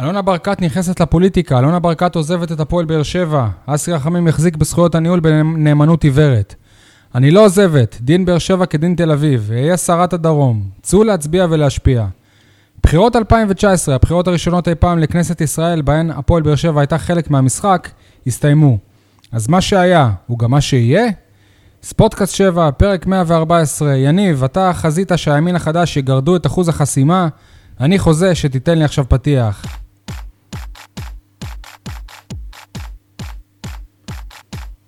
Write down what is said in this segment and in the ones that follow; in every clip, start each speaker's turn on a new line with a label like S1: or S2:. S1: אלונה ברקת נכנסת לפוליטיקה, אלונה ברקת עוזבת את הפועל באר שבע. אסי רחמים החזיק בזכויות הניהול בנאמנות עיוורת. אני לא עוזבת, דין באר שבע כדין תל אביב, אהיה שרת הדרום. צאו להצביע ולהשפיע. בחירות 2019, הבחירות הראשונות אי פעם לכנסת ישראל, בהן הפועל באר שבע הייתה חלק מהמשחק, הסתיימו. אז מה שהיה, הוא גם מה שיהיה? ספורטקאסט 7, פרק 114. יניב, אתה חזית שהימין החדש יגרדו את אחוז החסימה, אני חוזה שתיתן לי עכשיו פתיח.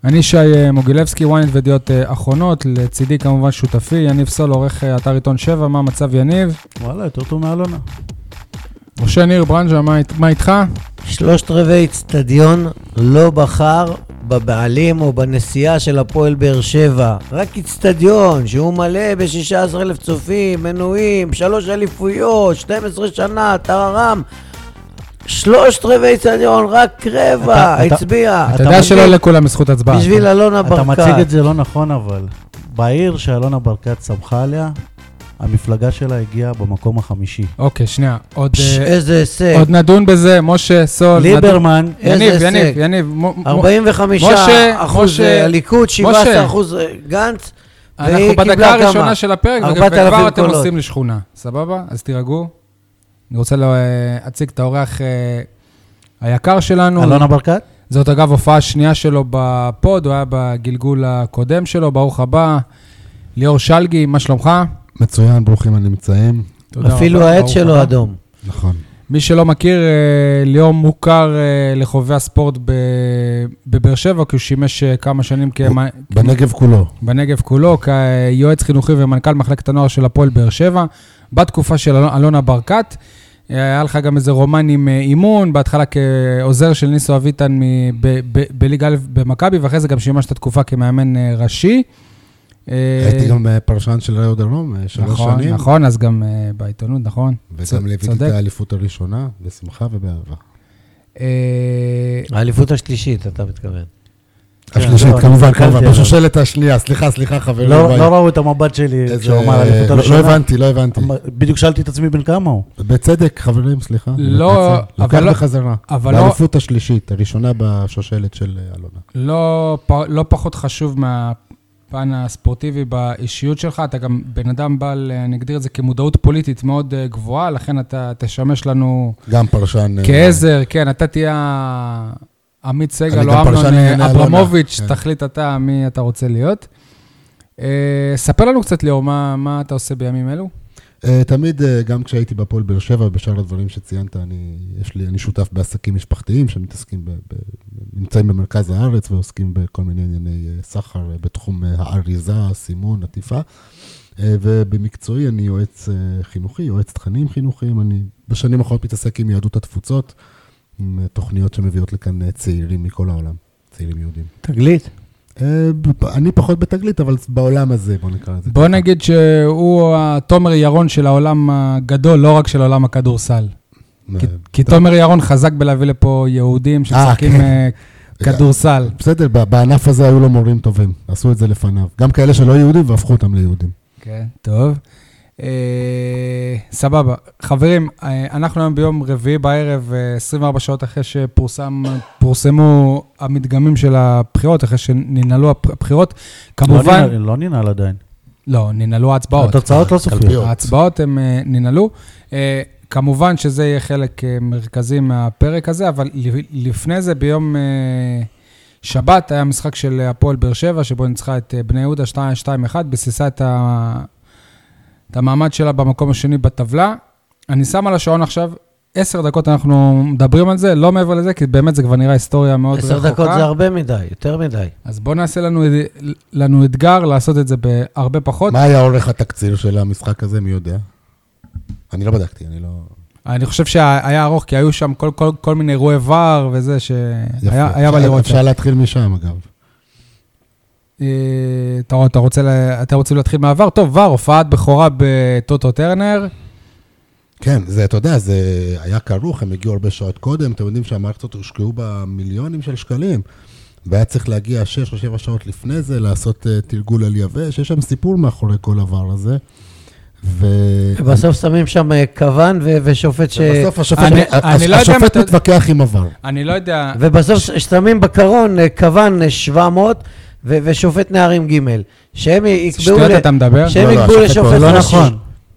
S1: אני שי אה, מוגילבסקי, ynet וידיעות אה, אחרונות, לצידי כמובן שותפי, יניב סול, עורך אה, אתר עיתון 7, מה המצב יניב?
S2: וואלה, יותר טוב מאלונה.
S1: משה ניר ברנז'ה, מה אית- מה איתך?
S3: שלושת רבעי אצטדיון לא בחר בבעלים או בנסיעה של הפועל באר שבע. רק אצטדיון שהוא מלא ב-16,000 צופים, מנויים, שלוש אליפויות, 12 שנה, טררם. שלושת רבעי אצטדיון, רק רבע,
S2: אתה- אתה-
S3: הצביע.
S1: אתה
S2: אתה
S1: יודע
S2: מציג-
S1: שלא לכולם יש זכות הצבעה.
S3: בשביל אלונה
S2: אתה מציג
S3: ברקת.
S2: את זה לא נכון, אבל. בעיר שאלונה ברקת סמכה עליה, המפלגה שלה הגיעה במקום החמישי.
S1: אוקיי, שנייה, עוד...
S3: פש,
S1: אה,
S3: איזה הישג.
S1: עוד נדון בזה, משה,
S3: לא,
S1: סול. נדון-
S2: ליברמן,
S3: איזה
S1: יניב,
S3: הישג.
S1: יניב, יניב. מו- מו-
S3: 45
S1: משה,
S3: אחוז
S1: משה,
S3: אה, הליכוד, 17 אחוז אה, גנץ. והיא
S1: אנחנו בדקה
S3: קיבלה
S1: הראשונה
S3: כמה?
S1: של הפרק, וכ-
S3: 4,000
S1: וכבר אתם
S3: קולות.
S1: עושים לי שכונה. סבבה? אז תירגעו. אני רוצה להציג את האורח אה, היקר שלנו.
S2: אלונה ברקת?
S1: זאת אגב הופעה שנייה שלו בפוד, הוא היה בגלגול הקודם שלו, ברוך הבא. ליאור שלגי, מה שלומך?
S4: מצוין, ברוכים הנמצאים.
S1: תודה
S3: אפילו
S1: רבה,
S3: העט
S1: ברוך
S3: שלו
S1: הבא.
S3: אדום.
S4: נכון.
S1: מי שלא מכיר, אה, ליאור מוכר אה, לחובבי הספורט ב- בבאר שבע, כי הוא שימש אה, כמה שנים כמה-
S4: בנגב כולו.
S1: בנגב כולו, כיועץ חינוכי ומנכ"ל מחלקת הנוער של הפועל באר שבע, בתקופה של אלונה- אלונה ברקת. אה, היה לך גם איזה רומן עם אה, אימון, בהתחלה כעוזר של ניסו אביטן מ- ב- ב- בליגה א' במכבי, ואחרי זה גם שימשת תקופה כמאמן אה, ראשי. אה,
S4: הייתי גם אה, פרשן של ראיו דרום אה, שלוש
S1: נכון,
S4: שנים.
S1: נכון, אז גם אה, בעיתונות, נכון.
S4: וגם ליוויתי את
S1: צודק.
S4: האליפות הראשונה, בשמחה ובאהבה.
S1: אה,
S3: האליפות השלישית, אתה מתכוון.
S1: כן,
S4: השלישית,
S2: לא,
S4: כמובן,
S2: אני
S4: כמובן,
S2: הסתכלתי
S4: בשושלת השנייה, סליחה, סליחה, חברים.
S2: לא
S4: ביי.
S2: לא ראו את המבט שלי
S4: איזה-
S2: כשהוא אמר אליפות
S4: לא-
S2: הראשונה.
S4: לא הבנתי, לא הבנתי.
S2: בדיוק שאלתי את עצמי בן כמה הוא.
S4: בצדק, חברים, סליחה. אני
S1: לא,
S4: מתנצל.
S1: אבל לא-
S4: לוקח בחזרה.
S1: אבל לא-
S4: באליפות השלישית, הראשונה בשושלת של אה, אלונה.
S1: לא, פ- לא פחות חשוב מהפן הספורטיבי באישיות שלך, אתה גם בן אדם בעל, אה, נגדיר את זה כמודעות פוליטית מאוד אה, גבוהה, לכן אתה תשמש לנו
S4: גם פרשן... אה,
S1: כעזר, כן, אתה תהיה ה- עמית סגל
S4: אני
S1: או
S4: גם פרשן
S1: אמנון
S4: לענייני
S1: אה,
S4: אלונה.
S1: אברמוביץ',
S4: כן.
S1: תחליט אתה מי אתה רוצה להיות. אה, ספר לנו קצת, ליאור, מה, מה אתה עושה בימים אלו?
S4: אה, תמיד, אה, גם כשהייתי בפועל באר שבע, בשאר הדברים שציינת, אני, יש לי, אני שותף בעסקים משפחתיים שמתעסקים, ב, ב, נמצאים במרכז הארץ ועוסקים בכל מיני ענייני אה, סחר אה, בתחום אה, האריזה, הסימון, עטיפה. אה, ובמקצועי אני יועץ אה, חינוכי, יועץ תכנים חינוכיים. אני בשנים האחרונות מתעסק עם יהדות התפוצות, עם אה, תוכניות שמביאות לכאן אה, צעירים מכל העולם, צעירים יהודים.
S3: תגלית.
S4: אה, ב- אני פחות בתגלית, אבל בעולם הזה, בוא נקרא לזה.
S1: בוא
S4: ככה.
S1: נגיד שהוא התומר ירון של העולם הגדול, לא רק של עולם הכדורסל. כי-
S4: אה,
S1: כן. כי תומר ירון חזק בלהביא לפה יהודים שמשחקים
S4: כן.
S1: אה, כדורסל.
S4: בסדר, ב- בענף הזה היו לו מורים טובים, עשו את זה לפניו. גם כאלה שלא יהודים והפכו אותם ליהודים.
S1: כן, טוב. אה, סבבה. חברים, אה, אנחנו היום ביום רביעי בערב, אה, 24 שעות אחרי שפורסמו המדגמים של הבחירות, אחרי שננעלו הפ- הבחירות.
S2: לא
S1: כמובן,
S2: ננעל- לא ננעל עדיין.
S1: לא, ננעלו ההצבעות.
S2: התוצאות לא סופיות.
S4: קלפיות.
S1: ההצבעות הן אה, ננעלו. אה, כמובן שזה יהיה חלק אה, מרכזי מהפרק הזה, אבל ל- לפני זה, ביום אה, שבת היה משחק של הפועל באר שבע, שבו ניצחה את אה, בני יהודה 2-2-1, ביססה את, ה... את המעמד שלה במקום השני בטבלה. אני שם על השעון עכשיו, עשר דקות אנחנו מדברים על זה, לא מעבר לזה, כי באמת זה כבר נראה היסטוריה מאוד רחוקה.
S3: עשר דקות זה הרבה מדי, יותר מדי.
S1: אז בואו נעשה לנו, לנו אתגר לעשות את זה בהרבה פחות.
S4: מה היה אורך התקציר של המשחק הזה, מי יודע? אני לא בדקתי, אני לא...
S1: אני חושב שהיה ארוך, כי היו שם כל, כל, כל מיני אירועי ור וזה,
S4: יפה.
S1: שהיה היה מה
S4: אפשר-
S1: לראות שם.
S4: אפשר להתחיל משם, אגב.
S1: אה, אתה, אתה רוצה, לה- אתה רוצה להתחיל מהעבר? טוב, ור, הופעת בכורה בטוטו טרנר.
S4: כן, זה, אתה יודע, זה היה כרוך, הם הגיעו הרבה שעות קודם, אתם יודעים שהמערכות הושקעו בה מיליונים של שקלים, והיה צריך להגיע 6 או 7 שעות לפני זה, לעשות אה, תרגול על יבש, יש שם סיפור מאחורי כל עבר הזה, ו...
S3: בסוף שמים שם אה, כוון ו- ושופט ש...
S4: ובסוף השופט,
S1: אה, אני-
S4: הש-
S1: אני לא יודע אם
S4: השופט
S1: אתה-
S4: מתווכח עם עבר.
S1: אני לא יודע,
S3: ובסוף ש- שמים בקרון אה, כוון אה, 700 ו- ושופט נערים ג' שהם י- יקבעו...
S1: שטויות
S3: ל-
S1: אתה מדבר?
S3: שהם
S4: לא, לא,
S3: יקבעו
S4: השופט פה,
S3: לשופט
S2: לא
S4: לא
S3: ראשי.
S2: נכון.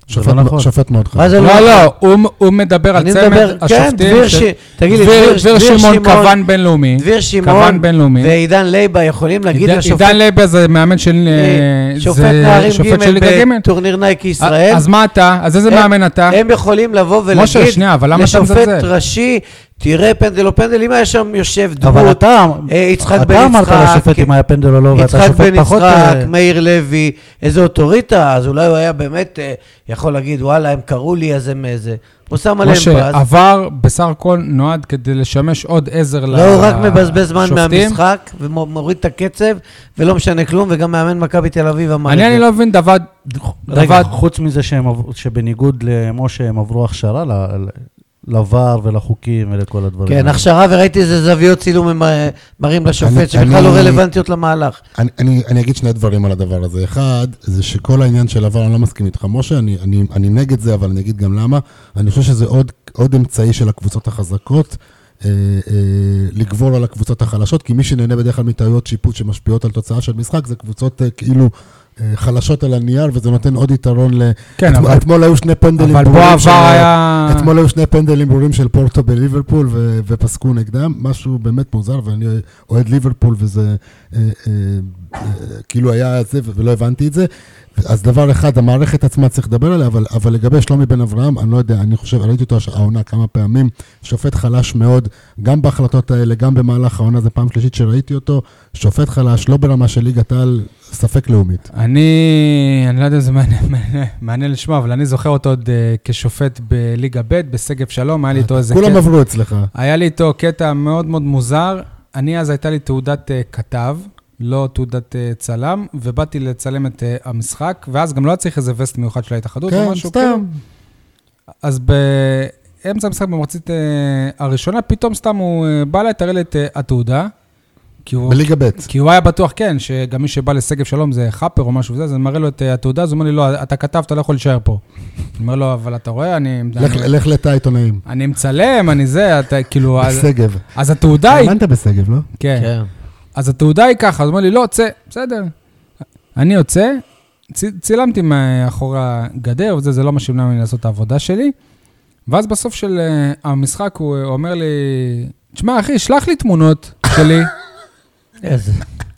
S4: שופט
S2: לא
S4: מ-
S2: נכון.
S4: שופט מאוד חכם.
S3: מה זה
S1: לא, לא, הוא- הוא מדבר על
S3: אני
S1: צמד
S3: מדבר, כן,
S1: השופטים.
S3: דביר
S1: ש-
S3: ש... תגיד לי,
S1: דביר-
S3: דביר
S1: דביר
S3: דביר
S1: שמעון
S3: שמעון-
S1: כוון בינלאומי.
S3: דביר
S1: כוון
S3: שמעון
S1: בינלאומי.
S3: ועידן לייבה יכולים להגיד
S1: עידן-
S3: לשופט...
S1: עידן לייבה זה מאמן של...
S3: אה,
S1: אה,
S3: שופט
S1: זה
S3: נערים
S1: שופט של ליגה
S3: ג'
S1: ג'.
S3: בטורניר נייקי ישראל. אה,
S1: אז מה אתה? אז איזה
S3: הם-
S1: מאמן אתה?
S3: הם יכולים לבוא
S1: משה,
S3: ולהגיד
S1: שנייה, אבל למה אתה
S3: לשופט
S1: מזלזל?
S3: ראשי, תראה פנדל או פנדל, אם היה שם יושב
S2: אבל
S3: דמות,
S2: אתה,
S3: אה, יצחק בן
S2: אתה אמרת
S3: יצחק,
S2: לשופט
S3: כן.
S2: אם היה פנדל או לא, ואתה
S3: יצחק
S2: שופט
S3: בן
S2: פחות...
S3: יצחק,
S2: אה,
S3: מאיר לוי, איזה אוטוריטה, אז אולי הוא היה באמת אה, יכול להגיד, וואלה, הם קראו לי, אז הם איזה... הוא שם עליהם
S1: משה,
S3: פז.
S1: עבר בסך הכל נועד כדי לשמש עוד עזר
S3: לא, הוא רק מבזבז זמן
S1: לשופטים.
S3: מהמשחק, ומוריד את הקצב, ולא משנה כלום, וגם מאמן מכבי תל אביב אמר את
S1: אני
S3: זה.
S1: אני לא מבין דבר...
S2: רגע,
S1: דבר-
S2: חוץ מזה שהם עברו- שבניגוד למשה הם עברו הכשרה ל- ל- לVAR ולחוקים ולכל הדברים.
S3: כן,
S2: האלה.
S3: הכשרה, וראיתי איזה זוויות צילום הם אה, מראים
S4: אני-
S3: לשופט, שבכלל לא
S4: אני-
S3: רלוונטיות למהלך.
S4: אני, אני, אני אגיד שני דברים על הדבר הזה. אחד, זה שכל העניין של עבר, אני לא מסכים איתך, משה, אני, אני, אני נגד זה, אבל אני אגיד גם למה. אני חושב שזה עוד, עוד אמצעי של הקבוצות החזקות. אה, אה, לגבור על הקבוצות החלשות, כי מי שנהנה בדרך כלל מטעויות שיפוט שמשפיעות על תוצאה של משחק זה קבוצות אה, כאילו אה, חלשות על הנייר, וזה נותן עוד יתרון ל...
S1: כן,
S4: אתמול-
S1: אבל-
S4: אתמול היו שני פנדלים
S1: אבל פה
S4: ברורים של-
S1: עבר היה...
S4: אתמול היו שני פנדלים ברורים של פורטו בליברפול ו- ופסקו נגדם, משהו באמת מוזר, ואני אוהד ליברפול וזה אה, אה, אה, כאילו היה זה ו- ולא הבנתי את זה. אז דבר אחד, המערכת עצמה צריך לדבר עליה, אבל, אבל לגבי שלומי בן אברהם, אני לא יודע, אני חושב, ראיתי אותו הש- העונה כמה פעמים, שופט חלש מאוד, גם בהחלטות האלה, גם במהלך העונה, זו פעם שלישית שראיתי אותו, שופט חלש, לא ברמה של ליגת העל, ספק לאומית.
S1: אני, אני לא יודע אם זה מעניין, מעניין- מעניין לשמוע, אבל אני זוכר אותו עוד אה, כשופט בליגה ב' בשגב שלום, היה לי
S3: אה,
S1: איתו איזה
S4: כולם
S1: קטע.
S4: עברו אצלך.
S1: היה לי איתו קטע מאוד מאוד מוזר. אני, אז הייתה לי תעודת אה, כתב, לא תעודת אה, צלם, ובאתי לצלם את אה, המשחק, ואז גם לא היה צריך איזה וסט מיוחד של ההתאחדות או
S4: כן,
S1: משהו. כאילו.
S4: סתם.
S1: אז באמצע המשחק, במחצית אה, הראשונה, פתאום סתם הוא אה, בא אליי, תראה לי את אה, התעודה. כי הוא,
S4: בליגה ב'.
S1: כי הוא היה בטוח, כן, שגם מי שבא לשגב שלום זה חאפר או משהו וזה, אז אני מראה לו את אה, התעודה, אז הוא אומר לי, לא, אתה כתב, אתה לא יכול להישאר פה. אני אומר לו, אבל אתה רואה, אני,
S4: לך-
S1: אני,
S4: לך לתא העיתונאים.
S1: אני מצלם, אני זה, אתה, כאילו, אז,
S4: בשגב.
S1: אז התעודה היא,
S4: האמנת בשגב, לא?
S1: כן, אז התעודה היא ככה, אז הוא אומר לי, לא, צא, בסדר. אני יוצא, צ, צילמתי מאחורי הגדר, וזה, זה לא מה שימנע ממני לעשות את העבודה שלי. ואז בסוף של אה, המשחק הוא אה, אומר לי, תשמע, אחי, שלח לי תמונות שלי.
S3: איזה...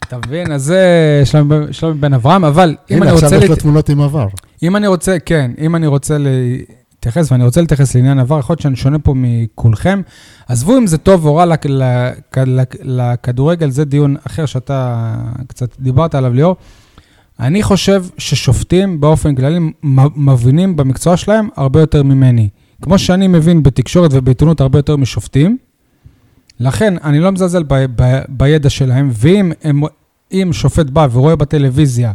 S1: אתה מבין? אז זה שלומי בן- שלומי בן אברהם, אבל אם אני
S4: הנה,
S1: רוצה...
S4: עכשיו יש לו
S1: להת-
S4: תמונות עם עבר.
S1: אם אני רוצה, כן, אם אני רוצה להתייחס, ואני רוצה להתייחס לעניין עבר, יכול להיות שאני שונה פה מכולכם. עזבו אם זה טוב או רע לכ- לכ- לכ- לכדורגל, זה דיון אחר שאתה קצת דיברת עליו, ליאור. אני חושב ששופטים באופן כללי מ- מבינים במקצוע שלהם הרבה יותר ממני. כמו שאני מבין בתקשורת ובעיתונות הרבה יותר משופטים, לכן אני לא מזלזל ב- ב- בידע שלהם, ואם הם, אם שופט בא ורואה בטלוויזיה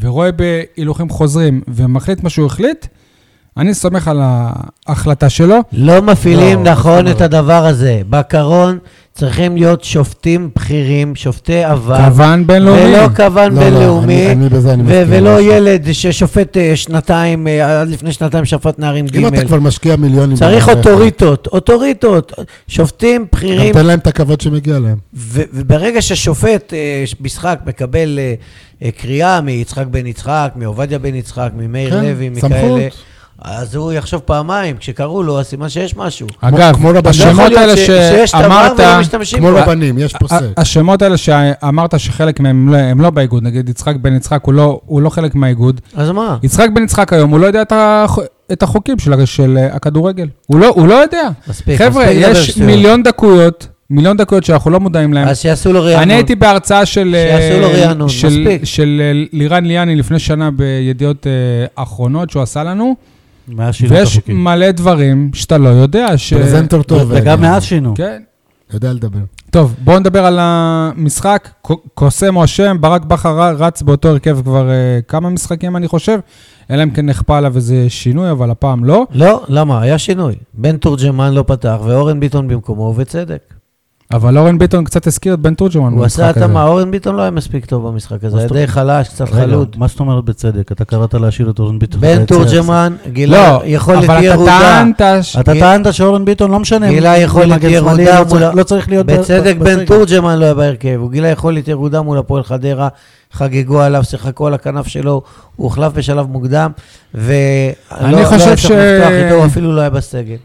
S1: ורואה בהילוכים חוזרים ומחליט מה שהוא החליט, אני סומך על ההחלטה שלו.
S3: לא מפעילים
S2: לא,
S3: נכון
S2: זאת
S3: את הדבר הזה. בקרון צריכים להיות שופטים בכירים, שופטי עבר,
S1: כוון בינלאומי.
S3: ולא כוון
S4: לא, לא,
S3: בינלאומי,
S4: אני- אני בזה אני
S3: ו-
S4: מסכים.
S3: ולא ילד ששופט אה, שנתיים, אה, עד לפני שנתיים שפט נערים ג'.
S4: אם אתה כבר משקיע מיליונים...
S3: צריך
S4: במערכת,
S3: אוטוריטות, אוטוריטות, שופטים
S4: גם
S3: בכירים,
S4: תן להם את הכבוד שמגיע להם.
S3: ו- וברגע ששופט אה, משחק מקבל אה, אה, קריאה מיצחק בן יצחק, מעובדיה בן יצחק, ממאיר
S4: כן,
S3: לוי,
S4: סמכות.
S3: מכאלה, אז הוא יחשוב פעמיים, כשקראו לו, אז סימן שיש משהו.
S1: אגב,
S4: כמו רבנים. לא
S1: השמות
S4: יכול
S1: האלה
S3: שיש דבר
S1: שאמרת,
S3: ולא משתמשים
S4: כמו
S3: בו.
S4: רבנים, יש פוסק.
S1: לא, ה- השמות האלה שאמרת שחלק מהם הם לא- הם לא באיגוד, נגיד יצחק בן יצחק הוא לא- הוא לא חלק מהאיגוד.
S3: אז מה?
S1: יצחק בן יצחק היום, הוא לא יודע את הח- את החוקים של ה- של אה, הכדורגל. הוא לא- הוא לא יודע.
S3: מספיק,
S1: חבר'ה,
S3: מספיק לדבר
S1: יש
S3: שטויות.
S1: מיליון דקויות, מיליון דקויות שאנחנו לא מודעים להן.
S3: אז שיעשו לו רענון.
S1: אני הייתי בהרצאה של... אה,
S3: שיעשו לו רענון,
S1: של-
S3: מספיק.
S1: של אה, לירן ליאני לפני שנה בידיעות אה, אחרונות שהוא עשה לנו,
S2: מאז שינו את
S1: ויש
S2: החוקים.
S1: מלא דברים שאתה לא יודע ש...
S4: פרזנטור טוב.
S2: וגם
S4: אה,
S2: מאז שינו.
S1: כן.
S4: יודע לדבר.
S1: טוב, בואו נדבר על המשחק. ק- קוסם או אשם, ברק בכר ר- רץ באותו הרכב כבר אה, כמה משחקים, אני חושב. אלא אם כן נכפה עליו איזה שינוי, אבל הפעם לא.
S3: לא, למה? היה שינוי. בן תורג'מן לא פתח, ואורן ביטון במקומו, ובצדק.
S1: אבל אורן ביטון קצת הזכיר את בן תורג'מן
S3: הוא עשה
S1: במשחק הזה.
S3: התאמה, אורן ביטון לא היה מספיק טוב במשחק הזה,
S2: מה
S3: היה
S2: זאת
S3: די חלש, קצת חלוד.
S2: רגע, מה זאת אומרת בצדק? אתה קראת להשאיר את אורן ביטון.
S3: בן
S2: ביציע.
S3: תורג'מן גילה
S1: לא,
S3: יכולת
S1: אבל אתה
S3: ירודה.
S1: טענת... ש-
S2: אתה
S3: גיל-
S2: טענת שאורן ביטון לא משנה.
S3: גילה
S2: הוא
S3: יכולת
S2: מגן
S3: ירודה
S2: שמאלי, לא צריך-
S3: מול ה-
S2: לא צריך להיות... ב-
S3: בצדק
S2: ב-
S3: בן
S2: בסגל.
S3: תורג'מן לא היה בהרכב, הוא גילה יכולת ירודה מול הפועל חדרה, חגגו עליו, שיחקו על הכנף שלו, הוא הוחלף בשלב מוקדם, ולא
S1: אני
S3: לא
S1: חושב
S3: היה
S1: ש-
S3: צריך לפתוח איתו, הוא אפילו לא היה בסגל.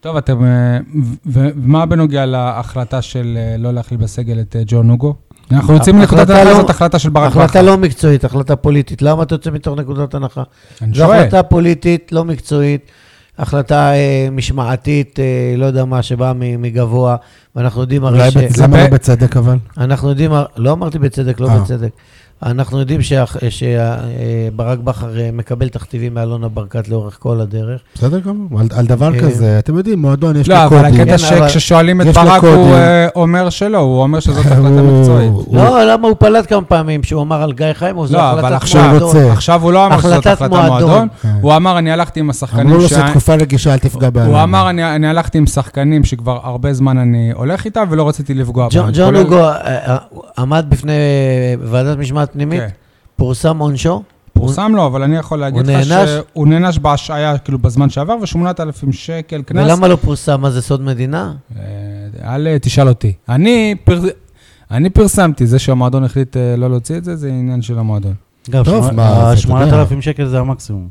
S1: טוב, אתם... אה, ו- ומה בנוגע להחלטה של אה, לא להכליל בסגל את אה, ג'ון הוגו? אנחנו יוצאים
S3: החלטה
S1: מנקודת הנחה
S3: לא-
S1: זאת החלטה של ברק בכר.
S3: החלטה לא מקצועית, החלטה פוליטית. למה אתה יוצא מתוך נקודת הנחה?
S1: אני
S3: זו
S1: שואל.
S3: לא החלטה פוליטית, לא מקצועית, החלטה אה, משמעתית, אה, לא יודע מה, שבאה מ- מגבוה, ואנחנו יודעים הרי
S4: אולי
S3: ש...
S4: בצ- למה
S1: זה
S4: לא
S1: ב-
S4: בצדק אבל?
S3: אנחנו יודעים, לא אמרתי בצדק, לא
S4: אה.
S3: בצדק. אנחנו יודעים שברק בכר אה, מקבל תכתיבים מאלונה ברקת לאורך כל הדרך.
S4: בסדר גמור, על, על דבר
S3: אה,
S4: כזה, אתם יודעים, מועדון יש לו
S1: לא, אבל
S4: קודים.
S1: הקטע
S3: כן, אבל-
S1: שכששואלים את
S4: יש לו
S1: ברק, הוא
S4: קודים.
S1: אה, אומר שלא, הוא אומר שזאת החלטה
S4: הוא-
S1: מקצועית.
S4: הוא-
S3: לא, למה הוא פלט כמה פעמים שהוא אמר על גיא חיימוב, זו
S1: לא, אבל
S3: החלטת
S1: עכשיו
S4: הוא
S3: מועדון.
S4: רוצה.
S1: עכשיו הוא לא אמר שזאת
S3: החלטת
S1: החלטת
S3: מועדון.
S1: מועדון,
S4: כן.
S1: הוא אמר, אני הלכתי עם
S4: אמרו
S3: לא
S1: השחקנים
S4: לו
S1: ש...
S4: שתקופה רגישה, אל תפגע בעליו.
S1: הוא אמר, אני אני הלכתי עם שחקנים שכבר הרבה זמן אני הולך איתם, ולא רציתי לפגוע
S3: ג'ון-
S1: בהם.
S3: ג'ון
S1: כולל-
S3: הוגו אה, אה, עמד בפני אה, ועדת משמעת פנימית,
S1: כן.
S3: פורסם עונשו.
S1: פורסם לו, אבל אני יכול להגיד
S3: הוא
S1: לך
S3: נענש?
S1: שהוא נענש בהשעיה, כאילו, בזמן שעבר, ו-8,000 שקל קנס.
S3: ולמה לא פורסם? מה זה סוד מדינה?
S1: אה, אל תשאל אותי. אני פר- אני פרסמתי, זה שהמועדון החליט אה, לא להוציא את זה, זה עניין של המועדון.
S2: גם
S4: טוב,
S2: שמונה-
S4: מה, אתה
S2: ה-8,000 שקל זה המקסימום.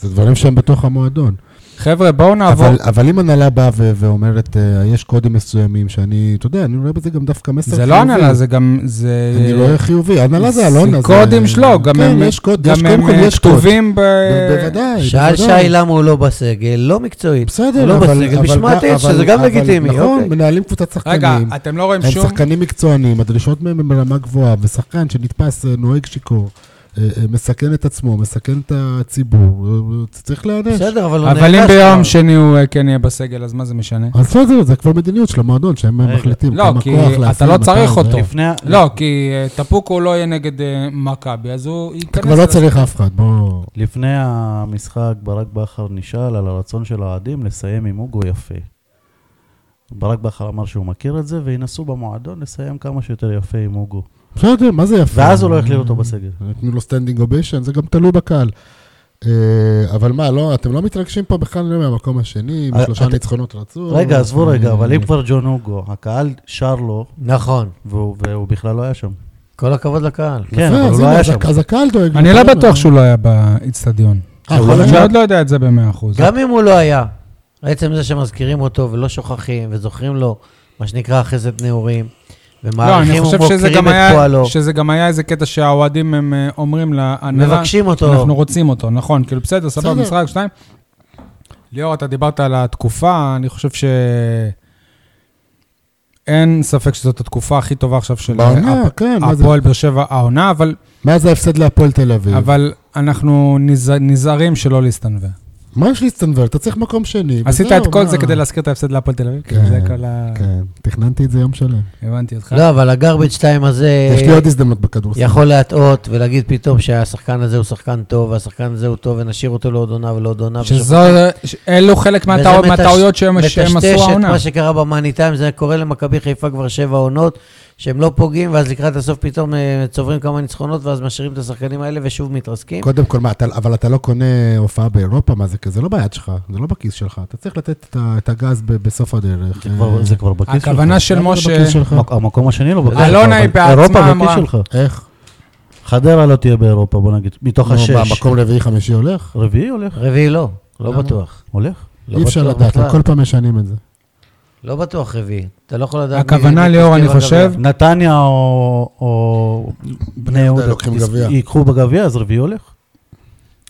S4: זה דברים שהם בתוך המועדון.
S1: אה, חבר'ה, בואו נעבור.
S4: אבל, אבל אם הנהלה באה ו- ואומרת, אה, יש קודים מסוימים שאני, אתה יודע, אני רואה בזה גם דווקא מסר
S1: זה
S4: חיובי.
S1: לא הנהלה, זה גם... זה... אה,
S4: אני רואה חיובי, הנהלה זה אלונה. זה-
S1: קודים שלו, גם
S4: כן,
S1: הם
S4: יש קוד, יש
S1: גם
S4: קודם
S1: הם
S4: כל
S1: אה,
S4: יש קוד.
S1: כתובים אה, ב...
S4: ב- בוודאי,
S3: שאל
S4: בוודאי.
S3: שי למה הוא לא בסגל, לא מקצועית.
S4: בסדר,
S3: לא
S4: אבל...
S3: בסגל,
S4: אבל-
S3: משמעתית,
S4: אבל-
S3: שזה גם
S4: אבל-
S3: לגיטימי,
S4: נכון,
S3: אוקיי.
S4: מנהלים קבוצת
S1: רגע,
S4: שחקנים.
S1: אתם לא רואים
S4: הם
S1: שום...
S4: שחקנים מקצוענים, הדרישות מהם הן ברמה גבוהה, ושחקן שנתפס אה, נוהג שיכור, אה, אה, מסכן את עצמו, מסכן את הציבור, אה, צריך להיענש.
S3: בסדר, אבל הוא
S4: לא
S3: נענש.
S1: אבל אם ביום
S3: כבר.
S1: שני הוא אה, כן יהיה בסגל, אז מה זה משנה?
S4: אז בסדר, זה, זה כבר מדיניות של המועדון, שהם
S2: רגע.
S4: מחליטים
S1: לא,
S4: כמה
S1: כי
S4: כוח
S1: אתה
S4: להפעיל,
S1: לא
S4: מתי,
S1: צריך
S4: זה-
S1: אותו.
S2: לפני... ה-
S1: לא, כי אה, טפוקו לא יהיה נגד אה, מכבי, אז הוא ייכנס...
S4: אתה כבר לא
S1: לזה.
S4: צריך אף אחד, בוא...
S2: לפני המשחק ברק בכר נשאל על הרצון של האוהדים לסיים עם הוגו יפה. ברק בכר אמר שהוא מכיר את זה, וינסו במועדון לסיים כמה שיותר יפה עם הוגו.
S4: בסדר, מה זה יפה?
S2: ואז הוא לא הכליל אותו בסגל.
S4: נתנו לו סטנדינג אוביישן, זה גם תלוי בקהל. אה, אבל מה, לא, אתם לא מתרגשים פה בכלל מהמקום השני, עם
S2: אה,
S4: שלושה
S2: אתה-
S4: ניצחונות רצו?
S2: רגע, עזבו רגע,
S4: אה,
S2: אבל אם כבר ג'ון הוגו, הקהל שר לו,
S3: נכון,
S2: והוא והוא בכלל לא היה שם.
S3: כל הכבוד לקהל.
S2: כן,
S4: יפה,
S2: אבל הוא
S4: אז
S2: לא
S4: הנה,
S2: היה
S4: אז
S2: שם.
S4: הק- אז הקהל דואג.
S1: אני לא
S4: לכולם.
S1: בטוח שהוא לא היה באיצטדיון.
S4: אה, הוא לא
S1: אני
S4: היה?
S1: עוד לא יודע את זה במאה אחוז.
S3: נכון. גם אם הוא לא היה, עצם זה שמזכירים אותו ולא שוכחים וזוכרים לו, מה שנקרא חסד נעורים,
S1: לא, אני
S3: ומעריכים
S1: חושב שזה
S3: ומוקירים
S1: גם
S3: את פועלו,
S1: היה, שזה גם היה איזה קטע שהאוהדים הם אה, אומרים להנהלה,
S3: מבקשים אותו.
S1: אנחנו רוצים אותו, נכון, כאילו בסדר, סבבה,
S4: בסדר.
S1: משחק שניים. ליאור, אתה דיברת על התקופה, אני חושב ש... אין ספק שזאת התקופה הכי טובה עכשיו של
S4: בעונה,
S1: הפ-
S4: כן, מה זה?
S1: אה, הפועל באר שבע העונה, אבל-
S4: מאז ההפסד להפועל תל אביב.
S1: אבל אנחנו נז- נזהרים שלא להסתנוור.
S4: מה יש להצטנוור? אתה צריך מקום שני.
S1: עשית
S4: וזהו,
S1: את כל
S4: מה?
S1: זה כדי להזכיר את ההפסד להפועל תל אביב?
S4: כן,
S1: זה כל ה...
S4: כן, תכננתי את זה יום שלם.
S1: הבנתי אותך.
S3: לא, אבל הגרבג' 2 הזה
S2: אה,
S4: יש לי עוד הזדמנות בכדורסל.
S3: יכול להטעות ולהגיד פתאום שהשחקן הזה הוא שחקן טוב, והשחקן הזה הוא טוב, ונשאיר אותו לעוד עונה ולעוד עונה.
S1: שזו, אלו חלק
S3: אה, וזה
S1: מהטעו-
S3: מטש-
S1: מהטעויות שהם שהם
S3: מטשטש
S1: עשו
S3: את
S1: העונה.
S3: מה שקרה במאני טיים, זה קורה למכבי חיפה כבר שבע עונות, שהם לא פוגעים, ואז לקראת הסוף פתאום אה, צוברים כמה ניצחונות, ואז משאירים את השחקנים האלה ושוב מתרסקים.
S4: קודם כל, מה, אתה, אבל אתה לא קונה הופעה באירופה, מה זה? כי זה לא ביד שלך, זה לא בכיס שלך. אתה צריך לתת את, ה- את הגז ב, בסוף הדרך. אה,
S2: זה כבר- זה כבר בכיס שלך.
S1: הכוונה של
S4: למה זה
S1: משה,
S4: בכיס שלך?
S2: המק- המקום השני לא בכיס שלך.
S1: אלונה היא
S2: אבל
S1: בעצמה
S2: אירופה
S1: אמרה-
S2: בכיס שלך.
S4: איך?
S2: חדרה לא תהיה באירופה, בוא נגיד. מתוך
S4: נו, מה,
S2: השש.
S4: מקום רביעי-חמישי הולך?
S2: רביעי הולך?
S3: רביעי לא, לא
S4: למה?
S3: בטוח.
S2: הולך.
S3: לא
S4: אי אפשר
S3: בטוח
S4: לדעת,
S3: בכלל.
S4: הם כל פעם משנים את זה.
S3: לא בטוח רביעי, אתה לא יכול לדעת...
S1: הכוונה,
S3: מי- מי
S1: ליאור, אני
S3: תזכה
S1: חושב-
S3: בגביע.
S2: נתניה או- או בני יהודה
S4: לוקחים
S2: יס-
S4: גביע.
S2: ייקחו בגביע, אז רביעי הולך.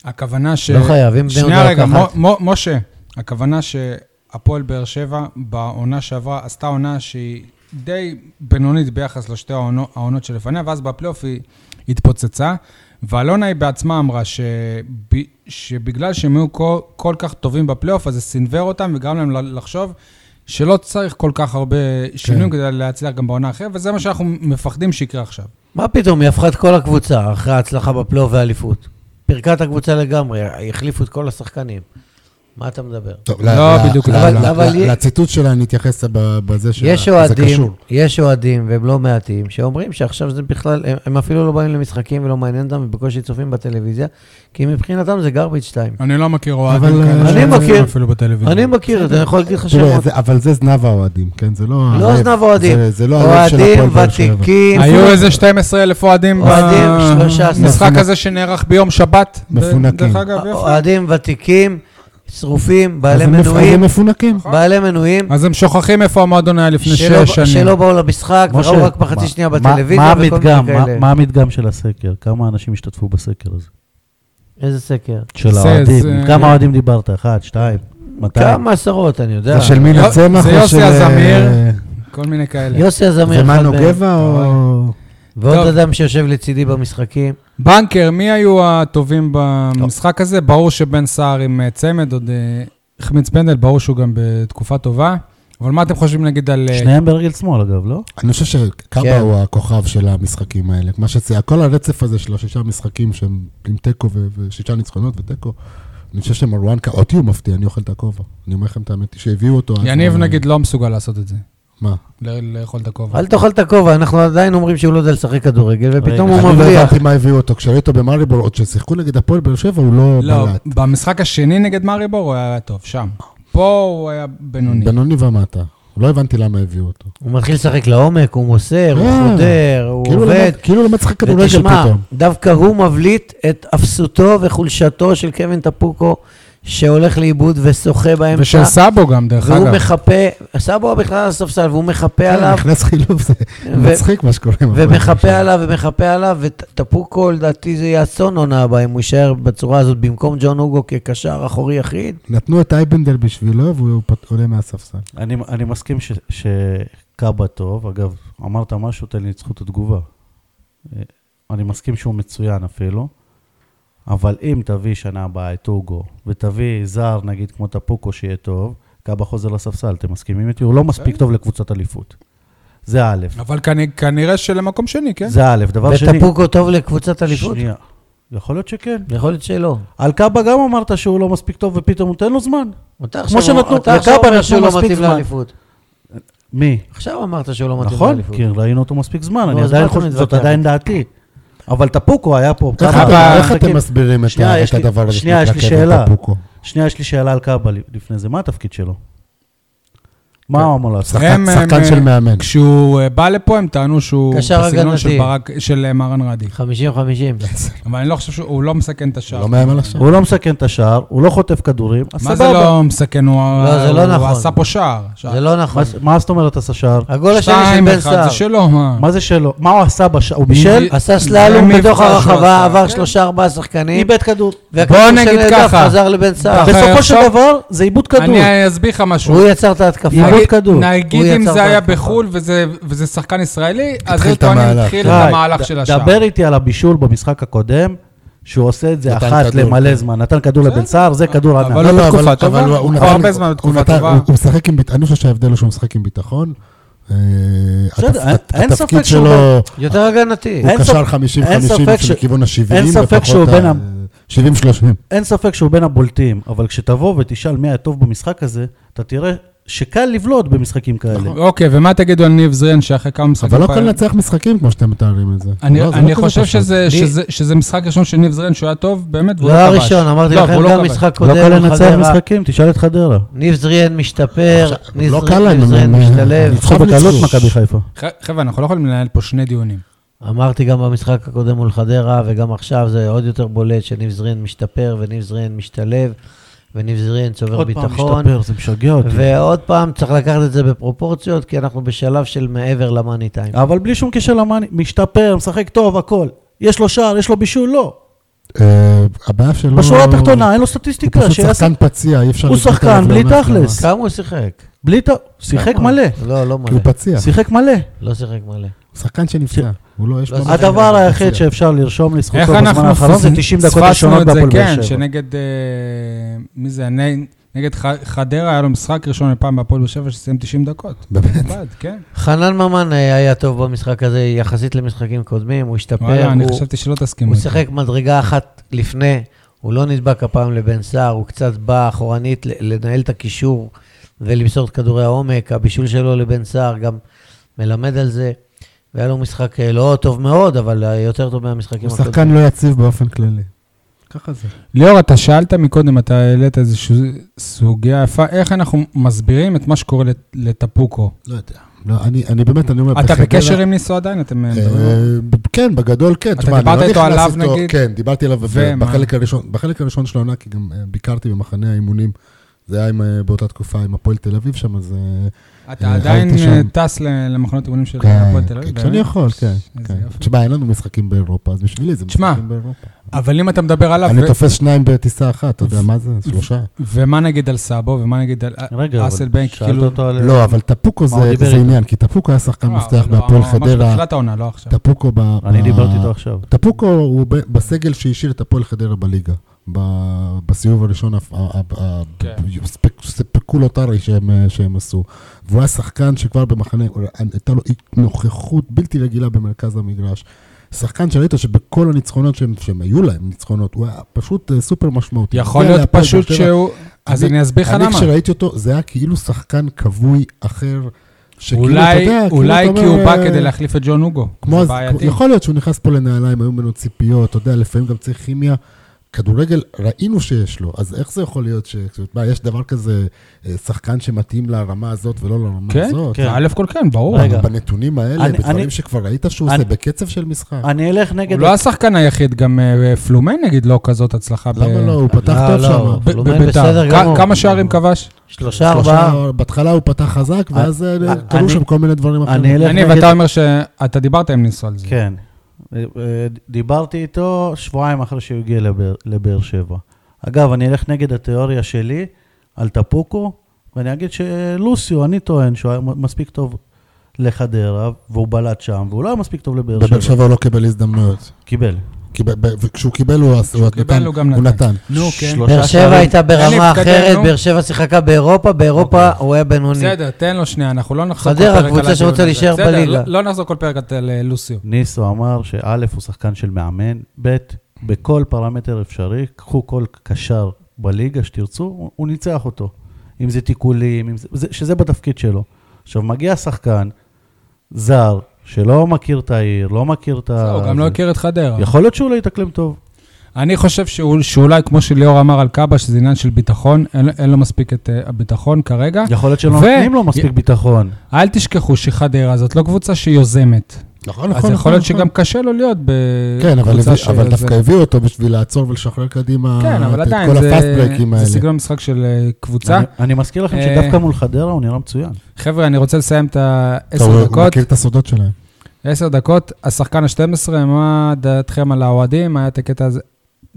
S1: הכוונה ש...
S3: לא חייב, אם בני
S1: שנייה
S3: יהודה
S1: רגע,
S3: לקחת.
S1: מו- מו- משה, הכוונה שהפועל באר שבע בעונה שעברה עשתה עונה שהיא די בינונית ביחס לשתי העונו- העונות שלפניה, ואז בפלייאוף היא התפוצצה. ואלונה היא בעצמה אמרה שב, שבגלל שהם היו כל, כל כך טובים בפלייאוף, אז זה סנוור אותם וגרם להם ל- לחשוב שלא צריך כל כך הרבה שינויים כן. כדי להצליח גם בעונה אחרת, וזה מה שאנחנו מפחדים שיקרה עכשיו.
S3: מה פתאום, היא הפכה את כל הקבוצה אחרי ההצלחה בפלייאוף והאליפות. פירקה את הקבוצה לגמרי, החליפו את כל השחקנים. מה אתה מדבר?
S4: טוב,
S1: לא
S4: ל-
S1: בדיוק,
S4: ל-
S3: אבל-
S4: ל-
S3: אבל
S4: ל-
S3: י-
S4: לא, לציטוט שלה אני אתייחס ב- בזה ש-
S3: יש
S4: זה
S3: אוהדים,
S4: קשור.
S3: יש אוהדים, והם לא מעטים, שאומרים שעכשיו זה בכלל, הם, הם אפילו לא באים למשחקים ולא מעניין אותם, ובקושי צופים בטלוויזיה, כי מבחינתם זה garbage time.
S1: אני לא מכיר
S4: אבל,
S1: אוהדים כאלה
S4: אה,
S1: שלא
S3: אני
S1: צופים
S3: מכיר.
S1: אפילו בטלוויזיה.
S3: אני מכיר את זה, אני יכול להגיד לך
S4: תראה,
S3: שמות.
S4: זה- אבל זה זנב האוהדים, כן? זה לא...
S3: לא
S4: הלב.
S3: זנב האוהדים.
S4: זה- זה לא הלב של הפועל
S3: אוהדים
S4: באר שבע.
S3: ותיקים.
S1: היו איזה 12 אלף אוהדים
S3: אוהדים, 13.
S1: במשחק
S4: מפונק-
S1: הזה
S3: אה,
S1: שנערך ביום שבת. ד-
S4: מפונקים.
S1: דרך אגב, יפה.
S3: אוהדים ותיקים, שרופים,
S4: אז
S3: בעלי
S4: הם מפ- אז
S3: מנויים,
S4: הם מפונקים.
S3: בעלי מנויים,
S1: אז הם שוכחים איפה המועדון היה לפני
S3: אה, שלא-
S1: שש שנים.
S3: שלא באו למשחק,
S2: משה,
S3: וראו רק
S2: מה-
S3: בחצי שנייה
S2: מה-
S3: בטלוויזיה
S2: מה
S3: וכל מיני
S2: המדגם? מה-
S3: כאלה.
S2: מה המדגם של הסקר? כמה אנשים השתתפו בסקר הזה?
S3: איזה סקר?
S2: של
S1: זה-
S2: האוהדים.
S1: זה-
S2: כמה אוהדים דיברת? אחד, שתיים, מאתיים?
S3: כמה עשרות, אני יודע.
S4: זה של מין
S1: יו-
S4: הצמח?
S1: זה
S4: או
S1: יוסי
S4: של,
S1: הזמיר.
S4: אה,
S1: כל מיני כאלה.
S3: יוסי הזמיר.
S4: זה
S3: אחד
S4: מנו
S3: מהם.
S4: גבע או...
S3: ועוד
S1: טוב.
S3: אדם שיושב לצידי במשחקים.
S1: בנקר, מי היו הטובים
S3: לא.
S1: במשחק הזה? ברור שבן סער עם אה, צמד, עוד אה, החמיץ פנדל, ברור שהוא גם בתקופה טובה. אבל מה אתם חושבים נגיד על... אה,
S2: שניהם ברגל שמאל, אגב, לא?
S4: אני חושב
S3: כן.
S4: שקאבה הוא הכוכב של המשחקים האלה. מה שזה, כל הרצף הזה של השישה משחקים שהם עם תיקו ו- ושישה ניצחונות ותיקו, אני חושב שמרואן, קא- אותי הוא מפתיע, אני אוכל את הכובע. אני אומר לכם את האמת, שהביאו אותו... אז-
S1: יניב נגיד לא מסוגל לעשות את זה,
S4: מה?
S1: ל- לאכול את הכובע.
S3: אל תאכל את הכובע, אנחנו עדיין אומרים שהוא לא יודע לשחק כדורגל, ופתאום
S2: רגע,
S3: הוא
S4: אני לא
S3: מבריח.
S4: הבנתי מה הביאו אותו. כשראיתי אותו במאריבור, עוד ששיחקו נגד הפועל באר שבע, הוא לא
S1: לא,
S4: בלט.
S1: במשחק השני נגד מאריבור הוא היה טוב, שם. פה הוא היה בינוני.
S4: בינוני ומטה. לא הבנתי למה הביאו אותו.
S3: הוא מתחיל לשחק לעומק, הוא מוסר, הוא
S4: אה,
S3: חודר, הוא
S4: כאילו
S3: עובד.
S4: למד- כאילו למד לשחק כדורגל
S3: ותשמע,
S4: פתאום.
S3: דווקא הוא מבליט את אפסותו וחולשתו של קווין טפוקו, שהולך לאיבוד ושוחה באמצע.
S1: ושל סאבו גם, דרך
S3: והוא
S1: אגב.
S3: מחפה, סבו בכלל על הספסל, והוא מחפה
S4: כן,
S3: עליו,
S4: נכנס חילוף, זה
S3: ו-
S4: מצחיק מה שקורה. עם הפועל באר
S3: ומחפה
S4: שבע.
S3: עליו ומחפה עליו, וטפוקו לדעתי זה יהיה אסון עונה הבאה אם הוא יישאר בצורה הזאת במקום ג'ון אוגו כקשר אחורי יחיד.
S4: נתנו את אייבנדר בשבילו, והוא פת- עולה מהספסל.
S2: אני, אני מסכים ש- שקאבה טוב, אגב, אמרת משהו, תן לי את זכות התגובה. אה, אני מסכים שהוא מצוין אפילו, אבל אם תביא שנה הבאה את אוגו, ותביא זר, נגיד כמו טפוקו, שיהיה טוב, קאבה חוזר לספסל, אתם מסכימים איתי? הוא לא מספיק טוב לקבוצת אליפות. זה א',
S1: אבל כנ- כנראה שלמקום שני, כן?
S2: זה א', דבר שני...
S3: וטפוקו טוב לקבוצת אליפות?
S2: שנייה. יכול להיות שכן.
S3: יכול להיות שלא.
S2: על קאבה גם אמרת שהוא לא מספיק טוב, ופתאום הוא תן לו זמן.
S3: אתה
S2: כמו
S3: עכשיו-
S2: שנתנו-
S3: אתה עכשיו
S2: לקאבה
S3: אומר
S2: נתנו
S3: שהוא לא
S2: מספיק
S3: מתאים
S2: זמן.
S3: לאליפות.
S2: מי?
S3: עכשיו אמרת שהוא לא מתאים
S2: נכון,
S3: לאליפות.
S2: כי ראינו אותו מספיק זמן,
S3: נו,
S2: אני
S3: אז
S2: עדיין
S3: מה אתה
S2: חושב, זאת
S3: מתווכח?
S2: עדיין דעתי. אבל טפוקו היה פה
S4: איך
S2: כמה...
S4: אתם- איך
S2: משחקים.
S4: אתם מסבירים את
S2: שנייה,
S4: ה-
S2: יש
S4: את
S2: לי-
S4: הדבר הזה
S2: שנייה, יש לי
S4: שנקרא
S2: שאלה.
S4: קבר טפוקו?
S2: שנייה, יש לי שאלה על קאבה לפני זה, מה התפקיד שלו? מה הוא אמור לעשות?
S1: הם,
S4: שחקן-
S1: הם, אה,
S4: שחקן
S1: הם,
S4: של מאמן.
S1: כשהוא אה, בא לפה, הם טענו שהוא
S3: קשר
S1: בסגנון
S3: הגנתי.
S1: של, ברק, של אה, מרן רדי.
S3: 50-50.
S1: אבל אני לא חושב שהוא לא מסכן את השער.
S4: לא מאמן עכשיו.
S2: הוא לא מסכן את השער, הוא לא חוטף כדורים, אז
S1: מה זה
S2: סבבה.
S1: לא מסכן? הוא,
S3: לא, זה לא
S1: הוא
S3: נכון.
S1: עשה פה שער. שער.
S3: זה לא נכון.
S2: מה- מה זאת אומרת עשה שער?
S3: הגול השני של
S1: שתיים,
S3: בן
S1: אחד,
S3: סער.
S1: זה שלו, מה?
S2: מה זה שלו? מה הוא עשה בשער? הוא בישל?
S3: עשה
S1: זה
S3: סללום
S1: מבצע
S3: בתוך
S1: שהוא עשה,
S3: הרחבה, עבר
S1: כן.
S3: שלושה ארבעה שחקנים,
S2: איבד כדור.
S1: בוא
S3: והכדור
S1: נגיד
S3: של נדב
S1: ככה.
S3: חזר לבן סער.
S1: אחרי
S2: בסופו של
S1: עכשיו-
S2: דבר זה איבוד כדור.
S1: אני אסביר לך משהו.
S3: הוא יצר את ההתקפה.
S2: איבוד
S1: נגיד-
S2: כדור.
S1: נגיד
S3: הוא
S1: אם
S3: יצר
S1: זה היה
S3: בהתקפה.
S1: בחו"ל וזה וזה שחקן ישראלי, אז
S4: התחיל
S1: הוא
S4: את
S1: טוען
S4: המהלך.
S1: התחיל את
S2: די,
S1: המהלך
S2: ד-
S1: של השער.
S2: דבר איתי על הבישול במשחק הקודם, שהוא עושה את זה
S4: נתן
S2: אחת
S4: כדור,
S2: למלא
S4: כן.
S2: זמן. נתן כדור לבן סער, זה כדור ענק.
S1: אבל לא
S4: אבל-
S1: בתקופה
S4: אבל
S1: טובה.
S4: הוא-
S1: הוא
S4: נתן-
S1: הרבה זמן
S4: הוא
S1: בתקופה
S4: נתן-
S1: טובה.
S4: הוא- הוא משחק עם ביטחון, אני חושב שההבדל הוא שהוא משחק עם ביטחון. אה,
S2: בסדר,
S4: התפ-
S2: אין- אין ספק
S4: התפקיד
S2: שהוא
S4: שלו
S3: יותר הגנתי.
S4: הוא
S2: אין
S4: קשר
S2: ספק-
S4: 50-50
S2: אין ספק ש-
S4: לכיוון ה-70.
S2: אין ספק שהוא בין ה-
S4: 70-30.
S2: אין ספק שהוא בין הבולטים, אבל כשתבוא ותשאל מי הטוב במשחק הזה, אתה תראה שקל לבלוט במשחקים כאלה.
S1: אוקיי, ומה תגידו על ניב זרין שאחרי כמה משחקים...
S4: אבל לא
S1: פעם-
S4: קל לנצח משחקים כמו שאתם מתארים את זה.
S1: אני,
S4: לא, זה לא
S1: אני
S4: כזה
S1: חושב
S4: פשוט.
S1: שזה,
S3: לי-
S1: שזה, שזה משחק ראשון של ניב זרין שהוא היה טוב, באמת, והוא
S3: לא
S1: לא כבש.
S3: הראשון, אמרתי
S1: לא,
S3: לכם
S1: והוא לא
S3: גם
S1: כבש.
S3: משחק
S2: לא קל
S3: קודם,
S2: לנצח
S3: חדרה.
S2: משחקים, תשאל את חדרה.
S3: ניב זריאן משתפר,
S4: עכשיו,
S3: ניב
S4: לא
S3: זר-
S4: קל להם,
S3: ניב
S4: הם-
S3: זריאן
S4: הם-
S3: משתלב.
S4: הם-
S2: ניצחו בקלות מכבי חיפה.
S1: ח- חבר'ה, אנחנו לא יכולים לנהל פה שני דיונים.
S3: אמרתי גם במשחק הקודם מול חדרה, וגם עכשיו זה עוד יותר בולט שניב זריאן משתפר, וניב זריאן משתלב, וניב זריאן צובר
S2: עוד פעם
S3: ביטחון.
S2: משתפר, זה משגע אותי.
S3: ועוד פעם, צריך לקחת את זה בפרופורציות, כי אנחנו בשלב של מעבר למאני טיים.
S2: אבל בלי שום קשר למאני, משתפר, משחק טוב, הכל. יש לו שער, יש לו בישול, לא.
S4: אה, הבעיה שלו...
S2: בשורה התחתונה, אין לו סטטיסטיקה.
S4: הוא פשוט
S2: שיעשה-
S4: שחקן פציע, אי אפשר...
S2: הוא
S4: לבנות
S2: שחקן
S4: עליו
S2: בלי
S4: לעומת
S2: תכלס.
S3: כמה הוא שיחק?
S2: בלי ת... שיחק
S3: כמה?
S2: מלא.
S3: לא, לא
S4: כמה. כי הוא
S3: מלא.
S4: פציע.
S2: שיחק מלא.
S3: לא שיחק מלא.
S4: הוא שחקן שנפצע. הוא לא, יש
S3: לא
S4: לו...
S3: שיחק.
S2: הדבר היחיד
S4: פציע.
S2: שאפשר לרשום
S1: איך
S2: לזכותו בזמן
S1: אנחנו
S2: האחרון זה
S1: פס-
S2: 90 דקות
S1: פספסנו
S2: ראשונות
S1: את זה,
S2: בהפועל באר
S1: כן,
S2: שבע.
S1: שנגד, אה, מי זה, נ- נגד ח- חדרה, היה לו משחק ראשון לפעם בהפועל באר שבע שסיים 90 דקות.
S4: באמת.
S1: בד, כן.
S3: חנן ממן אה, היה טוב במשחק הזה, יחסית למשחקים קודמים, הוא השתפר,
S1: וואלה, אני
S3: הוא-
S1: חשבתי שלא תסכימו.
S3: הוא
S1: איתי.
S3: שיחק מדרגה אחת לפני, הוא לא נדבק הפעם לבן סער, הוא קצת בא אחורנית ל- לנהל את הקישור ולמסור את כדורי העומק. הבישול שלו לבן סער גם מלמד על זה. והיה לו משחק אה, לא טוב מאוד, אבל אה, יותר טוב מהמשחקים
S4: הוא שחקן לא יציב באופן כללי. ככה זה.
S1: ליאור, אתה שאלת מקודם, אתה העלית איזושהי סוגיה יפה, איך אנחנו מסבירים את מה שקורה לת- לטפוקו?
S4: לא יודע. לא, אני, אני באמת, אני אומר,
S1: אתה
S4: בחדרה-
S1: בקשר עם ניסו עדיין? אתם...
S4: אה, ב- כן, בגדול כן.
S1: אתה
S4: תשמע, אני לא
S1: דיברת איתו
S4: נכנס
S1: עליו, נגיד?
S4: כן, דיברתי עליו ב-
S1: ומה?
S4: בחלק הראשון, בחלק הראשון של העונה, כי גם אה, ביקרתי במחנה האימונים. זה היה עם, אה, באותה תקופה עם הפועל תל אביב שם, אז... אה,
S1: אתה
S4: אה,
S1: עדיין
S4: הייתי שם.
S1: אה, טס ל- למחנות אימונים של
S4: כן,
S1: הפועל תל אביב?
S4: כן, כשאני
S1: באמת?
S4: יכול, כן.
S1: איזה
S4: כן.
S1: יופי.
S4: תשמע, אין לנו משחקים באירופה, אז בשבילי זה
S1: תשמע,
S4: משחקים באירופה.
S1: אבל אם אתה מדבר עליו,
S4: אני
S1: ו-
S4: תופס שניים בטיסה אחת, אתה יודע מה זה? שלושה.
S1: ומה נגיד על סאבו, ומה נגיד על...
S2: רגע,
S1: אסל
S2: אבל
S1: בנק,
S2: שאלת
S1: כאילו-
S2: אותו על...
S4: לא, אבל טפוקו
S2: הוא
S4: זה
S2: דיבר
S4: זה
S2: איתו?
S4: עניין, כי טפוקו היה שחקן
S1: לא,
S4: מפתח
S1: לא,
S4: בהפועל
S1: ממש
S4: חדרה.
S1: בתחילת העונה, לא עכשיו.
S4: טפוקו ב...
S2: אני
S4: ב-
S2: דיברתי איתו עכשיו.
S4: טפוקו הוא ב- בסגל שהשאיר את הפועל חדרה בליגה. ב- בסיבוב הראשון, הפ- ה- ה- ה-
S1: כן.
S4: ב- ספק- ספקולות הרי שהם אה, שהם עשו. והוא היה שחקן שכבר במחנה, הוא- הייתה לו נוכחות בלתי רגילה במרכז המגרש. שחקן שראית שבכל הניצחונות שהם, שהם היו להם ניצחונות, הוא היה פשוט אה, סופר משמעותי.
S1: יכול
S4: הגיע
S1: להיות
S4: להפועל
S1: פשוט
S4: באר שבע,
S1: שהוא... אז אני אסביר לך
S4: אני
S1: למה.
S4: כשראיתי אותו, זה היה כאילו שחקן כבוי אחר. שכאילו, אתה
S1: אולי,
S4: יודע, כאילו,
S1: אולי
S4: אתה
S1: כי הוא
S4: אומר,
S1: בא
S4: אה,
S1: כדי להחליף את ג'ון הוגו.
S4: כמו
S1: זה
S4: אז,
S1: בעייתי.
S4: יכול להיות שהוא נכנס פה לנעליים, היו ממנו ציפיות, אתה יודע, לפעמים גם צריך כימיה. כדורגל, ראינו שיש לו, אז איך זה יכול להיות ש... מה, יש דבר כזה, אה, שחקן שמתאים לרמה הזאת ולא לרמה
S1: כן,
S4: הזאת?
S1: כן. א' כל כן, ברור.
S2: רגע.
S4: אבל בנתונים האלה,
S2: אני-
S4: בדברים
S2: אני-
S4: שכבר ראית שהוא עושה
S2: אני-
S4: בקצב של משחק.
S2: אני אלך נגד...
S1: הוא לא השחקן היחיד, גם אה, פלומן נגיד לא כזאת הצלחה. ב-
S4: למה לא? הוא פתח
S3: לא,
S4: טוב
S3: לא,
S4: שם.
S1: ב-
S3: פלומן
S1: בביתר.
S3: בסדר
S1: כ-
S3: גמור.
S1: כמה שערים כבש?
S3: שלושה, ארבעה.
S4: שלושה, בהתחלה הוא פתח חזק, ואז אה,
S2: אני-
S4: קרו שם כל מיני דברים
S2: אני
S4: אחרים.
S2: אלך
S1: אני
S2: נגד-
S1: ואתה אומר שאתה דיברת עם ניסו על זה.
S2: כן. אה, אה, דיברתי איתו שבועיים אחרי שהוא הגיע לבאר- לבאר שבע. אגב, אני אלך נגד התיאוריה שלי על טפוקו, ואני אגיד שלוסיו, אני טוען שהוא היה מ- מספיק טוב לחדרה, והוא בלט שם, והוא לא היה מספיק טוב לבאר
S4: בבאר
S2: שבע.
S4: שבע הוא לא קיבל הזדמנויות.
S2: קיבל.
S4: קיבל- ב- וכשהוא קיבל, הוא עש- הוא
S1: קיבל,
S4: נתן.
S1: הוא גם
S4: הוא
S1: נתן.
S4: נתן.
S1: נו, כן.
S2: שלושה
S3: באר שבע
S2: שערים.
S3: הייתה
S1: אין
S3: ברמה
S1: להתקדם,
S3: אחרת,
S1: נו.
S3: באר שבע שיחקה באירופה, באירופה הוא היה בינוני.
S1: בסדר, תן לו שנייה, אנחנו לא נחזור כל
S3: חדרה,
S1: פרק על
S3: קבוצה
S1: הדיון
S3: שרוצה
S1: הזה.
S3: להישאר
S1: בסדר,
S3: בליגה.
S1: לא- לא נחזור כל פרק על אה, לוסיו.
S2: ניסו אמר שא' הוא שחקן של מאמן, ב' בכל פרמטר אפשרי, קחו כל קשר בליגה שתרצו, הוא- הוא ניצח אותו. אם זה תיקולים, אם זה, זה, שזה בתפקיד שלו. עכשיו, מגיע שחקן זר, שלא מכיר את העיר, לא מכיר את
S4: אה,
S2: ה...
S1: זהו, הוא גם לא
S2: זה.
S1: הכיר את חדרה.
S2: יכול להיות שהוא לא יתאקלם טוב.
S1: אני חושב שהוא- שאולי, כמו שליאור אמר על קאבה, שזה עניין של ביטחון, אין- אין לו מספיק את אה, הביטחון כרגע.
S2: יכול להיות שלא
S1: ו-
S2: נותנים לו מספיק ביטחון.
S1: אל תשכחו שחדרה זאת לא קבוצה שיוזמת.
S4: נכון, נכון,
S1: אז
S4: נכון.
S1: יכול להיות
S4: נכון.
S1: שגם קשה לו להיות
S4: כן, אבל,
S1: בקבוצה
S4: הביא, אבל דווקא הביאו אותו בשביל לעצור ולשחרר קדימה
S1: כן, אבל
S4: את
S1: עדיין,
S4: כל
S1: זה-
S4: הפאסט ברייקים
S1: זה
S4: האלה.
S1: סגנון משחק של אה, קבוצה.
S2: אני, אני מזכיר לכם
S1: אה,
S2: שדווקא מול חדרה הוא נראה מצוין.
S1: חבר'ה, אני רוצה לסיים את
S4: טוב, הוא-
S1: העשר
S4: הוא
S1: דקות.
S4: מכיר את הסודות שלהם.
S1: עשר דקות, השחקן ה-12, מה דעתכם על האוהדים? היה את הקטע הזה.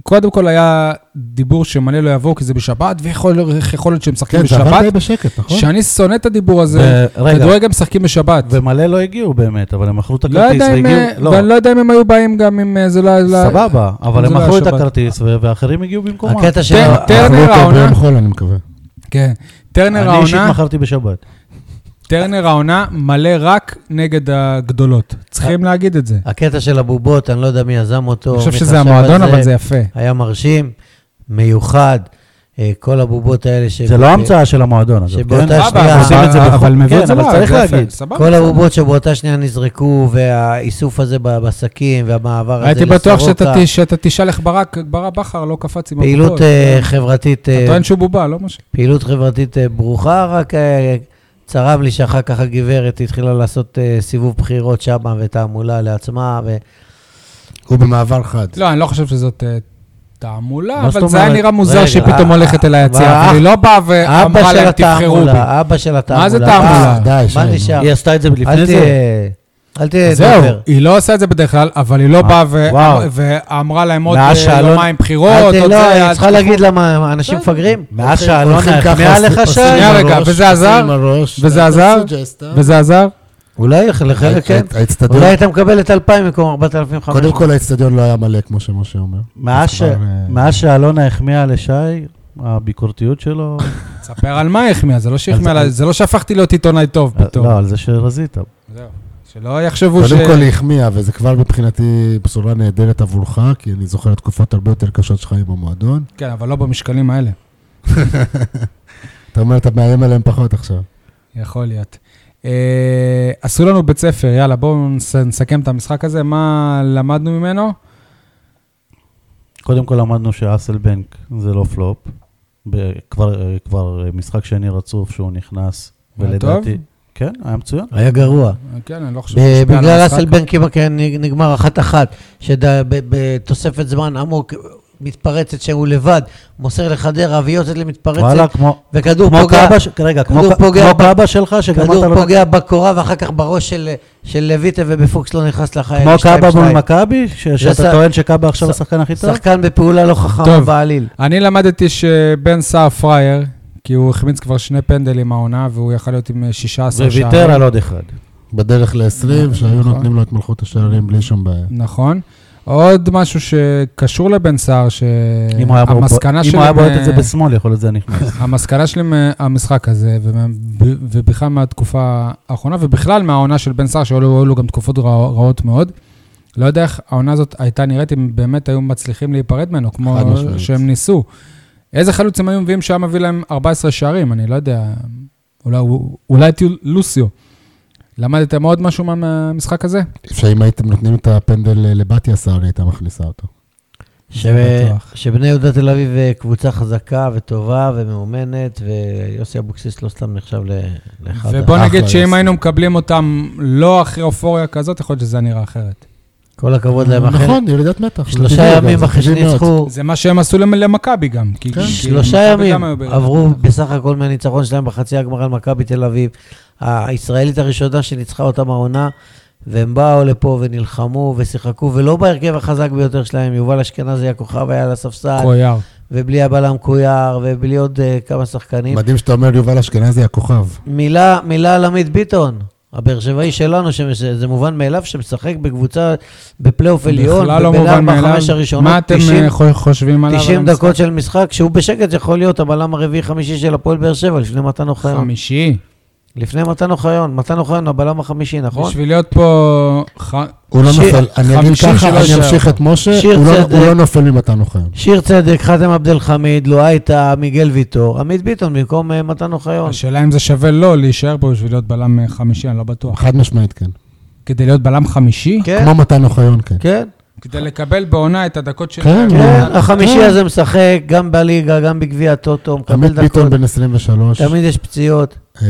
S1: קודם כל היה דיבור שמלא לא יבואו כי זה בשבת, ויכול איך יכול להיות שהם משחקים
S4: כן, זה עבר די
S1: בשבת.
S4: בשקט, נכון?
S1: שאני שונא את הדיבור הזה,
S2: ו- רגע.
S1: כדורגל משחקים בשבת.
S2: ומלא לא הגיעו באמת, אבל הם מכרו את
S1: לא
S2: הכרטיס
S1: יודע אם, אה,
S2: והגיעו...
S1: ואני לא יודע אם הם היו באים גם אם אה, זה לא היה...
S2: סבבה, אבל
S1: זה
S2: הם
S1: לא
S2: מכרו את
S1: השבת.
S2: הכרטיס ו- ואחרים הגיעו במקומם.
S3: הקטע של...
S1: תן-
S3: ה-
S1: תן-
S4: אכלו אותו
S1: העונה-
S4: ביום חול, אני מקווה.
S1: כן. טרנר
S2: אני אישית
S1: העונה... אה,
S2: מכרתי בשבת.
S1: טרנר העונה מלא רק נגד הגדולות. צריכים להגיד את זה.
S3: הקטע של הבובות, אני לא יודע מי יזם אותו.
S1: אני חושב
S3: מי
S1: שזה
S3: חשב על
S1: המועדון, אבל זה יפה.
S3: היה מרשים, מיוחד, אה, כל הבובות האלה ש... אה,
S2: זה לא המצאה של המועדון, אגב.
S3: שבאותה
S2: כן?
S3: שנייה-
S2: אנחנו עושים את זה
S1: אה, אבל-
S2: בחוק.
S1: אבל מביא את
S2: כן,
S1: זה
S2: אבל
S1: לארץ,
S2: צריך
S1: זה יפה,
S2: להגיד.
S1: סבבה.
S3: כל הבובות שבאותה שנייה נזרקו, והאיסוף הזה ב- בשקים, והמעבר הזה
S1: הייתי בטוח שאתה
S3: לסורוקה.
S1: ת- שאתה תשאל איך ברק, ברק בכר לא קפץ עם כן.
S3: פעילות אה, חברתית, אה,
S1: אתה טוען שהוא בובה, לא משהו.
S3: פעילות חברתית אה, ברוכה, רק אה, צרם לי שאחר כך הגברת התחילה לעשות אה, סיבוב בחירות שמה ותעמולה לעצמה, ו-
S4: הוא במעבר חד.
S1: לא, אני לא חושב שזאת אה, תעמולה,
S2: מה זאת
S1: אבל זה היה
S2: אומרת?
S1: נראה מוזר
S3: רגע,
S1: שהיא פתאום
S3: אה,
S1: הולכת אל היציע,
S3: אה,
S1: אבל היא לא באה
S3: אבא אה,
S1: ואמרה
S3: של
S1: להם תבחרו בי.
S3: התעמולה, אבא של התעמולה.
S1: מה זה תעמולה?
S3: אה,
S4: די, שי,
S3: מה
S4: נו.
S3: נשאר?
S2: היא עשתה את זה
S3: אל
S2: לפני זה.
S3: תהיה... אל תהיה
S1: זהו,
S3: דובר.
S1: היא לא עושה את זה בדרך כלל, אבל
S3: אה,
S1: היא לא באה ו-
S2: וואו.
S1: ואמרה להם עוד
S2: מאז
S1: אה,
S2: שאלון-
S1: יומיים
S3: אל
S1: בחירות.
S3: תהיה-
S1: עוד
S3: לא,
S1: זה,
S3: היא
S1: אל
S3: צריכה
S1: תשכחו.
S3: להגיד למה אנשים מפגרים.
S2: מאז
S4: הולכים-
S2: שאלונה
S4: הולכים ככה,
S2: החמיאה
S4: עושים-
S2: לך
S4: עושים
S2: שם?
S1: שנייה
S4: עם
S1: רגע,
S4: הראש,
S1: וזה
S4: עושים
S1: עזר?
S4: עם הראש,
S1: וזה
S4: אתה
S1: עזר?
S4: עושה ג'סטה.
S1: וזה עזר?
S3: אולי לחלק כן.
S4: הא- האצטדיון-
S3: אולי היית מקבל את 2,000 במקום 4,500.
S4: קודם כל האצטדיון לא היה מלא, כמו שמשה אומר.
S2: מאז ש-
S4: אז כבר, אה,
S2: מאז שאלונה החמיאה לשי, הביקורתיות שלו...
S1: ספר על מה החמיאה, זה לא שהחמיאה,
S2: על-
S3: אה,
S1: לה- זה לא שהפכתי להיות עיתונאי טוב פתאום.
S2: לא, על זה שרזית.
S1: זהו, ש- שלא יחשבו ש...
S4: קודם כל היא החמיאה, וזה כבר מבחינתי בשורה נהדרת עבורך, כי אני זוכר תקופות הרבה יותר קשות שלך עם המועדון.
S1: כן, אבל לא במשקלים האלה.
S4: אתה אומר, אתה מאיים עליהם פחות עכשיו.
S1: יכול להיות. אה, עשו לנו בית ספר, יאללה, בואו נס- נסכם את המשחק הזה, מה למדנו ממנו?
S2: קודם כל למדנו שאסלבנק זה לא פלופ. ב- כבר, אה, כבר משחק שני רצוף שהוא נכנס,
S1: היה
S2: ולדעתי...
S1: טוב?
S2: כן, היה מצוין.
S3: היה גרוע.
S1: אה, כן, אני לא חושב
S3: ב-
S1: שהשפיע על
S3: בגלל
S1: המשחק.
S3: אסלבנק עם הקרן נגמר אחת-אחת, שבתוספת זמן עמוק מתפרצת שהוא לבד, מוסר לחדרה והיא יוצאת
S2: וואלה,
S3: למתפרצת,
S2: כמו...
S3: וכדור
S2: כמו
S3: פוגע,
S2: קאבה, ש- רגע, כמו
S3: כדור
S2: ק-
S3: פוגע ב-
S2: כמו קאבה שלך, שגם אתה
S3: כדור
S2: לא...
S3: פוגע בקורה ואחר כך בראש של- של לויטה ובפוקס לא נכנס לחיים.
S1: אה,
S2: כמו
S3: שתיים,
S2: קאבה
S3: שתיים.
S2: מול מכבי, ש-
S3: ש-
S2: שאתה טוען שקאבה עכשיו
S3: ש-
S2: השחקן הכי טוב?
S3: שחקן בפעולה לא חכמה
S1: טוב.
S3: בעליל.
S1: אני למדתי שבן סער פראייר, כי הוא החמיץ כבר שני פנדלים העונה, והוא יכל להיות עם אה, 16 שערים.
S2: וויתר על עוד אחד.
S4: בדרך ל-20, שהיו נותנים לו את מלכות השערים בלי שום בעיה.
S1: נכון. עוד משהו שקשור לבן סער,
S2: אם
S1: אה,
S2: הוא היה בו-
S1: שהמסקנה אה,
S2: אם הוא היה בועט את זה
S1: מה-
S2: בשמאל, יכול להיות זה נכנס.
S1: המסקנה שלי מהמשחק הזה, ומה- ב- ובכלל מהתקופה האחרונה, ובכלל מהעונה של בן סער, שהיו לו היו לו גם תקופות רע- רעות מאוד, לא יודע איך העונה הזאת הייתה נראית אם באמת היו מצליחים להיפרד ממנו, כמו
S4: חד משמעית.
S1: שהם ניסו. איזה חלוץ הם היו מביאים שהיה מביא להם 14 שערים? אני לא יודע, אולי- אולי הייתי לוסיו. למדתם עוד משהו מה- מהמשחק הזה?
S4: שאם הייתם נותנים את הפנדל אה, לבתיה סער, היא הייתה מכניסה אותו.
S3: ש-
S1: בטוח.
S3: שבני יהודה תל אביב אה, קבוצה חזקה וטובה ומאומנת, ויוסי אבוקסיס לא סתם נחשב ל- לאחד. ה-
S1: ובוא
S4: אחלה
S1: נגיד שאם
S4: יוסי.
S1: היינו מקבלים אותם לא אחרי אופוריה כזאת, יכול להיות שזה היה נראה אחרת.
S3: כל הכבוד להם אחרת.
S4: נכון, ירידת מתח. זה
S3: שלושה
S4: טבעי, אגב,
S3: ימים
S4: זה כן.
S3: אחרי
S4: טבעי מאוד.
S3: שניצחו,
S1: זה מה שהם עשו למ- למכבי גם. כי- כי
S3: כן. שלושה
S1: מכבי
S3: ימים
S1: גם היו בירידה.
S3: עברו בסך הכל מהניצחון שלהם בחצי הגמר על מכבי תל אביב. הישראלית הראשונה שניצחה אותם העונה, והם באו לפה ונלחמו ושיחקו, ולא בהרכב החזק ביותר שלהם, יובל אשכנזי הכוכב היה על הספסל,
S1: קויאר.
S3: ובלי הבלם קויאר, ובלי עוד אה, כמה שחקנים.
S4: מדהים שאתה אומר יובל אשכנזי הכוכב.
S3: מילה, מילה על עמית ביטון. הבאר שבעי שלנו, שזה מובן מאליו שמשחק בקבוצה בפלייאוף עליון,
S1: בכלל לא
S3: ובין
S1: מובן מאליו.
S3: ארבע-חמש הראשונות,
S1: מה אתם
S3: 90
S1: אה, חו- חושבים עליו?
S3: 90 דקות של משחק, שהוא בשקט יכול להיות הבלם הרביעי-חמישי של הפועל באר שבע, לפני מתן אוחיון.
S1: חמישי.
S3: לפני מתן אוחיון, מתן אוחיון הבלם החמישי, נכון?
S1: בשביל להיות פה... ח-
S4: הוא לא
S3: ש-
S4: נופל, אני אגיד
S1: חמישים
S4: ככה,
S1: שלא
S4: אני
S1: שער.
S4: אמשיך את משה,
S3: שיר
S4: הוא לא-
S3: צדק.
S4: הוא לא נופל ממתן אוחיון.
S3: שיר צדק, חאתם עבד אל חמיד, לואייטה, מיגל ויטור, עמית ביטון במקום אה, מתן אוחיון.
S1: השאלה אם זה שווה לו להישאר פה בשביל להיות בלם אה, חמישי, אני לא בטוח.
S4: חד משמעית כן.
S1: כדי להיות בלם חמישי?
S3: כן,
S4: כמו מתן אוחיון, כן.
S3: כן,
S1: כדי לקבל בעונה את הדקות של...
S4: כן,
S3: כן,
S4: אה,
S3: החמישי
S4: כן.
S3: הזה משחק, גם בליגה, גם בגביע הטוטו, מקבל
S4: עמית ביטון
S3: כן, דקות,
S4: בן 23,
S3: תמיד יש פציעות.
S4: אה,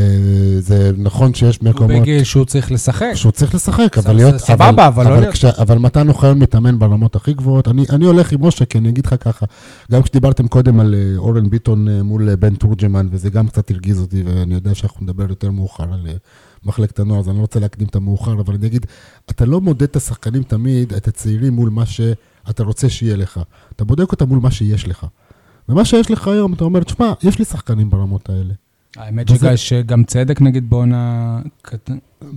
S4: זה נכון שיש
S1: הוא
S4: מקומות
S1: בגיל שהוא צריך לשחק.
S4: שהוא צריך לשחק,
S1: זה-
S4: אבל להיות...
S1: זה סבבה, אבל לא להיות-
S4: כש- אבל מתן אוחיון מתאמן ברמות הכי גבוהות. אני אני הולך עם משה, כי אני אגיד לך ככה, גם כשדיברתם קודם על אה, אורן ביטון אה, מול אה, בן תורג'מן, וזה גם קצת הרגיז אותי, ואני יודע שאנחנו נדבר יותר מאוחר על אה, מחלקת הנוער, אז אני לא רוצה להקדים את המאוחר, אבל אני אגיד, אתה לא מודד את השחקנים תמיד, את הצעירים, מול מה שאתה רוצה שיהיה לך. אתה בודק אותם מול מה שיש לך. ומה שיש לך היום, אתה אומר, תשמע, יש לי שחקנים ברמות האלה.
S1: האמת שגם-
S4: וזה-
S1: שגם צדק נגיד בעונה קט-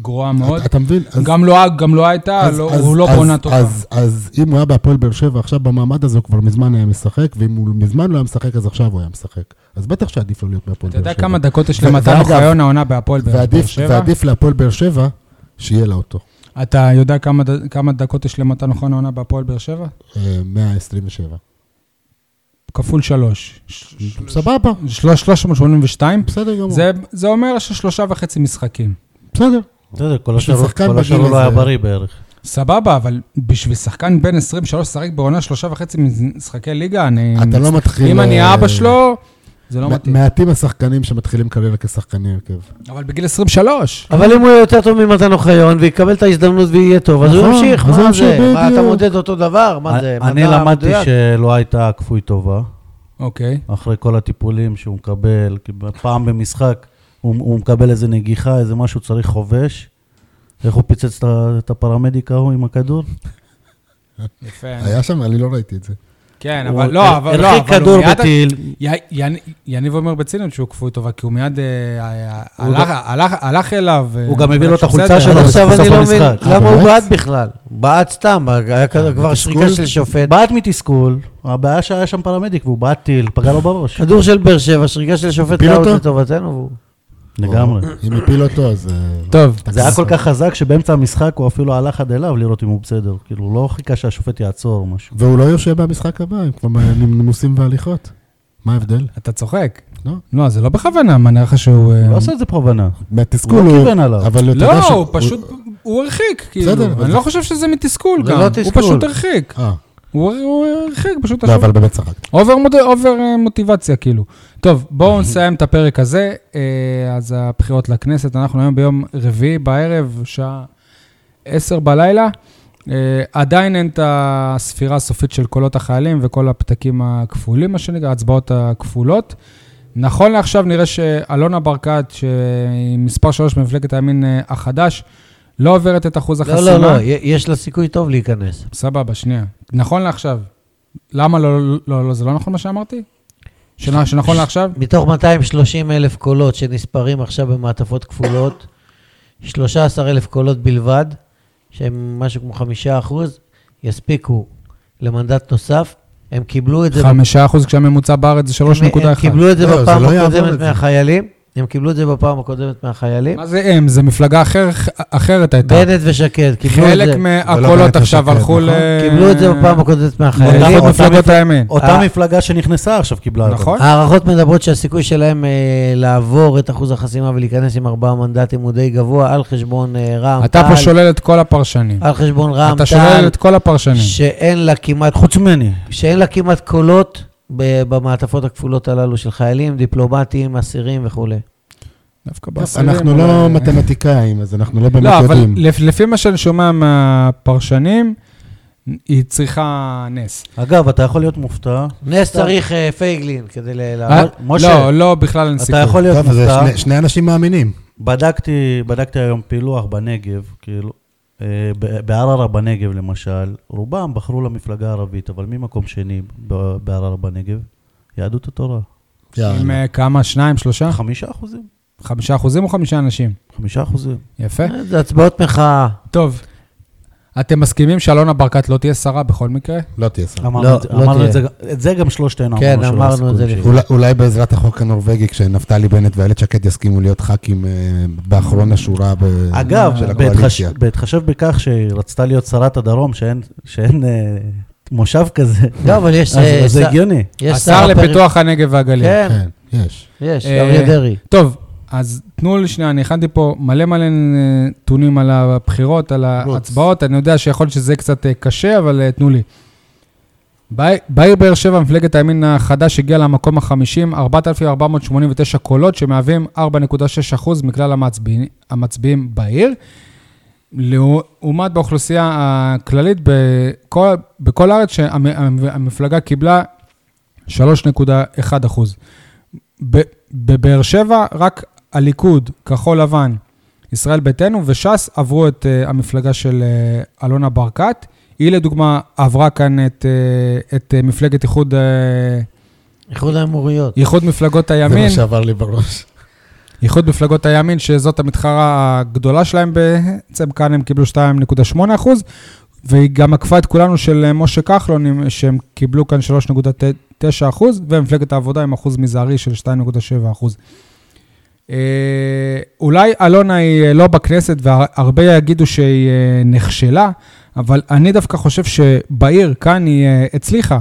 S1: גרועה מאוד.
S4: אתה- אתה מבין? אז-
S1: גם לא, גם לא הייתה,
S4: אז-
S1: לא-
S4: אז-
S1: הוא לא
S4: אז-
S1: בעונה טובה.
S4: אז, אז אם הוא היה בהפועל באר שבע עכשיו במעמד הזה, הוא כבר מזמן היה משחק, ואם הוא מזמן לא היה משחק, אז עכשיו הוא היה משחק. אז בטח שעדיף לו להיות בהפועל
S1: אתה
S4: באר שבע.
S1: יודע כמה דקות יש
S4: ו-
S1: למתן
S4: ואגב,
S1: אוחיון העונה בהפועל באר
S4: ועדיף,
S1: שבע?
S4: ועדיף להפועל באר שבע, שיהיה לה אותו.
S1: אתה יודע כמה ד- כמה דקות יש למתן אוחיון העונה בהפועל באר שבע?
S4: אה, 127.
S1: כפול שלוש.
S4: סבבה,
S1: שלוש- 382.
S4: בסדר גמור.
S1: זה- זה אומר ששלושה וחצי משחקים.
S4: בסדר.
S2: בסדר, כל
S4: בשביל
S2: השאר
S4: שחקן
S2: כל השאר
S4: בגיל
S2: הוא לא היה
S4: הזה.
S2: בריא בערך.
S1: סבבה, אבל בשביל שחקן בן 23 לשחק בעונה שלושה וחצי משחקי ליגה, אני...
S4: אתה לא מתחיל...
S1: אה, אם אני
S4: אה,
S1: אבא שלו, זה לא
S4: מ-
S1: מתאים. כן.
S4: מעטים השחקנים שמתחילים קריירה כשחקני הרכב.
S1: אבל בגיל 23.
S3: אבל אם הוא יהיה יותר טוב ממתן אוחיון, ויקבל את ההזדמנות ויהיה טוב, אז הוא
S4: נכון,
S3: ימשיך,
S4: אז הוא
S3: מה
S4: ימשיך,
S3: זה? מה, אתה
S4: בדיוק.
S3: מודד אותו דבר? מה זה?
S2: אני
S3: מדע
S2: למדתי
S3: מדויק?
S2: שלא הייתה כפוי טובה,
S1: אוקיי.
S2: אחרי כל הטיפולים שהוא מקבל, כי פעם במשחק הוא, הוא מקבל איזה נגיחה, איזה משהו, צריך חובש. איך הוא פיצץ את ה- את הפרמדיק ההוא עם הכדור?
S1: יפה.
S4: היה אה, שם, אני לא ראיתי את זה.
S1: כן,
S2: הוא
S1: אבל לא, אבל לא,
S2: הרחיק
S1: אבל
S2: כדור
S1: הוא מיד...
S2: בטיל.
S1: י- יני- יניב אומר בצינון שהוא כפוי טובה, כי הוא מיד אה, אה,
S2: הוא
S1: הלך-
S2: גם-
S1: הלך- הלך אליו. אה,
S2: הוא גם הביא לו את החולצה
S1: בסדר,
S2: שלו.
S3: עד
S2: שלו
S3: עכשיו
S2: בסוף
S3: אני לא מבין
S2: המשחק.
S4: אה,
S3: למה הוא
S4: באמת?
S3: בעט בכלל. בעט סתם, היה כזה כבר שריקה
S4: תסכול?
S3: של שופט.
S2: אה, בעט מתסכול, הבעיה שהיה שם פרמדיק והוא בעט טיל, פגע לו בראש.
S3: כדור של באר שבע, שריקה של שופט
S4: הפיל
S3: היה עוד
S4: אותו?
S3: לטובתנו. והוא-
S2: לגמרי.
S4: אם הפיל אותו, אז... אה,
S1: טוב,
S2: זה היה כל כך חזק שבאמצע המשחק הוא אפילו הלך עד אליו לראות אם הוא בסדר. כאילו, הוא לא חיכה שהשופט יעצור או משהו.
S4: והוא לא יושב במשחק הבא, הם כבר נימוסים והליכות. מה ההבדל?
S1: אתה צוחק.
S4: לא.
S1: לא, זה לא בכוונה, מה נראה לך שהוא... אה,
S2: הוא לא עושה את זה בכוונה.
S4: מהתסכול
S2: הוא לא
S4: הוא...
S2: כיוון עליו.
S4: אבל אתה יודע
S1: לא,
S4: ש-
S1: הוא פשוט... הוא הרחיק,
S4: בסדר,
S1: כאילו.
S4: אבל
S1: אני
S4: זה-
S1: לא חושב שזה מתסכול
S3: זה
S1: גם.
S3: לא
S1: הוא
S3: תסכול.
S1: פשוט הרחיק.
S4: אה,
S1: הוא הוא הרחיק, פשוט...
S4: לא,
S1: השופט-
S4: אבל באמת צחק.
S1: אובר, מוד... אובר אה, מוטיבציה, כאילו. טוב, בואו נסיים את הפרק הזה. אה, אז הבחירות לכנסת, אנחנו היום ביום רביעי בערב, שעה עשר בלילה. אה, עדיין אין את הספירה הסופית של קולות החיילים וכל הפתקים הכפולים, מה שנקרא, ההצבעות הכפולות. נכון לעכשיו נראה שאלונה ברקת, שהיא מספר שלוש במפלגת הימין אה, החדש, לא עוברת את אחוז החסימה.
S3: לא, לא, לא, י- יש לה סיכוי טוב להיכנס.
S1: סבבה, שנייה. נכון לעכשיו. למה לא, לא, לא, לא, זה לא נכון מה שאמרתי? שנ, שנכון לעכשיו?
S3: מתוך 230 אלף קולות שנספרים עכשיו במעטפות כפולות, 13 אלף קולות בלבד, שהם משהו כמו חמישה אחוז, יספיקו למנדט נוסף. הם קיבלו את זה...
S1: חמישה אחוז כשהממוצע בארץ זה
S3: הם- הם
S1: 3.1.
S3: קיבלו את זה
S4: לא, זה
S3: בפעם
S4: לא יעבור
S3: הקודמת
S4: את זה.
S3: מהחיילים. הם קיבלו את זה בפעם הקודמת מהחיילים.
S1: מה זה הם? זה מפלגה אחר, אחרת הייתה.
S3: בנט ושקד קיבלו את
S1: חלק
S3: זה.
S4: אבל לא
S1: מהקולות
S4: בנט
S1: עכשיו
S4: ושקד,
S1: הלכו
S4: נכון?
S1: ל...
S3: קיבלו את זה בפעם הקודמת מהחיילים.
S1: לאיחוד
S2: אותה
S1: מפלגות
S2: מפלג-
S1: הימין.
S2: אותה
S3: אה.
S2: מפלגה שנכנסה עכשיו קיבלה...
S1: נכון?
S3: הערכות מדברות שהסיכוי שלהם אה, לעבור את אחוז החסימה ולהיכנס עם ארבעה מנדטים הוא די גבוה על חשבון אה, רע"מ.
S1: אתה פה
S3: תע"ל,
S1: שולל את כל הפרשנים.
S3: על חשבון
S1: אתה שולל
S3: רע"מ-תע"ל,
S1: את כל הפרשנים.
S3: שאין לה כמעט,
S2: חוץ ממני.
S3: שאין לה כמעט קולות ב- במעטפות הכפולות הללו של חיילים, דיפלומטים, אסירים וכולי.
S1: דווקא
S4: טוב,
S1: באסירים,
S4: אנחנו לא
S1: אולי-
S4: מתמטיקאים, אז אנחנו לא באמת
S1: לא, אבל
S4: יודעים.
S1: לפ- לפי מה שאני שומע מהפרשנים, היא צריכה נס.
S2: אגב, אתה יכול להיות מופתע.
S3: נס צריך אה, פייגלין כדי ל-
S1: אה?
S3: לעלות.
S2: משה,
S1: לא, לא, בכלל אין
S2: אתה
S1: סיכוי.
S2: יכול להיות
S4: טוב, אז זה
S2: מופתע.
S4: שני- שני אנשים מאמינים.
S2: בדקתי, בדקתי היום פילוח בנגב, כאילו, אה, ב- בערערה בנגב למשל, רובם בחרו למפלגה הערבית, אבל ממקום שני ב- בערערה בנגב, יהדות התורה.
S1: עם
S4: יאללה.
S1: אה, כמה? שניים, שלושה?
S2: חמישה אחוזים.
S1: חמישה אחוזים או חמישה אנשים?
S2: חמישה אחוזים.
S1: יפה.
S3: אה, זה הצבעות מחאה.
S1: טוב, אתם מסכימים שאלונה ברקת לא תהיה שרה בכל מקרה?
S4: לא תהיה שר.
S2: אמרנו
S3: לא,
S2: את זה-
S3: לא
S2: אמרנו
S3: תהיה.
S2: את זה, גם- את זה גם שלושתנו
S3: כן,
S2: שלא
S3: אמרנו
S2: הסיכוי
S3: את זה
S2: שיהיה.
S3: לפני.
S4: אולי- אולי בעזרת החוק הנורבגי, כשנפתלי בנט ואיילת שקד יסכימו להיות ח"כים אה, באחרון השורה ב-
S2: אגב,
S4: אה, של
S2: בהתחש-
S4: הקואליציה.
S2: בהתחשב בכך שהיא רצתה להיות שרת הדרום, שאין- שאין אה, מושב כזה,
S3: לא, אבל יש...
S2: אז
S3: אה,
S2: אז זה
S3: שר-
S2: הגיוני.
S3: יש
S1: השר
S3: פריפ-
S1: לפיתוח הנגב והגליל.
S3: כן,
S4: כן, יש.
S3: יש,
S1: אה,
S3: אריה דרעי.
S1: טוב, אז תנו לי שנייה, אני הכנתי פה מלא מלא נתונים על הבחירות, על ההצבעות. אני יודע שיכול להיות שזה יהיה קצת אה, קשה, אבל אה, תנו לי. בעי- בעיר באר שבע, מפלגת הימין החדש הגיעה למקום ה-50, 4,489 קולות, שמהווים 4.6% מכלל המצביעים, המצביעים בעיר. לעומת באוכלוסייה הכללית, בכל, בכל הארץ, שהמפלגה קיבלה 3.1 אחוז. ב- בבאר שבע, רק הליכוד, כחול לבן, ישראל ביתנו וש"ס עברו את uh, המפלגה של uh, אלונה ברקת. היא לדוגמה עברה כאן את, uh, את uh, מפלגת איחוד, uh,
S3: איחוד האמירויות.
S1: איחוד מפלגות
S4: זה
S1: הימין,
S4: מה שעבר לי בראש.
S1: איחוד מפלגות הימין, שזאת המתחרה הגדולה שלהם בעצם, כאן הם קיבלו 2.8 אחוז, והיא גם עקפה את כולנו של אה, משה כחלון, עם- שהם קיבלו כאן 3.9 אחוז, ומפלגת העבודה עם אחוז מזערי של 2.7 אחוז. אה, אולי אלונה היא אה, לא בכנסת, והרבה יגידו שהיא אה, נכשלה, אבל אני דווקא חושב שבעיר, כאן היא אה, הצליחה.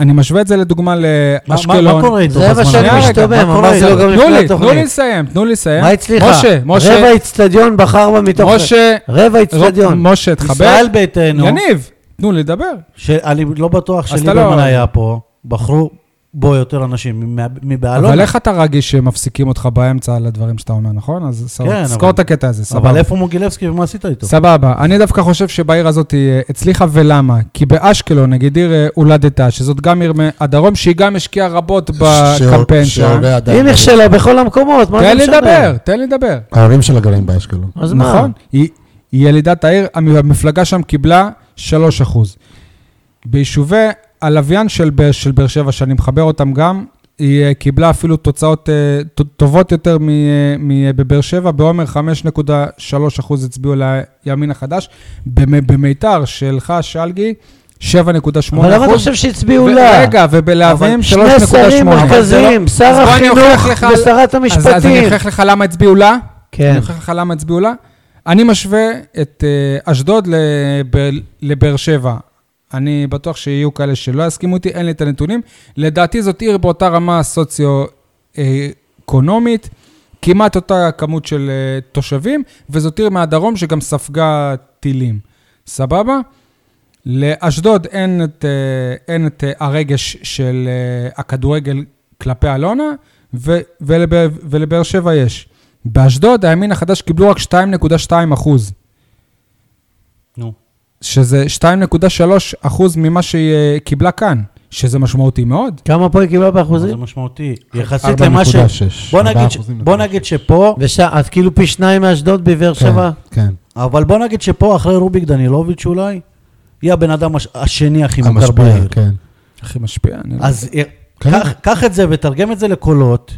S1: אני משווה את זה לדוגמה
S2: מה- מה-
S1: לאשקלון.
S2: מה קורה איתו
S3: זה מה
S2: בזמן
S3: שאני
S1: רגע,
S2: הזה?
S1: מה
S3: משתומם,
S2: קורה
S3: אמרתי
S2: איתו?
S3: לו
S1: תנו
S3: גם לפני
S1: לי, תנו לי
S3: התוכנית.
S1: לסיים, תנו לי לסיים.
S3: מה הצליחה?
S1: משה, משה,
S3: רבע אצטדיון בחר בה מתוך...
S1: משה,
S3: רבע אצטדיון.
S1: ר- משה, תחבר.
S2: ישראל ביתנו,
S1: יניב, תנו לי לדבר.
S2: שאני לא בטוח
S1: אז אתה לא-
S2: שליברמן היה פה, בחרו בו יותר אנשים מב- מבעלון.
S1: אבל איך אתה רגיש שמפסיקים אותך באמצע על הדברים שאתה אומר, נכון? אז סבבה,
S2: כן,
S1: תזכור
S2: אבל-
S1: את הקטע הזה, סבבה.
S2: אבל איפה מוגילבסקי ומה עשית איתו?
S1: סבבה. אני דווקא חושב שבעיר הזאת היא אה, הצליחה, ולמה? כי באשקלון, נגיד עיר אה, הולדתה, שזאת גם עיר מהדרום, שהיא גם השקיעה רבות בקמפיין
S4: ש-
S1: שלה.
S4: שההורה עדיין-
S3: היא נכשלה בכל המקומות, מה זה
S1: תן לי
S3: משנה?
S1: לדבר, תן לי לדבר.
S4: ההורים שלה גרים באשקלון.
S3: אז מה?
S1: נכון, היא, היא ילידת העיר, המ- המפלגה שם קיבלה 3 אחוז. ביישובי הלוויין של, באר- של באר שבע, שאני מחבר אותם גם, היא אה, קיבלה אפילו תוצאות אה, ט- טובות יותר אה, מבאר שבע. בעומר 5.3 אחוז הצביעו לימין החדש. במ- במיתר שלך, שלגי, 7.8
S3: אבל למה אתה
S1: אחוז.
S3: חושב שהצביעו
S1: ו-
S3: לה?
S1: רגע, ובלהבים 3.8.
S3: שני שרים מרכזיים, שר
S1: אז בוא אני
S3: החינוך
S1: אוכיח לך-
S3: ושרת
S1: אז, אז אני
S3: המשפטים.
S1: אוכיח לך למה הצביעו לה? אני
S3: כן,
S1: אוכיח לך למה הצביעו לה. אני משווה את אה, אשדוד לב- לבאר שבע. אני בטוח שיהיו כאלה שלא יסכימו איתי, אין לי את הנתונים. לדעתי זאת עיר באותה רמה סוציו-אקונומית, כמעט אותה כמות של אה, תושבים, וזאת עיר מהדרום שגם ספגה טילים. סבבה? לאשדוד אין את, אה, אין את אה, הרגש של אה, הכדורגל כלפי אלונה, ו- ולבאר- ולבאר שבע יש. באשדוד הימין החדש קיבלו רק 2.2 אחוז,
S2: נו.
S1: שזה 2.3 אחוז ממה שהיא אה, קיבלה כאן, שזה משמעותי מאוד.
S3: כמה פה היא קיבלה
S2: זה
S3: באחוזים?
S2: משמעותי. יחסית למה ש...
S4: 4.6,
S2: בוא נגיד, ש...
S4: 4.6.
S2: בוא נגיד שפה,
S3: וש- אז כאילו פי שניים מאשדוד בבאר
S4: כן,
S3: שבע?
S4: כן.
S2: אבל בוא נגיד שפה, אחרי רוביק דנילוביץ' אולי, היא הבן אדם הש... השני הכי מוכר בעיר.
S4: המשפיע, כן.
S1: הכי משפיע. אני... לא אז,
S2: אז אה,
S4: כן.
S2: קח- קח את זה ותרגם את זה לקולות.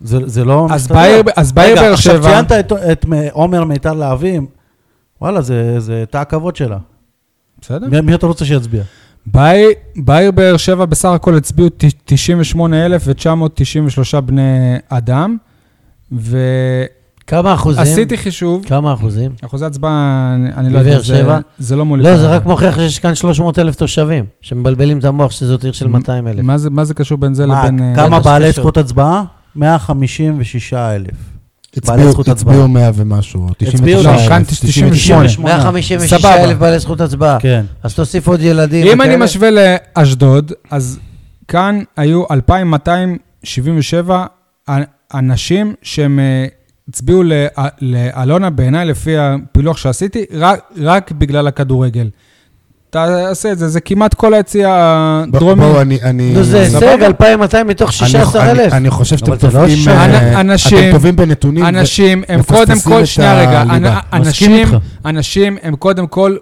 S2: זה, זה לא...
S1: אז
S2: מסתדר.
S1: בעיר- אז בעיר
S2: רגע,
S1: באר
S2: עכשיו
S1: שבע-
S2: ציינת את, את מ- עומר מיתר להבים, וואלה, זה, זה תא הכבוד שלה.
S1: כן. בסדר?
S2: מי, מי אתה רוצה שיצביע?
S1: בעיר- בעיר באר שבע בסך הכל הצביעו ת- 98,993 בני אדם, ועשיתי
S3: כמה אחוזים?
S1: חישוב.
S3: כמה אחוזים?
S1: אחוזי הצבעה, אני- אני לא יודע,
S3: בבאר
S1: זה-
S3: כן. שבע?
S1: זה לא מולי.
S3: לא, זה רק מוכיח שיש כאן 300 אלף תושבים, שמבלבלים את המוח שזאת עיר של 200 אלף.
S1: מה זה- מה זה קשור בין זה
S2: מה,
S1: לבין... אה,
S2: כמה
S3: זה
S2: בעלי
S3: קשור.
S2: זכות הצבעה? 156 אלף.
S4: הצביעו-
S2: זכות הצבעה.
S4: הצביעו 100 ומשהו, או 99.
S2: הצביעו,
S1: לא, כאן 98.
S3: 156
S1: סבבה.
S3: אלף בעלי זכות הצבעה.
S2: כן.
S3: אז תוסיף עוד ילדים.
S1: אם
S3: וכאלה.
S1: אני משווה לאשדוד, אז כאן היו 2,277 אנ- אנשים שהם אה, הצביעו ל- אה, לאלונה, בעיניי, לפי הפילוח שעשיתי, רק- רק בגלל הכדורגל. תעשה את זה, זה כמעט כל היציע
S4: ב-
S1: הדרומי.
S4: בואו, אני... אני-
S3: נו, זה
S4: סבבה.
S3: הישג 2,200 מתוך
S4: אני-
S3: 16 אלף.
S4: אני- אני חושב שאתם
S2: אבל זה לא
S4: טובים...
S2: שם.
S4: אה,
S1: אנ- אנשים-
S4: אתם טובים בנתונים. ו-
S1: אנשים הם
S4: מפספסים
S1: קודם כל,
S4: את
S1: שנייה רגע,
S4: הליבה.
S1: אנ-
S2: מסכים
S1: אנשים,
S2: איתך.
S1: אנשים הם קודם כל,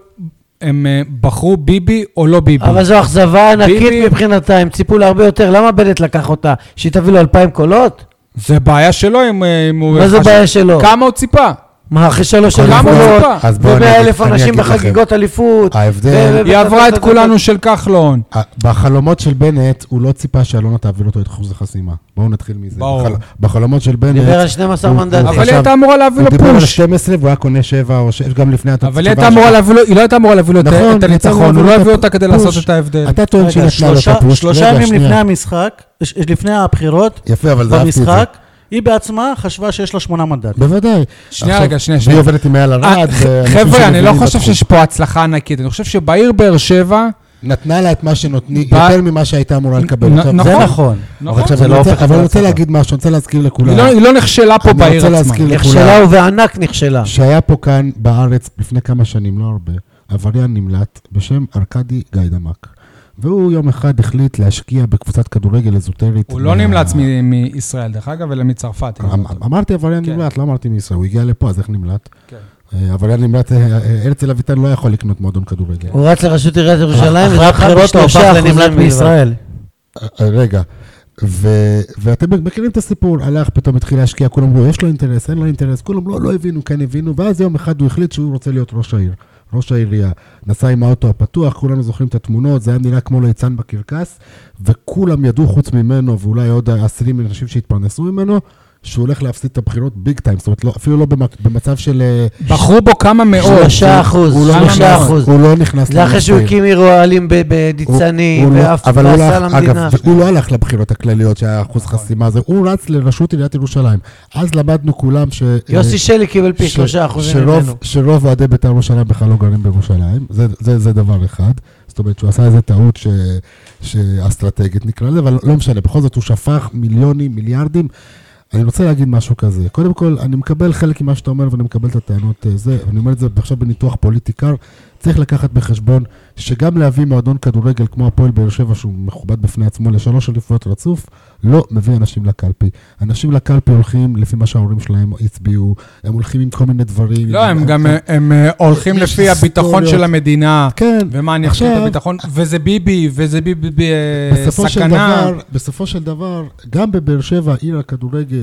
S1: הם אה, בחרו ביבי או לא ביבי.
S3: אבל זו אכזבה
S1: ביבי-
S3: ענקית מבחינתה, הם ציפו להרבה יותר. למה בנט לקח אותה? שהיא תביא לו 2,000 קולות?
S1: זה בעיה שלו אם, אה, אם הוא...
S3: מה זה
S1: חש-
S3: בעיה שלו?
S1: כמה הוא ציפה?
S3: מה, אחרי שלוש
S1: כמה
S3: אלף
S1: הוא
S3: קולות?
S1: ציפה?
S4: אז בואו אני
S3: ומאה
S4: אגיד-
S3: אלף
S4: אני
S3: אנשים
S4: אגיד לכם.
S3: בחגיגות אליפות.
S4: ההבדל...
S1: היא עברה את כולנו של כחלון.
S4: ה- בחלומות של בנט, הוא לא ציפה שאלונה תעביר אותו את אחוז החסימה. בואו נתחיל מזה.
S1: ברור.
S4: בחל- בחלומות של בנט...
S3: דיבר על 12
S4: הוא-
S3: מנדטים.
S1: אבל היא
S4: עכשיו,
S1: הייתה אמורה להביא
S4: הוא
S1: לו
S4: דיבר על
S1: פוש.
S4: 12 והוא היה קונה 7 או 6 גם לפני התשובה.
S1: אבל היא הייתה אמורה להביא לו, היא לא הייתה אמורה להביא לו את-
S4: נכון,
S1: את
S4: היא הייתה
S1: הניצחון,
S4: אמורה
S1: הוא
S4: להביא
S1: לא
S4: לו
S1: הביא
S4: את
S1: אותה כדי
S4: הפוש.
S1: לעשות את ההבדל.
S4: אתה טוען שהיא
S2: רגע,
S4: נתנה לו את
S2: שלושה-
S4: הפוש.
S2: שלושה
S4: רגע,
S2: ימים
S4: שנייה.
S2: לפני המשחק, ש- לפני הבחירות,
S4: יפה, אבל זה אהבתי את זה.
S2: במשחק, היא בעצמה חשבה שיש לה שמונה מנדטים.
S4: בוודאי.
S1: שנייה,
S4: עכשיו,
S1: רגע, שנייה,
S4: והיא
S1: שנייה.
S4: עובדת עם אייל ארד. ואנשים
S1: חבר'ה, אני לא
S4: שמבינים
S1: חושב
S4: בתחום.
S1: שיש פה הצלחה ענקית, אני חושב שבעיר באר שבע...
S4: נתנה לה את מה שנותנים,
S1: ב-
S4: יותר ממה שהייתה אמורה לקבל.
S1: נ-
S4: עכשיו,
S1: נכון.
S2: זה נכון.
S4: אבל עכשיו,
S2: זה
S4: אני
S2: לא
S4: רוצה-
S2: הופך
S4: אבל אני
S2: להצלחה.
S4: רוצה להגיד משהו, אני רוצה להזכיר לכולם.
S1: היא לא- היא לא נכשלה פה
S4: אני
S1: בעיר
S4: רוצה
S1: עצמה.
S4: להזכיר
S3: נכשלה ובענק נכשלה.
S4: שהיה פה כאן בארץ לפני כמה שנים, לא הרבה, עבריין נמלט בשם ארקדי גיידמק. והוא יום אחד החליט להשקיע בקבוצת כדורגל אזוטרית.
S1: הוא לא נמלץ מ- מישראל, דרך אגב, אלא מצרפת. אם אני לא
S4: אמ-
S1: טועה.
S4: אמרתי עבריין
S1: כן.
S4: נמלט, לא אמרתי מישראל, הוא הגיע לפה, אז איך נמלט?
S1: כן.
S4: אה, עבריין נמלט, אה, אה, הרצל אביטן לא יכול לקנות מועדון כדורגל.
S3: הוא רץ לראשות עיריית ירושלים,
S2: אחרי הבחירות הוא הפך לנמלט בישראל.
S4: אה, אה, רגע. ו- ואתם מכירים את הסיפור, הלך, פתאום התחיל להשקיע, כולם אמרו, יש לו אינטרס, אין לו אינטרס, כולם לא, לא הבינו, כן הבינו, ואז יום אחד הוא החליט שהוא רוצה להיות ראש העיר, ראש העירייה. נסע עם האוטו הפתוח, כולנו זוכרים את התמונות, זה היה נראה כמו ליצן בקרקס, וכולם ידעו חוץ ממנו, ואולי עוד עשרים אנשים שהתפרנסו ממנו, שהוא הולך להפסיד את הבחירות ביג טיים, זאת אומרת, לא, אפילו לא במק- במצב של... אה,
S1: בחרו בו כמה מאות.
S3: שלושה אחוז,
S4: הוא לא
S3: שלושה
S1: אמר,
S3: אחוז.
S4: הוא לא נכנס
S3: זה אחרי
S4: למסע
S3: שהוא
S4: העיר.
S3: הקים עיר אוהלים ב-
S4: הוא-
S3: בניצנים,
S4: הוא לא-
S3: ואף
S4: אבל הוא לא
S3: ועשה
S4: הלך-
S3: למדינה.
S4: אגב, הוא לא הלך לבחירות הכלליות שהיה אחוז חסימה הזה, הוא רץ לראשות עיריית ירושלים. אז למדנו כולם ש...
S3: יוסי
S4: אה,
S3: שלי קיבל פי
S4: ש-
S3: שלושה אחוזים
S4: שרוב-
S3: ממנו.
S4: שרוב אוהדי בית"ר ירושלים בכלל לא גרים בירושלים, זה- זה זה דבר אחד. זאת אומרת שהוא עשה איזו טעות ש- שאסטרטגית נקרא לזה, אבל לא משנה, בכל זאת הוא שפך מיליונים, מיליארדים. אני רוצה להגיד משהו כזה. קודם כל, אני מקבל חלק ממה שאתה אומר ואני מקבל את הטענות אה, זה, אני אומר את זה עכשיו בניתוח פוליטי קר. צריך לקחת בחשבון שגם להביא מועדון כדורגל כמו הפועל באר שבע, שהוא מכובד בפני עצמו, לשלוש אליפויות רצוף, לא מביא אנשים לקלפי. אנשים לקלפי הולכים לפי מה שההורים שלהם הצביעו, הם הולכים עם כל מיני דברים.
S1: לא, הם גם אה, הם אה, הולכים
S4: יש
S1: לפי הביטחון
S4: היסטוריות.
S1: של המדינה.
S4: כן,
S1: ומה אני חושב את
S4: עכשיו-
S1: הביטחון, וזה ביבי, וזה ביבי ב-
S4: בסופו של
S1: אה, סכנה.
S4: דבר, בסופו של דבר, גם בבאר שבע, עיר הכדורגל,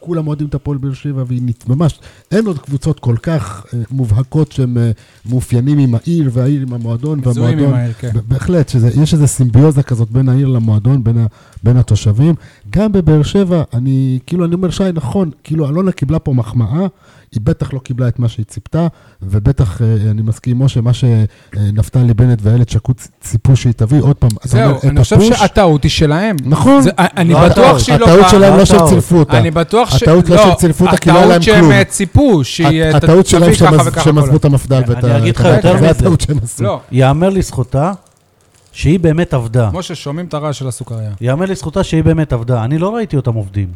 S4: כולם אוהדים את הפועל באר שבע, והיא נת- ממש, אין עוד קבוצות כל כך אה, מובהקות שהם אה, מאופיינים עם העיר, והעיר עם המועדון,
S1: מזוהים עם
S4: והמועדון...
S1: העיר, כן.
S4: ב- בהחלט, שיש איזו סימביוזה כזאת בין העיר למועדון, בין, ה, בין התושבים. גם בבאר שבע, אני, כאילו, אני אומר, שי, נכון, כאילו, אלונה קיבלה פה מחמאה, היא בטח לא קיבלה את מה שהיא ציפתה, ובטח, אה, אני מסכים עם משה, מה שנפתלי בנט ואיילת שקוד ציפו שהיא תביא, עוד פעם, אתה
S1: זהו,
S4: אומר, את
S1: אני חושב
S4: הפוש-
S1: שהטעות היא שלהם.
S4: נכון.
S1: זה- אני
S3: לא
S1: בטוח
S3: הטעות,
S1: שהיא לא...
S4: הטעות
S1: באה-
S4: שלהם לא שהם
S3: הטעות.
S4: צילפו אותה.
S1: אני בטוח ש...
S4: הטעות לא שהם צילפו אותה, כי לא היה להם
S1: הטעות
S4: כלום.
S1: שהם ציפו שהיא
S4: הט-
S1: ת-
S4: הטעות שלהם
S1: תביא
S4: שהם
S1: ככה
S4: עז-
S1: וככה
S4: שהם
S1: קולות.
S4: עזבו את המפד"ל ואת
S2: כן, אני
S4: ה-
S2: אגיד
S4: את
S2: לך
S4: ה-
S2: יותר
S4: זה
S2: מזה.
S4: הטעות שהם עשו.
S1: לא,
S2: ייאמר לזכותה שהיא באמת עבדה.
S4: אה.
S1: משה, שומעים את הרעש של הסוכריה.
S2: ייאמר לזכותה שהיא באמת עבדה. אני לא ראיתי אותם עובדים.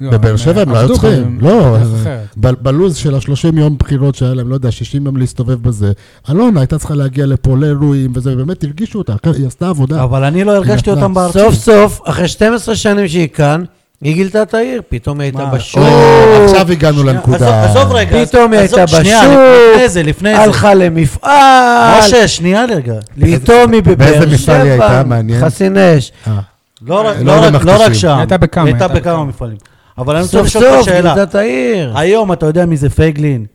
S1: לא,
S4: בבאר
S1: הם,
S4: שבע הם לא
S1: עבדו
S4: היו צריכים,
S1: גם,
S4: לא,
S1: בדרך
S4: אז-
S1: אחרת.
S4: ב- בלו"ז של ה-30 יום בחירות שהיה להם, לא יודע, 60 יום להסתובב בזה, אלונה הייתה צריכה להגיע לפה לאירועים וזה, ובאמת הרגישו אותה, אחרי- היא עשתה עבודה.
S2: אבל אני לא הרגשתי
S4: נתנה.
S2: אותם בארצי.
S3: סוף סוף, אחרי 12 שנים שהיא כאן, היא גילתה את העיר, פתאום היא הייתה
S2: מה?
S4: או,
S3: בשוק.
S4: עכשיו הגענו
S2: אה, שנייה,
S4: לנקודה.
S2: עזוב עזוב רגע. אז-
S3: פתאום היא
S2: עזוב,
S3: הייתה
S2: שנייה,
S3: בשוק.
S2: לפני זה, לפני זה.
S3: הלכה למפעל,
S2: משה, שנייה רגע.
S3: פתאום היא בבאר שבע.
S4: באיזה מפעל היא הייתה? מעניין.
S3: חסין אש.
S4: אה,
S2: לא רק-
S4: לא
S2: לא רק-
S4: במכתשים.
S2: לא רק שם.
S1: היא הייתה בכמה,
S2: היא הייתה
S1: הייתה
S2: בכמה מפעלים. אבל אני רוצה
S3: סוף
S2: לשאול אותך
S3: סוף,
S2: שאלה.
S3: גילתה את העיר.
S2: היום אתה יודע מי זה פייגלין,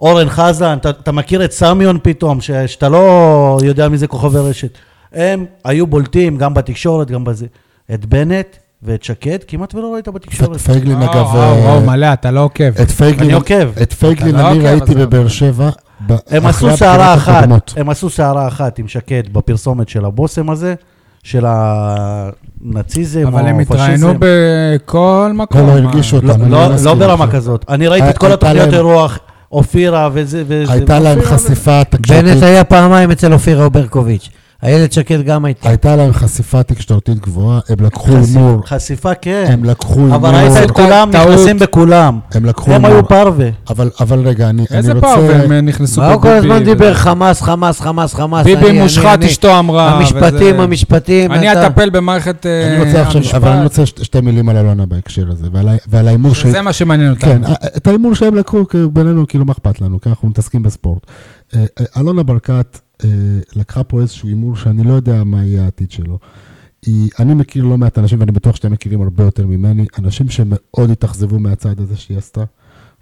S2: אורן חזן, אתה, אתה מכיר את סמיון פתאום, ש, שאתה לא יודע מי זה כוכבי רשת. הם היו בולטים גם בתקשורת, גם בזה. את בנט ואת שקד, כמעט ולא ראית
S4: פ-
S2: בתקשורת.
S4: פייגלין
S1: וואו,
S4: אגב,
S1: וואו,
S4: אה,
S1: וואו, מלא, אתה לא עוקב.
S4: את פייגלין,
S2: אני עוקב.
S4: את פייגלין
S1: אתה לא
S4: אני
S1: עוקב,
S4: ראיתי
S1: אז-
S4: בבאר שבע, ב-
S2: הם
S4: אחרי
S2: עשו
S4: הבחירות
S2: סערה אחת,
S4: הקודמות.
S2: הם עשו סערה אחת עם שקד בפרסומת של הבושם הזה, של הנאציזם
S1: אבל הם
S2: או
S1: התראיינו
S2: הפשיזם.
S1: בכל מקום.
S4: לא
S1: מה?
S4: הרגישו אותם.
S2: לא,
S4: אני
S2: לא,
S4: מסכים
S2: לא ברמה
S4: איתך. אה,
S2: כזאת. אני ראיתי את כל
S4: הייתה
S2: התוכניות
S4: להם-
S2: אירוח, אופירה וזה... וזה-
S4: הייתה להם
S2: ואופירה וזה.
S4: חשיפה תקשורתית.
S3: בנט היה פעמיים אצל אופירה אוברקוביץ'. איילת שקד גם הייתה.
S4: הייתה להם חשיפה תקשורתית גבוהה, הם לקחו הימור,
S2: חשיפה- חשיפה כן.
S4: הם לקחו
S2: אבל ראית את
S4: הימור,
S2: כולם
S1: טעות.
S2: נכנסים בכולם.
S4: הם לקחו
S2: הם היו
S4: הימור.
S2: פרווה.
S4: אבל- אבל רגע, אני אני
S1: איזה
S4: רוצה...
S1: פער, והם אה, נכנסו
S3: מה הוא לא, כל הזמן
S1: וזה.
S3: דיבר? חמאס, חמאס, חמאס, חמאס. אני,
S1: ביבי
S3: אני,
S1: מושחת,
S3: אני.
S1: אשתו אמרה.
S3: המשפטים,
S1: וזה-
S3: המשפטים.
S1: אני
S3: אתה-
S1: אטפל במערכת אה,
S4: אני רוצה עכשיו, אבל אני רוצה שתי- שתי מילים על אלונה בהקשר הזה, ועל ה- ועל ההימור ש...
S1: זה מה שמעניין אותנו. לא,
S4: כן, את ההימור שהם לקחו, כי בינינו, כאילו, מה אכפת לנו, כי אנחנו מתעסקים בספורט. אה, אה, אלונה ברקת אה, לקחה פה איזשהו הימור שאני לא יודע מה יהיה העתיד שלו. היא, אני מכיר לא מעט אנשים, ואני בטוח שאתם מכירים הרבה יותר ממני, אנשים שמאוד התאכזבו מהצעד הזה שהיא עשתה.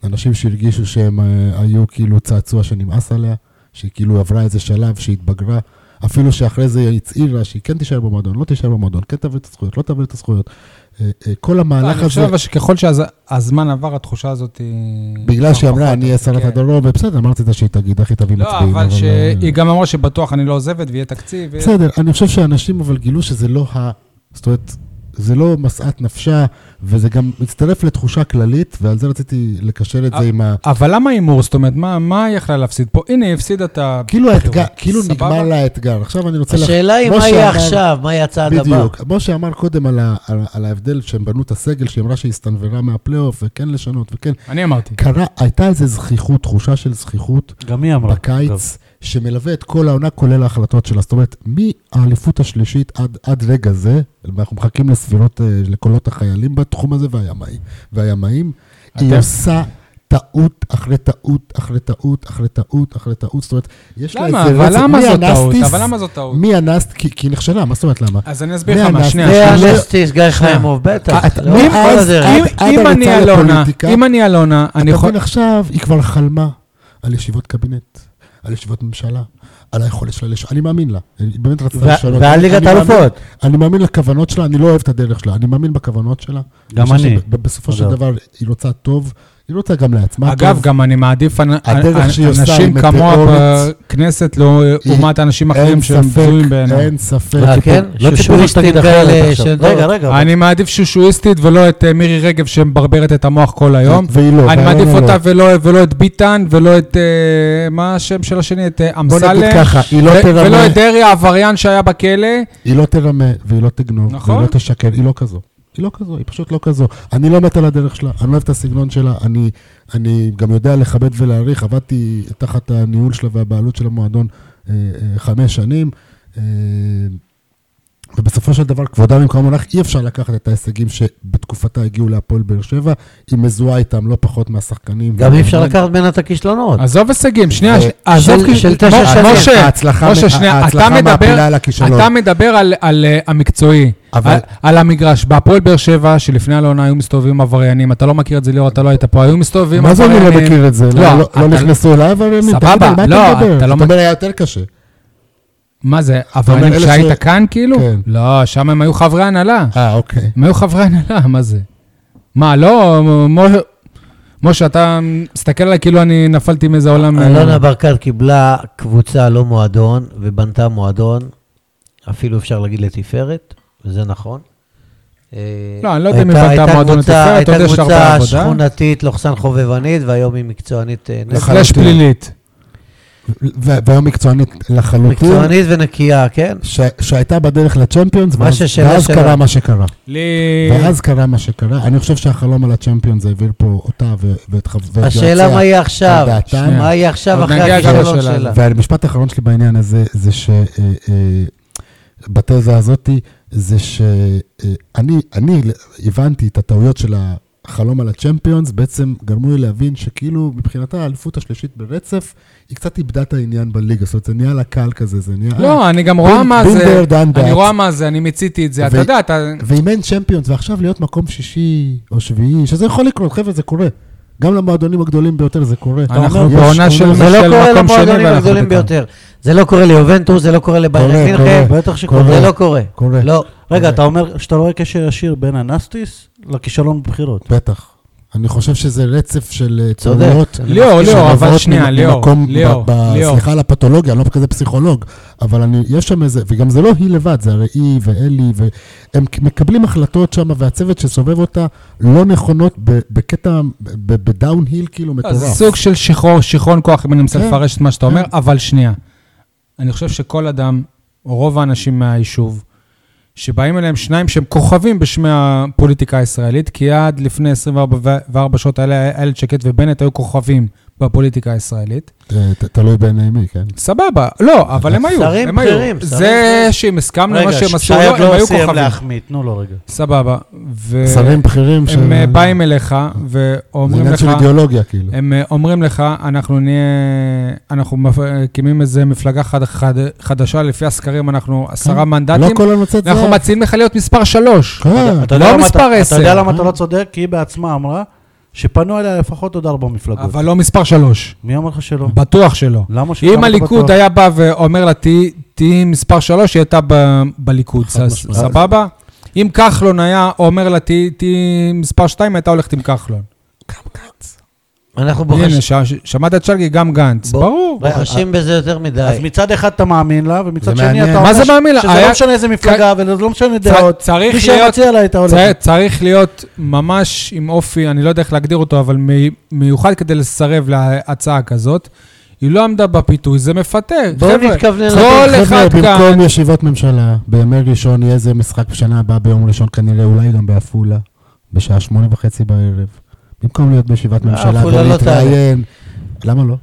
S4: אנשים שהרגישו שהם אה, היו כאילו צעצוע שנמאס עליה, שהיא כאילו עברה איזה שלב, שהיא התבגרה. אפילו שאחרי זה היא הצהירה שהיא כן תישאר במועדון, לא תישאר במועדון, כן תעביר את הזכויות, לא תעביר את הזכויות. אה, אה, כל המהלך
S1: אני
S4: הזה...
S1: חושב אבל שככל שהזמן עבר, התחושה הזאת היא...
S4: בגלל שהיא אמרה, אני אהיה שרת
S1: כן.
S4: הדרום, ובסדר, אמרתי לה שהיא תגיד, איך היא תביא
S1: לא,
S4: מצביעים.
S1: אבל
S4: אה,
S1: שהיא גם אמרה שבטוח אני לא עוזבת ויהיה תקציב. ויהיה-
S4: בסדר, אני חושב שאנשים אבל גילו שזה לא ה... זאת אומרת, זה לא משאת נפשה, וזה גם מצטרף לתחושה כללית, ועל זה רציתי לקשר את זה
S1: אה,
S4: עם ה...
S1: אבל למה הימור? זאת אומרת, מה- מה היא יכלה להפסיד פה? הנה, היא הפסידה את ה...
S4: כאילו האתגר, כאילו
S1: אוקיי, סבבה.
S4: נגמר לה האתגר. עכשיו אני רוצה... לח-
S3: השאלה היא
S4: כמו
S3: מה יהיה
S4: שאמר-
S3: עכשיו, מה יהיה הצעד הבא.
S4: בדיוק. משה אמר קודם על ה- על ה- על ההבדל שהם בנו את הסגל, שהיא אמרה שהיא הסתנוורה מהפלייאוף, וכן לשנות, וכן...
S1: אני אמרתי.
S4: קרה, הייתה איזו זכיחות, תחושה של זכיחות,
S2: גם היא אמרה. אגב.
S4: בקיץ, שמלווה את כל העונה, כולל ההחלטות שלה. זאת אומרת, מהאליפות השלישית עד, עד רגע זה, ואנחנו מחכים לספירות, אה, לקולות החיילים בתחום הזה והימאים, והימאים היא
S1: אתם-
S4: עושה טעות אחרי טעות, אחרי טעות, אחרי טעות, אחרי טעות. זאת אומרת, יש לה
S1: למה?
S4: איזה
S1: אבל למה
S4: מי
S1: זאת טעות?
S4: הנסטיס?
S1: אבל למה זאת טעות?
S4: מי הנסט? כי כי היא נכשלה, מה זאת אומרת למה?
S1: אז אני אסביר לך
S4: מי
S1: מה,
S4: הנס-
S1: שנייה.
S4: מי
S1: שנייה.
S4: הנס-
S3: ואנסטיס, גיא חיימוב, בטח. לא,
S1: אה,
S3: לאורך
S1: אם-
S3: כל
S4: אז-
S3: הדרך.
S1: אם-
S4: עד- עד
S1: אם
S4: הריצה
S1: אני אלונה,
S4: לפוליטיקה.
S1: אם אני אלונה, אני
S4: אתה
S1: יכול...
S4: מבין עכשיו, היא כבר חלמה על ישיבות קבינט, על ישיבות ממשלה, על היכולת שלה לש... אני מאמין לה, היא באמת רצתה
S2: ו-
S4: לשנות.
S2: ועל
S4: לא אני-
S2: ליגת
S4: אני מאמין-
S2: האלופות.
S4: אני מאמין לכוונות שלה, אני לא אוהב את הדרך שלה, אני מאמין בכוונות שלה.
S2: גם
S4: חושב
S2: אני.
S4: שב- בסופו של
S2: אגב.
S4: דבר, היא רוצה טוב, היא רוצה גם לעצמה
S1: אגב,
S4: טוב.
S1: גם אני מעדיף אנ-
S4: הדרך
S1: אנ-
S4: שהיא עושה
S1: אנשים
S4: היא
S1: כמוה
S4: מטאורית.
S1: בכנסת לא- לעומת אנשים אחרים
S4: אין
S1: שהם בזויים
S4: ספק,
S1: בעיניי.
S4: אין ספק.
S3: אה, כן?
S2: לא ציפיתי שתגיד
S3: שושואיסטים
S2: אחרת
S3: כאלה
S2: עכשיו.
S3: של...
S2: רגע, רגע. אבל-
S1: אני מעדיף שושואיסטית ולא את אה, מירי רגב שמברברת את המוח כל היום.
S4: והיא לא,
S1: אני
S4: והיא
S1: מעדיף
S4: לא, לא.
S1: אותה ולא- ולא את ביטן ולא את... אה, מה השם של השני? את אה,
S4: בוא
S1: אמסלם.
S4: נגיד ככה, היא לא
S1: ו- ולא
S4: תרמה,
S1: את דרעי העבריין שהיה בכלא.
S4: היא לא תרמה, והיא לא תגנוב,
S1: נכון.
S4: והיא לא תשקר, היא לא כזו. היא לא כזו, היא פשוט לא כזו. אני לא מת על הדרך שלה, אני לא אוהב את הסגנון שלה, אני, אני גם יודע לכבד ולהעריך, עבדתי תחת הניהול שלה והבעלות של המועדון אה, אה, חמש שנים. אה, ובסופו של דבר, כבודה במקום מונח, אי אפשר לקחת את ההישגים שבתקופתה הגיעו להפועל באר שבע, היא מזוהה איתם לא פחות מהשחקנים.
S3: גם אי אפשר
S4: והמאמן.
S3: לקחת ממנה את הכישלונות.
S1: עזוב הישגים, שנייה,
S4: אה,
S1: ש- עזוב...
S3: של-
S1: כי-
S3: של
S1: מ-
S3: תשע שנים.
S1: משה,
S4: ההצלחה
S1: משה,
S4: מ-
S1: שנייה,
S4: ההצלחה
S1: אתה מדבר-
S4: מעפילה על הכישלון.
S1: אתה מדבר על- על אה, המקצועי,
S4: אבל-
S1: על- על המגרש. בהפועל באר שבע, שלפני הלעונה היו מסתובבים עבריינים, אתה לא מכיר את זה, ליאור, אתה לא היית פה, היו מסתובבים
S4: מה זה
S1: עבריינים.
S4: אני לא מכיר את זה?
S1: לא,
S4: לא-
S1: אתה-
S4: לא נכנסו אליי, אבל...
S1: סבבה, לא, אתה לא
S4: זאת
S1: מכיר-
S4: אומרת, היה יותר קשה.
S1: מה זה,
S4: אומר,
S1: עבריינים
S4: אלה
S1: כשהיית
S4: ש-
S1: כאן, כאילו?
S4: כן.
S1: לא, שם הם היו חברי הנהלה.
S4: אה, אוקיי.
S1: הם היו חברי הנהלה, מה זה? מה, לא, מ- משה, אתה מסתכל עליי כאילו אני נפלתי מאיזה עולם... אה,
S3: אלונה ברקת קיבלה קבוצה, לא מועדון, ובנתה מועדון, אפילו אפשר להגיד לתפארת, וזה נכון. אה,
S1: לא, אני לא יודע אם היא
S3: הייתה-
S1: בנתה
S3: הייתה
S1: מועדון
S3: קבוצה-
S1: לתפארת, עוד יש לה הרבה
S3: הייתה
S1: עבודה.
S3: קבוצה שכונתית, לוחסן חובבנית, והיום היא מקצוענית אה, נס-
S1: סלש פלילית.
S4: ו- והיום מקצוענית לחלוטין,
S3: מקצוענית ונקייה, כן?
S4: ש- שהייתה בדרך לצ'מפיונס,
S3: מה
S4: ואז-
S3: ששאלה
S4: ואז
S3: שלה.
S4: קרה מה שקרה.
S1: לי...
S4: ואז קרה מה שקרה. אני חושב שהחלום על הצ'מפיונס העביר פה אותה ו- ואת חברי
S3: השאלה מה יהיה עכשיו,
S4: על כן. דעתם.
S3: מה יהיה עכשיו
S1: עוד
S3: אחרי
S1: נגיע גם
S3: הכישלון
S1: לשאלה
S3: שלה.
S4: והמשפט האחרון שלי בעניין הזה, זה ש... אה, אה, בתזה הזאתי, זה שאני אני הבנתי את הטעויות של החלום על הצ'מפיונס, בעצם גרמו לי להבין שכאילו מבחינתה האליפות השלישית ברצף, היא קצת איבדה את העניין בליגה, זאת אומרת, זה נהיה לה קל כזה, זה נהיה... אה,
S1: לא, אני גם רואה מה
S4: been
S1: זה,
S4: there, done
S1: אני
S4: that.
S1: רואה מה זה, אני מיציתי את זה, אתה
S4: ו-
S1: יודע, אתה...
S4: ואם אין צ'מפיונס, ועכשיו להיות מקום שישי או שביעי, שזה יכול לקרות, חבר'ה, זה קורה. גם למועדונים הגדולים ביותר זה קורה. אתה
S1: אנחנו
S4: אומר, יש-
S1: בעונה של-
S4: אומר,
S3: זה לא
S1: של
S3: קורה
S1: מקום שני
S3: למועדונים
S1: ואנחנו
S3: הגדולים
S1: בטח.
S3: ביותר. זה לא קורה ליובנטוס, זה לא קורה
S4: קורה,
S3: לביירן מינכן,
S4: קורה,
S3: בטח שקורה.
S4: קורה.
S3: זה לא קורה.
S4: קורה.
S3: לא.
S4: אה.
S2: רגע, אתה אומר שאתה רואה קשר ישיר בין הנסטיס לכישלון בבחירות.
S4: בטח. אני חושב שזה רצף של אה,
S3: צודק.
S4: טעויות.
S3: אני
S1: ליאור,
S4: שנובעות
S1: ליאור, לא, אבל
S4: ממ-
S1: שנייה, ליאור,
S4: ממקום ב-
S1: ליאור,
S4: ב-
S1: ליאור.
S4: סליחה על הפתולוגיה, אני לא כזה פסיכולוג, אבל אני, יש שם איזה, וגם זה לא היא לבד, זה הרי היא ואלי, והם כ- מקבלים החלטות שם, והצוות שסובב אותה לא נכונות ב- בקטע, ב- בדאון-היל כאילו
S1: לא, זה
S4: מטורף.
S1: סוג של שחרור, שיכרון כוח, אם אני מנסה
S4: כן,
S1: לפרש את מה שאתה
S4: כן.
S1: אומר, אבל שנייה. אני חושב שכל אדם, או רוב האנשים מהיישוב, שבאים אליהם שניים שהם כוכבים בשמי הפוליטיקה הישראלית, כי עד לפני 24 ו- שעות האלה, איילת שקד ובנט היו כוכבים בפוליטיקה הישראלית.
S4: אה, ת- תלוי בעיני מי, כן?
S1: סבבה, לא, אבל הם היו,
S3: שרים
S1: הם היו.
S3: בכירים, שרים
S1: זה
S3: בכירים.
S1: שאם הסכמנו
S2: רגע,
S1: למה שהם
S2: שי
S1: עשו, לא,
S2: עוד
S1: הם
S2: לא
S1: היו
S2: סיים
S1: כוכבים.
S2: להחמיא, תנו לו רגע.
S1: סבבה. ו-
S4: שרים בכירים ש...
S1: אה, הם אה, באים אליך
S4: זה
S1: ואומרים
S4: עניין
S1: לך,
S4: של אידיאולוגיה, כאילו.
S1: הם אה, אומרים לך, אנחנו נהיה, אנחנו אה, מקימים איזה מפלגה חד, חד, חדשה, לפי הסקרים אנחנו עשרה
S4: לא
S1: מנדטים,
S4: כל הנוצאת זה...
S1: אנחנו מציעים לך להיות מספר שלוש.
S4: כן,
S2: אתה יודע
S1: לא
S2: למה
S1: מספר
S2: אתה-
S1: עשר. אה.
S2: אתה יודע למה אתה לא צודק? כי היא בעצמה אמרה שפנו אליה לפחות עוד ארבע מפלגות.
S1: אבל לא מספר שלוש,
S2: מי אמר לך שלא?
S1: בטוח
S4: לא,
S1: שלא.
S2: למה ש...
S1: אם
S2: למה אתה
S1: הליכוד
S2: בטוח?
S1: היה בא ואומר לה, "תהיי- תהיי מספר שלוש, היא הייתה ב- בליכוד,
S4: חד
S1: ס-
S4: משמעית.
S1: סבבה? אם כחלון היה אומר לה, "תהיי- תהיי מספר שתיים, הייתה הולכת עם כחלון.
S3: אנחנו
S1: הנה,
S3: בוחש-
S1: ש- ש- שמעת את שלגי, גם גנץ.
S3: בוא-
S1: ברור.
S3: בוחשים בזה יותר מדי.
S2: אז מצד אחד אתה מאמין לה,
S4: זה
S2: ומצד שני
S4: מעניין.
S2: אתה
S4: מה
S2: אומר
S1: זה
S2: ש-
S1: מאמין לה?
S2: שזה
S1: היה-
S2: לא משנה איזה מפלגה, וזה לא משנה
S1: צר-
S2: דעות.
S1: צריך
S2: מי לא.
S1: להיות-
S2: שמציע לה הייתה
S1: צר-
S2: הולכת.
S1: צריך להיות ממש עם אופי, אני לא יודע איך להגדיר אותו, אבל מי- מיוחד כדי לסרב להצעה כזאת. היא לא עמדה בפיתוי, זה מפתה.
S3: בואו
S1: חבר'ה,
S3: נתכוונן
S1: כל
S4: חבר'ה,
S1: אחד כאן,
S4: במקום ישיבות ממשלה, בימי ראשון יהיה איזה משחק בשנה הבאה ביום ראשון, כנראה אולי גם בעפולה, בשעה שמונה וחצי בערב. במקום להיות בישיבת
S3: אה,
S4: ממשלה
S3: עפולה לא
S4: ולהתראיין. למה לא?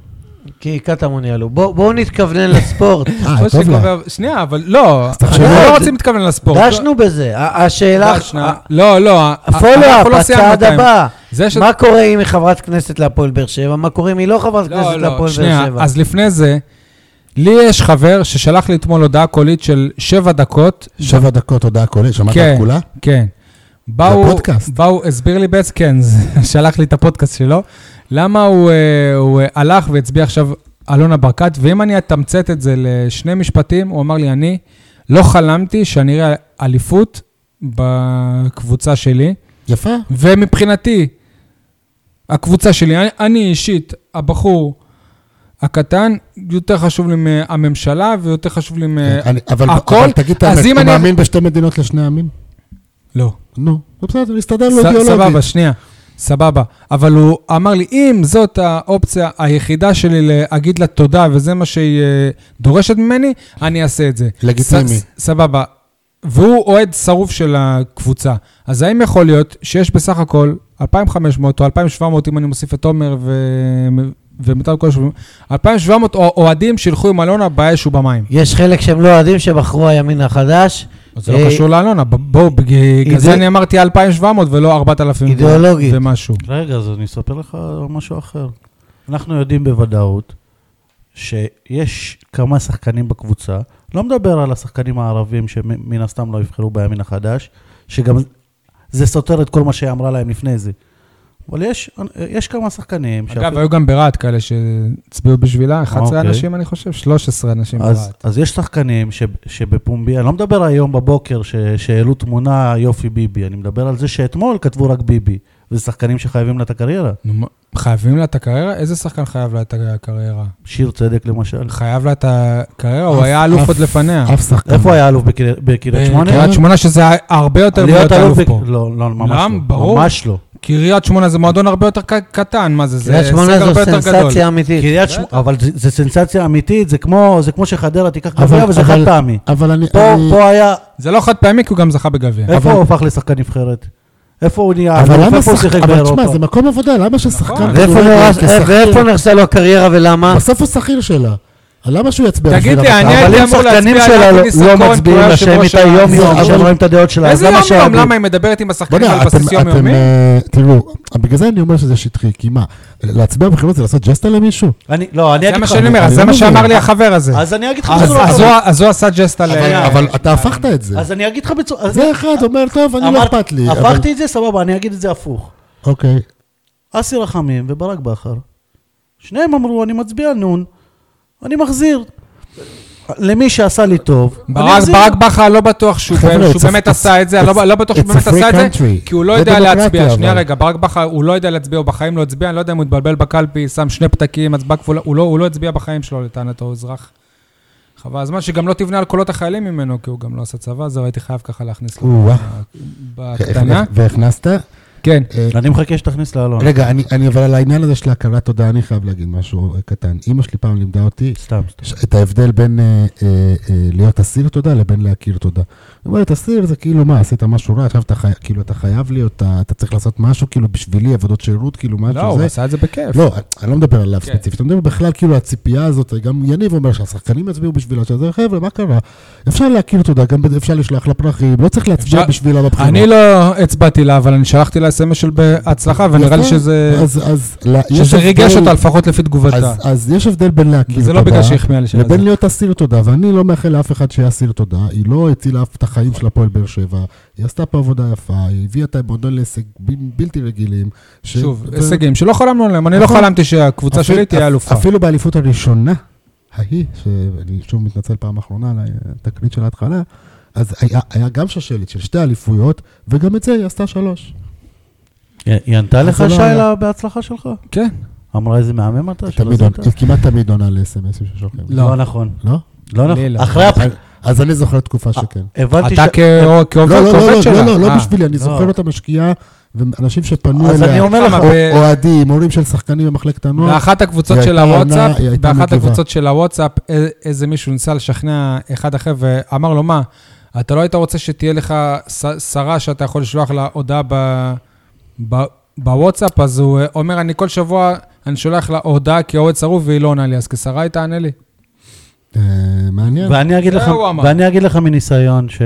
S3: כי קטמון יעלו. בוא- בואו נתכוונן לספורט.
S4: אה,
S1: כל
S4: טוב לה.
S1: שקובע- שנייה, אבל לא, אנחנו
S4: תחשבו.
S1: לא
S3: אה,
S1: רוצים להתכוון לספורט.
S3: דשנו בזה. ה- השאלה...
S1: דשנה. לא, לא, ה-
S3: אה, הפולו-אפ,
S1: אנחנו לא סיימנו
S3: הצעד
S1: את ה-
S3: הבא.
S1: זה ש...
S3: מה קורה אם היא חברת כנסת להפועל באר שבע? מה קורה אם היא לא חברת כנסת
S1: לא, לא,
S3: להפועל
S1: שנייה,
S3: באר שבע?
S1: אז לפני זה, לי יש חבר ששלח לי אתמול הודעה קולית של שבע דקות.
S4: שבע דקות הודעה כולל, שמעת
S1: כן.
S4: את כולה?
S1: כן. באו,
S4: פודקאסט.
S1: באו, הסביר לי בעצם, כן, זה- שלח לי את הפודקאסט שלו, למה הוא, אה, הוא אה, הלך והצביע עכשיו אלונה ברקת, ואם אני אתמצת את זה לשני משפטים, הוא אמר לי, אני לא חלמתי שאני אראה אליפות בקבוצה שלי,
S4: יפה.
S1: אה, ומבחינתי, הקבוצה שלי, אני, אני אישית, הבחור הקטן, יותר חשוב לי מהממשלה ויותר חשוב לי מה...
S4: אה, אני- אבל
S1: הכל?
S4: אבל תגיד את
S1: אז
S4: האמת,
S1: אם
S4: אתה
S1: אני-
S4: מאמין בשתי מדינות לשני עמים?
S1: לא.
S4: נו, בסדר, נסתדר לו
S1: ס- סבבה,
S4: אידיאולוגית.
S1: שנייה. סבבה. אבל הוא אמר לי, אם זאת האופציה היחידה שלי להגיד לה תודה, וזה מה שהיא אה, דורשת ממני, אני אעשה את זה.
S4: לגיטימי.
S1: ס- ס- סבבה. והוא אוהד שרוף של הקבוצה. אז האם יכול להיות שיש בסך הכל 2,500 או 2,700, אם אני מוסיף את תומר ו... ומיטל כל השבועים, 2,700 או- אוהדים שילכו עם אלונה באש ובמים.
S3: יש חלק שהם לא אוהדים שבחרו הימין החדש,
S1: זה לא
S3: אה,
S1: קשור לאלונה, ב- בואו, בג- בגלל זה
S3: אידא-
S1: אני אמרתי 2,700 ולא 4,000 ו-
S3: אידיאולוגית.
S1: ומשהו.
S2: רגע, אז אני אספר לך משהו אחר. אנחנו יודעים בוודאות שיש כמה שחקנים בקבוצה, לא מדבר על השחקנים הערבים שמן הסתם לא יבחרו בימין החדש, שגם זה סותר את כל מה שהיא אמרה להם לפני זה. אבל יש, יש כמה שחקנים,
S1: אגב, היו גם ברהט כאלה שהצביעו בשבילה, 11
S2: אוקיי.
S1: אנשים, אני חושב, 13 אנשים
S2: אז,
S1: ברהט.
S2: אז יש שחקנים ש, שבפומבי, אני לא מדבר היום בבוקר ש, שהעלו תמונה יופי ביבי, אני מדבר על זה שאתמול כתבו רק ביבי, וזה שחקנים שחייבים לה את הקריירה.
S1: נו, מה- חייבים לה את הקריירה? איזה שחקן חייב לה את הקריירה?
S2: שיר צדק למשל.
S1: חייב לה את הקריירה? הוא
S4: אף-
S1: היה אלוף
S4: אף-
S1: עוד לפניה.
S4: אף שחקן.
S2: איפה היה אלוף בקר- בקריית שמונה?
S1: קריית שמונה שזה הרבה יותר מלהיות אלוף
S2: בק-
S1: פה.
S2: לא, לא, ממש
S1: למה?
S2: לא.
S1: ברור.
S2: ממש לא.
S1: קריית שמונה זה מועדון הרבה יותר ק- קטן, מה זה? זה
S3: קריית שמונה
S1: הישג
S3: זו
S1: הרבה יותר גדול.
S3: סנסציה אמיתית.
S2: קריית שמונה, אבל זה- זה סנסציה אמיתית, זה כמו זה כמו שחדרה תיקח
S4: אבל-
S2: גביע וזה
S4: אבל-
S2: חד פעמי.
S4: אבל אני...
S2: פה
S4: אני-
S2: פה היה,
S1: זה לא חד פעמי, כי הוא גם זכה בגביע.
S2: איפה
S4: אבל-
S2: הוא הפך לשחקן נבחרת? איפה הוא נהיה?
S4: אבל
S2: אלוף?
S4: למה
S2: איפה הוא
S4: שחק...
S2: שיחק
S4: אבל תשמע,
S2: באירופה? אה,
S4: זה מקום עבודה, למה ששחקן...
S1: נכון.
S3: ואיפה
S4: כדורגל
S3: נהרס-
S4: כשחקן-
S3: ואיפה נהרסה לו הקריירה ולמה?
S4: בסוף הוא שכיר שלה. למה שהוא יצביע
S1: אה. תגיד לי,
S4: המטרה?
S1: אני
S2: אבל
S1: הייתי
S2: אם
S1: אמור
S2: שחקנים
S1: להצביע על
S2: שלה
S1: אבי
S2: לא-
S1: ניסנקורן,
S2: לא מצביעים
S1: כי הוא היה
S2: לשם
S1: יושב-ראש
S2: איתה יום-יום,
S1: ה-
S2: שהם רואים את הדעות שלה, אז
S1: איזה
S2: למה
S1: יום-יום?
S2: שיעדיף?
S1: למה היא מדברת עם השחקנים
S4: בוא'נה,
S1: על
S4: אתם,
S1: בסיס
S4: אתם,
S1: יומיומי?
S4: אה, תראו, בגלל זה אני אומר שזה שטחי, כי מה, להצביע בבחירות זה לעשות ג'סטה למישהו?
S2: אני- לא, אני
S1: זה
S2: אגיד
S1: מה
S2: לך.
S1: שאני אומר,
S4: אני
S1: אז זה
S4: לא
S1: מה
S4: מבין.
S1: שאמר לי החבר הזה.
S2: אז אני אגיד לך
S1: אז-
S2: שזה לא
S1: אז
S2: טוב.
S1: הוא- אז הוא עשה ג'סט על...
S4: אבל
S1: אה,
S4: אבל אתה הפכת את זה.
S2: אז אני אגיד לך בצורה...
S4: זה אחד אומר, טוב, אני לא
S2: אמרתי-
S4: אכפת לי. אבל-
S2: הפכתי את זה, סבבה, אני אגיד את זה הפוך.
S4: אוקיי.
S2: אסי רחמים וברק בכר, שניהם אמרו, אני מצביע נון, אני מחזיר. למי שעשה לי טוב, אני
S1: ברק,
S2: מחזיר.
S1: ברק בכר לא בטוח שהוא
S4: חבר'ה,
S1: שהוא
S4: it's a-
S1: באמת
S4: it's-
S1: עשה את זה, אני לא-
S4: it's-
S1: לא בטוח שהוא
S4: it's a
S1: באמת
S4: free
S1: עשה את זה,
S4: country.
S1: כי הוא לא
S4: זה
S1: יודע
S4: דמוקרטיה,
S1: להצביע. שנייה
S4: אבל.
S1: רגע, ברק בכר, הוא לא יודע להצביע, הוא בחיים לא הצביע, אני לא יודע אם הוא התבלבל בקלפי, שם שני פתקים, הצבעה כפולה, הוא לא- הוא לא הצביע בחיים שלו לטענתו, הוא אזרח. חבל הזמן, שגם לא תבנה על קולות החיילים ממנו, כי הוא גם לא עשה צבא, זה הייתי חייב ככה להכניס לו
S4: או-אה.
S1: בקטנה.
S4: והכנסת?
S1: כן,
S4: אה,
S2: אני מחכה שתכניס לאלון.
S4: רגע, אני, אני- אבל על העניין הזה של הכרת תודה, אני חייב להגיד משהו אה, קטן. אימא שלי פעם לימדה אותי
S2: סתם. סתם.
S4: ש- את ההבדל בין אה, אה, אה, להיות אסיר תודה לבין להכיר תודה. היא אומרת, אסיר זה כאילו מה, עשית משהו רע, עכשיו אתה, חי... כאילו, אתה חייב להיות, אתה, אתה צריך לעשות משהו כאילו בשבילי, עבודות שירות, כאילו משהו
S1: לא, הוא
S4: זה.
S1: עשה את זה בכיף.
S4: לא, אני לא מדבר עליו
S1: כן.
S4: ספציפית, אני מדבר בכלל, כאילו, הציפייה הזאת, גם יניב אומר שהשחקנים יצביעו בשבילה, שזה חבר'ה, מה קרה? אפשר להכיר תודה, גם ב- אפשר לשלוח לה פרחים, לא צריך להצביע
S1: אפשר-
S4: בשבילה בבחירות.
S1: אני לא הצבעתי לה, אבל אני שלחתי לה אס.אם.אס של בהצלחה, ונראה לי
S4: יפה.
S1: שזה
S4: נכון? אז- אז לה- יש
S1: שזה ריגש
S4: הבדל-
S1: אותה, לפחות לפי תגובתה.
S4: אז- אז יש הבדל בין להכיר
S1: וזה לא בגלל
S4: תודה,
S1: שהיא החמיאה לי של זה.
S4: לבין להיות אסיר תודה, ואני לא מאחל לאף אחד שיהיה אסיר תודה, היא לא הצילה אף את החיים של הפועל באר שבע, היא עשתה פה עבודה יפה, היא הביאה את המועדון להישג ב- בלתי רגילים. ש-
S1: שוב,
S4: ו-
S1: הישגים שלא חלמנו עליהם, אני לא
S4: נכון.
S1: חלמתי שהקבוצה
S4: אפילו-
S1: שלי תהיה
S4: אפ-
S1: אלופה.
S4: אפילו באליפות הראשונה, ההיא, שאני שוב מתנצל פעם אחרונה על התקרית של ההתחלה, אז היה- היה גם שושלת של שתי אליפויות, וגם את זה היא עשתה שלוש.
S2: היא היא ענתה
S4: אז
S2: לך,
S4: זה לא
S2: שי,
S4: היה.
S2: לה- בהצלחה שלך?
S1: כן.
S2: אמרה איזה מהמם אתה? שלא
S4: תמיד
S2: עשית?
S4: עונה- היא כמעט תמיד עונה לסמסים ששולחים.
S1: לא.
S2: לא נכון.
S4: לא?
S2: לא
S1: לי
S2: נכון.
S1: לא.
S2: אחרי הפ...
S4: אז אני זוכר תקופה שכן.
S2: הבנתי
S1: אתה
S2: ש...
S1: כ-
S4: לא, נכון, לא,
S1: כעובד
S4: לא,
S1: כעובד
S4: לא,
S1: שלה.
S4: לא, לא, לא
S1: אה.
S4: בשבילי, אני זוכר
S2: לא.
S4: אותה משקיעה, ואנשים שפנו
S2: אז אני
S4: אליה,
S2: אומר לך,
S1: למה,
S4: או-
S1: ב-
S4: אוהדים, הורים של שחקנים במחלקת הנוער.
S1: באחת הקבוצות
S4: Mm. היא
S1: של
S4: הייתה
S1: הוואטסאפ,
S4: עונה, היא הייתה
S1: באחת
S4: מגיבה.
S1: הקבוצות של הוואטסאפ, א- איזה מישהו ניסה לשכנע אחד אחר ואמר לו, מה, אתה לא היית רוצה שתהיה לך ש- שרה שאתה יכול לשלוח לה הודעה ב- ב- בוואטסאפ? אז הוא אה, אומר, אני כל שבוע, אני שולח לה הודעה כאוהד שרוף והיא לא עונה לי, אז כשרה היא תענה לי.
S4: אה, מעניין.
S2: ואני אגיד
S1: כן? זה
S2: לך,
S1: הוא אמר.
S2: ואני אגיד לך מניסיון ש...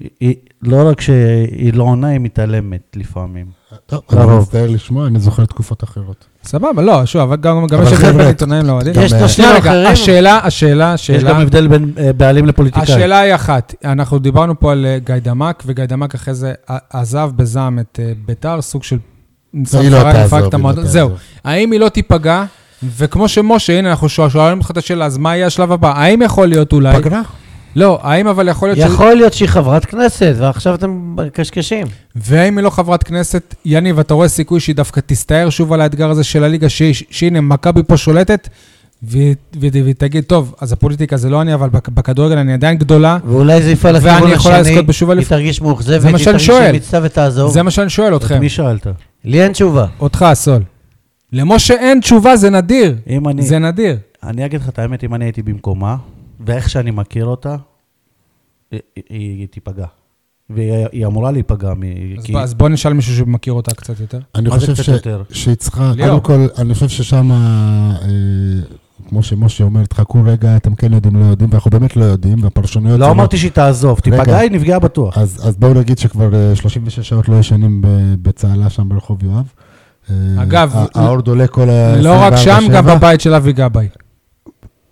S2: היא- היא- לא רק שהיא לא עונה, היא מתעלמת לפעמים.
S4: טוב, אני
S2: לרוב.
S4: מצטער לשמוע, אני זוכר תקופות אחרות.
S1: סבבה, לא, שוב, אבל גם גם
S4: אבל
S1: יש הבדל
S4: חבר'ה,
S1: בין עיתונאים לאוהדים.
S4: גם,
S3: יש
S4: אה,
S3: תשתים
S1: שנייה רגע,
S3: אחרים.
S1: השאלה, השאלה,
S2: יש
S1: השאלה,
S2: גם הבדל בין אה, בעלים לפוליטיקאי.
S1: השאלה היא אחת, אנחנו דיברנו פה על אה, גיידמק, וגיידמק אחרי זה ע- עזב בזעם את אה, ביתר, סוג של... ניסיון
S4: היא לא
S1: לפרק את
S4: תעזוב, היא לא
S1: המועדון.
S4: תעזוב.
S1: זהו, האם היא לא תיפגע? וכמו שמשה, הנה, אנחנו שואל- שואלים אותך את השאלה, אז מה יהיה השלב הבא? האם יכול להיות אולי...
S4: פגרה?
S1: לא, האם אבל יכול להיות... ש...
S3: יכול להיות שהיא חברת כנסת, ועכשיו אתם מקשקשים.
S1: והאם היא לא חברת כנסת, יניב, אתה רואה סיכוי שהיא דווקא תסתער שוב על האתגר הזה של הליגה, ש- ש- שהנה, מכבי פה שולטת, והיא- והיא והיא תגיד, טוב, אז הפוליטיקה זה לא אני, אבל בכ- בכדורגל אני עדיין גדולה.
S3: ואולי זה יפעל
S1: ואני
S3: לכיוון השני.
S1: יכולה לזכות בשוב
S3: היא
S1: אליפות.
S3: תרגיש מאוכזבת,
S1: זה מה
S3: היא
S1: שאני
S3: תרגיש
S1: שואל.
S3: שהיא מיצתה ותעזוב.
S1: זה מה שאני שואל
S2: את
S1: אתכם.
S2: מי שאלת?
S3: לי אין תשובה.
S1: אותך, סול. למשה אין תשובה, זה נדיר.
S2: אם אני...
S1: זה נדיר.
S2: אני אגיד לך את האמת, אם אני הייתי במקומה, ואיך שאני מכיר אותה, היא- היא- היא תיפגע. והיא היא אמורה להיפגע מ...
S1: אז
S2: כי-
S1: בוא- אז בוא נשאל מישהו שמכיר אותה קצת יותר.
S4: אני
S2: מה זה
S4: חושב
S2: קצת
S4: ש-
S2: יותר?
S4: שהיא צריכה,
S1: ליאור.
S4: קודם כל, אני חושב ששם, אה, כמו שמשה אומר, תחכו רגע, אתם כן יודעים, לא יודעים, ואנחנו באמת לא יודעים, והפרשנויות...
S2: לא
S4: שונות.
S2: אמרתי שהיא תעזוב, תיפגע,
S4: רגע. אה.
S2: היא נפגעה בטוח.
S4: אז, אז בואו נגיד שכבר אה, 36 שעות לא ישנים ב- בצהלה שם ברחוב יואב. אה,
S1: אגב,
S4: הא- האור דולה כל ה...
S1: לא רק שם,
S4: 24/7.
S1: גם בבית של אבי גבאי.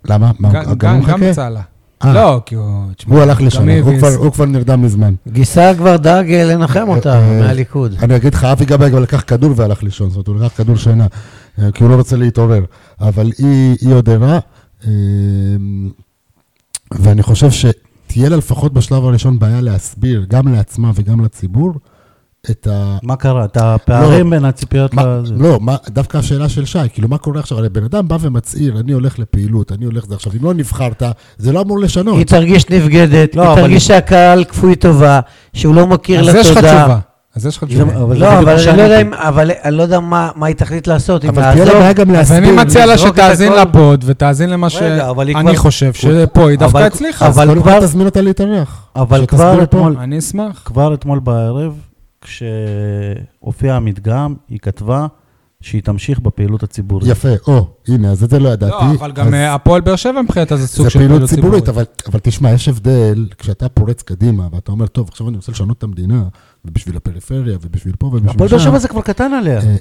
S4: למה? מה,
S1: גם-
S4: גם
S1: גם
S4: הוא
S1: גם
S4: מחכה?
S1: בצהלה.
S4: אה,
S1: לא, כי הוא... תשמע,
S4: הוא הלך
S1: גם
S4: לשם,
S1: היא
S4: הוא
S1: הביס.
S4: כבר- הוא כבר נרדם מזמן.
S3: גיסה כבר דאג אה, לנחם אותה
S4: אה,
S3: מהליכוד.
S4: אני אגיד לך, אבי גבאי גם לקח כדור והלך לישון, זאת אומרת, הוא לקח כדור שינה, אה, כי הוא לא רוצה להתעורר. אבל היא, היא עוד ערה, אה, ואני חושב שתהיה לה לפחות בשלב הראשון בעיה להסביר, גם לעצמה וגם לציבור, את ה...
S2: מה קרה? את הפערים בין הציפיות
S4: לא. מה,
S2: לזה.
S4: לא, מה, דווקא השאלה של שי, כאילו, מה קורה עכשיו? הרי בן אדם בא ומצהיר, אני הולך לפעילות, אני הולך זה. עכשיו, אם לא נבחרת, זה לא אמור לשנות.
S3: היא תרגיש נבגדת,
S2: לא,
S3: היא
S2: אבל-
S3: תרגיש שהקהל כפוי טובה, שהוא לא מכיר לה
S1: אז
S3: תודה.
S1: יש לך תשובה. אז יש לך תשובה.
S2: אבל זה
S3: לא,
S2: בדיוק מה
S3: אבל אני
S2: שאני
S3: לא יודע
S2: אמרתי.
S3: אם, אבל אני לא יודע מה מה היא תחליט לעשות, אם
S4: אבל תהיה לה
S3: לעזוב.
S4: בעיה גם
S1: אז
S4: להסביר.
S1: אני מציע לה
S3: לזרוק את
S1: שתאזין
S3: הכל.
S1: לפוד ותאזין למה
S2: רגע, אבל היא
S1: שאני
S2: כבר-
S1: חושב שפה היא דווקא
S3: אבל-
S1: הצליחה.
S4: אז
S3: אבל
S4: קודם כל
S3: כבר-
S4: תזמין אותה להתארח.
S2: אבל
S4: שתסביר
S2: כבר
S4: פה.
S2: אתמול,
S1: אני אשמח.
S2: כבר אתמול בערב, כשהופיע המדגם, היא כתבה שהיא תמשיך בפעילות הציבורית.
S4: יפה, או, הנה, אז את זה לא ידעתי.
S1: לא, אבל גם
S4: אז
S1: אה, הפועל באר שבע מבחינתה זה סוג
S4: זה
S1: של
S4: פעילות ציבורית, אבל, אבל תשמע, יש הבדל, כשאתה פורץ קדימה, ואתה אומר, טוב, עכשיו אני רוצה לשנות את המדינה, ובשביל הפריפריה, ובשביל פה, ובשביל שם.
S2: הפועל באר שבע זה כבר קטן עליה.
S4: אה, אה,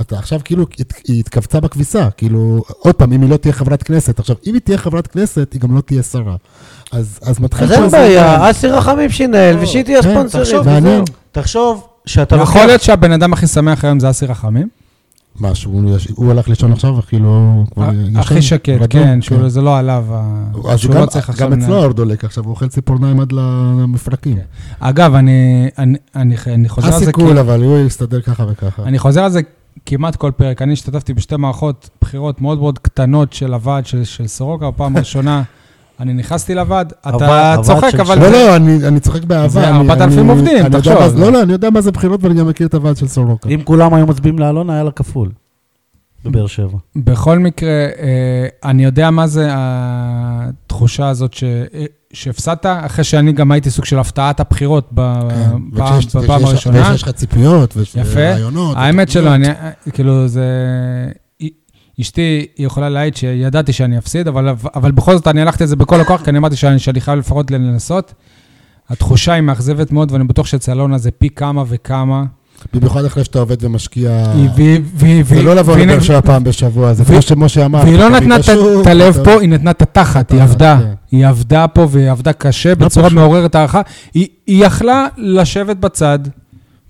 S4: אתה עכשיו כאילו, הת- היא התכווצה בכביסה, כאילו, עוד פעם, אם היא לא תהיה חברת כנסת, עכשיו, אם היא תהיה חברת כנסת, היא גם לא תהיה שרה. אז, אז מתחיל...
S3: אז
S4: פה
S3: אין
S4: איזה עניין.
S3: בעיה, אסי רחמים שינהל, ושהיא תהיה
S4: כן,
S3: ספונסרית.
S4: תחשוב, מעניין.
S3: וזהו.
S2: תחשוב שאתה לוקח...
S1: יכול להיות שהבן אדם הכי שמח היום זה אסי רחמים?
S4: מה, שהוא יש- הוא הלך לישון עכשיו, אחי לא... כבר ישן?
S1: הכי אה, שקט,
S4: רדום,
S1: כן, שהוא- זה לא עליו, ה-
S4: אז
S1: שהוא
S4: גם-
S1: לא צריך עכשיו...
S4: גם אצלו
S1: לנהל.
S4: האור דולק עכשיו, הוא אוכל ציפורניים עד למפרקים.
S1: אגב, אני- אני- אני אני חוזר על זה
S4: הסיכול, אבל הוא יסתדר ככה וככה.
S1: אני חוזר על זה כמעט כל פרק. אני השתתפתי בשתי מערכות בחירות מאוד מאוד קטנות של הוועד של, של סורוקה, בפעם הראשונה אני נכנסתי לוועד. אתה
S2: הוועד- הוועד
S1: צוחק,
S2: של-
S1: אבל...
S4: לא,
S1: זה-
S4: לא, אני אני צוחק באהבה.
S1: זה
S4: אני-
S1: 4,000
S4: אני-
S1: עובדים,
S4: אני יודע
S1: תחשוב. כן,
S4: מה זה- לא, לא, אני יודע מה זה בחירות ואני גם מכיר את הוועד של סורוקה.
S2: אם כולם היו מצביעים לאלונה, היה לה כפול. בבאר שבע.
S1: בכל מקרה, אה, אני יודע מה זה התחושה הזאת ש... אה, שהפסדת, אחרי שאני גם הייתי סוג של הפתעת הבחירות ב-
S4: כן,
S1: פעם-
S4: וכשיש-
S1: בפעם
S4: וכשיש-
S1: הראשונה.
S4: וכשיש לך ציפיות, ויש
S1: יפה.
S4: רעיונות.
S1: האמת
S4: ותוכניות.
S1: שלא, אני, כאילו, זה... אשתי, היא יכולה להעיד שידעתי שאני אפסיד, אבל, אבל בכל זאת אני הלכתי על זה בכל הכוח, כי אני אמרתי שאני, שאני חייב לפחות לנסות. התחושה היא מאכזבת מאוד, ואני בטוח שאצל אלונה זה פי כמה וכמה.
S4: במיוחד אחרי שאתה עובד ומשקיע...
S1: היא- והיא- והיא-
S4: אה. זה
S1: והיא-
S4: לא לבוא
S1: והיא-
S4: לבאר שבע פעם בשבוע, זה
S1: והיא-
S4: כמו שמשה אמר.
S1: והיא לא
S4: אתה
S1: נתנה את ה-
S4: בשוק,
S1: את הלב
S4: אתה-
S1: פה, היא נתנה את התחת, היא
S4: התחת,
S1: עבדה.
S4: כן.
S1: היא עבדה פה והיא עבדה קשה בצורה
S4: לא פשוט.
S1: מעוררת הערכה. היא היא יכלה לשבת בצד,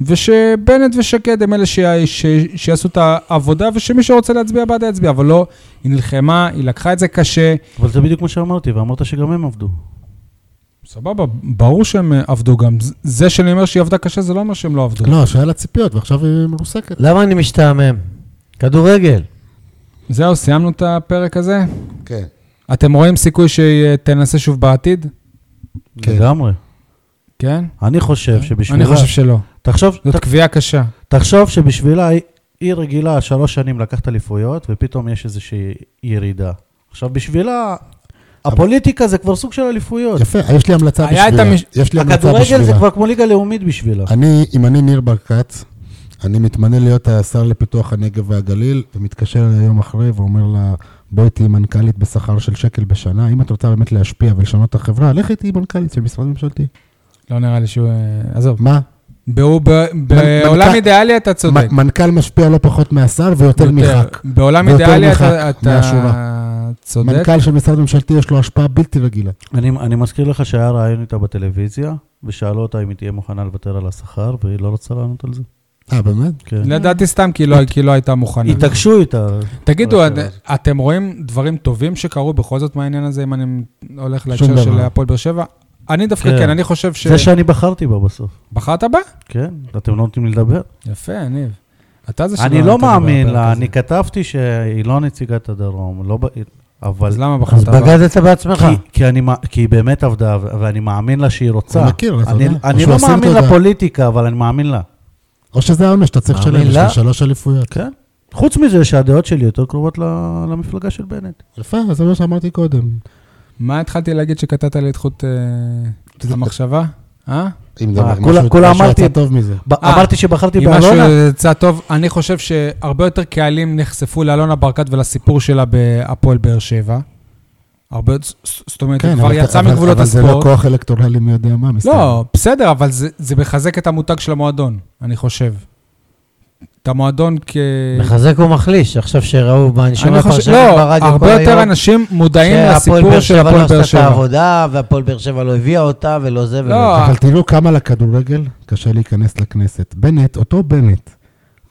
S1: ושבנט ושקד הם אלה שיה- ש- שיעשו את העבודה, ושמי שרוצה להצביע בעד יצביע, אבל לא, היא נלחמה, היא לקחה את זה קשה.
S2: אבל זה בדיוק מה שאמרתי, ואמרת שגם הם עבדו.
S1: סבבה, ברור שהם אה, עבדו גם. ז- זה שאני אומר שהיא עבדה קשה, זה לא אומר שהם לא עבדו.
S4: לא, שהיה לה ציפיות, ועכשיו היא מרוסקת.
S3: למה אני משתעמם? כדורגל.
S1: זהו, סיימנו את הפרק הזה?
S4: כן.
S1: אתם רואים סיכוי שהיא אה, תנסה שוב בעתיד?
S4: כן.
S2: לגמרי.
S1: כן?
S2: אני חושב שבשבילה...
S1: אני חושב שלא.
S2: תחשוב,
S1: זאת קביעה קשה.
S2: תחשוב שבשבילה היא- היא רגילה שלוש שנים לקחת אליפויות, ופתאום יש איזושהי ירידה. עכשיו, בשבילה, הפוליטיקה זה כבר סוג של אליפויות.
S4: יפה, יש לי המלצה
S1: היה את
S4: בשבילה.
S1: המש-
S4: יש לי המלצה בשבילה.
S2: הכדורגל זה כבר כמו ליגה לאומית בשבילה.
S4: אני, אם אני ניר ברקת, אני מתמנה להיות השר לפיתוח הנגב והגליל, ומתקשר אליה יום אחרי ואומר לה, בואי תהיי מנכ"לית בשכר של שקל בשנה, אם את רוצה באמת להשפיע ולשנות את החברה, לכי תהיי מנכ"לית של משרד ממשלתי.
S1: לא נראה לי שהוא... אה, עזוב.
S4: מה?
S1: באו- ב- בעולם
S4: מנכ"ל-
S1: אידיאלי אתה צודק.
S4: מ- מנכ"ל משפיע לא פחות מהשר ויותר
S1: יותר.
S4: מח"כ.
S1: בעולם
S4: ויותר
S1: אידיאלי
S4: מח"כ
S1: אתה- אתה
S4: מהשורה.
S1: צודק.
S4: מנכ"ל של משרד ממשלתי יש לו השפעה בלתי רגילה.
S2: אני, אני מזכיר לך שהיה רעיון איתה בטלוויזיה, ושאלו אותה אם היא תהיה מוכנה לוותר על השכר, והיא לא רצה לענות על זה.
S4: אה, באמת?
S2: כן.
S1: לדעתי סתם כי לא- כי לא הייתה מוכנה.
S2: התעקשו איתה.
S1: תגידו,
S2: אוקיי,
S1: את- אתם רואים דברים טובים שקרו בכל זאת מהעניין הזה, אם אני הולך
S4: שום
S1: להקשר של
S4: דבר.
S1: הפועל באר שבע? אני דווקא
S2: כן.
S1: כן, אני חושב ש...
S2: זה שאני בחרתי בה בסוף.
S1: בחרת בה?
S2: כן, אתם לא נותנים לי לדבר.
S1: יפה, יניב. אתה זה שלא
S2: אני
S1: נתת
S2: לא
S1: לי
S2: מאמין
S1: בפרק
S2: לה,
S1: הזה.
S2: אני כתבתי שהיא לא נציגת הדרום, לא ב... אבל...
S1: אז למה
S3: אז
S1: בחרת בה?
S3: בגדת בעצמך.
S2: כי, כי, אני, מא- כי היא באמת עבדה, ו- ואני מאמין לה שהיא רוצה.
S4: הוא מכיר, אתה
S2: אני,
S4: יודע. או
S2: אני
S4: שהוא
S2: לא
S4: אסיר
S2: מאמין
S4: תודה.
S2: לפוליטיקה, אבל אני מאמין לה.
S4: או שזה העונש, אתה צריך
S3: מאמין
S4: לשלם, יש
S3: לה?
S4: לך שלוש אליפויות.
S2: כן. חוץ מזה שהדעות שלי יותר קרובות ל- למפלגה של בנט.
S4: יפה, זה מה שאמרתי קודם.
S1: מה התחלתי להגיד שקטעת לי את חוט אה, המחשבה? אה?
S4: אם זה
S2: מה,
S4: משהו-
S2: כולה- כולה
S4: משהו
S2: אמרתי-
S4: יצא טוב מזה.
S2: ב-
S1: אה,
S2: אמרתי שבחרתי
S1: אם משהו
S2: באלונה?
S1: יצא טוב, אני חושב שהרבה יותר קהלים נחשפו לאלונה ברקת ולסיפור שלה בהפועל באר שבע. הרבה, ז- ז- זאת אומרת, היא
S4: כן,
S1: כבר
S4: אבל-
S1: יצאה
S4: אבל-
S1: מגבולות
S4: אבל זה לא
S1: הספורט.
S4: כוח אלקטורלי מי יודע מה, מסתבר.
S1: לא, בסדר, אבל זה זה מחזק את המותג של המועדון, אני חושב. את המועדון כ...
S3: מחזק ומחליש, עכשיו שראו באנשים
S1: אני חושב,
S3: הפרשנים
S1: לא,
S3: ברדיו כל
S1: הרבה יותר
S3: היום,
S1: אנשים מודעים
S3: שהפועל
S1: לסיפור
S3: באר
S1: של
S3: שבע לא
S1: הפועל
S3: עשתה
S1: באר
S3: את
S1: שבע.
S3: העבודה, והפועל באר שבע לא הביאה אותה, ולא זה ולא
S1: לא,
S3: זה.
S4: אבל תראו כמה לכדורגל קשה להיכנס לכנסת. בנט, אותו בנט,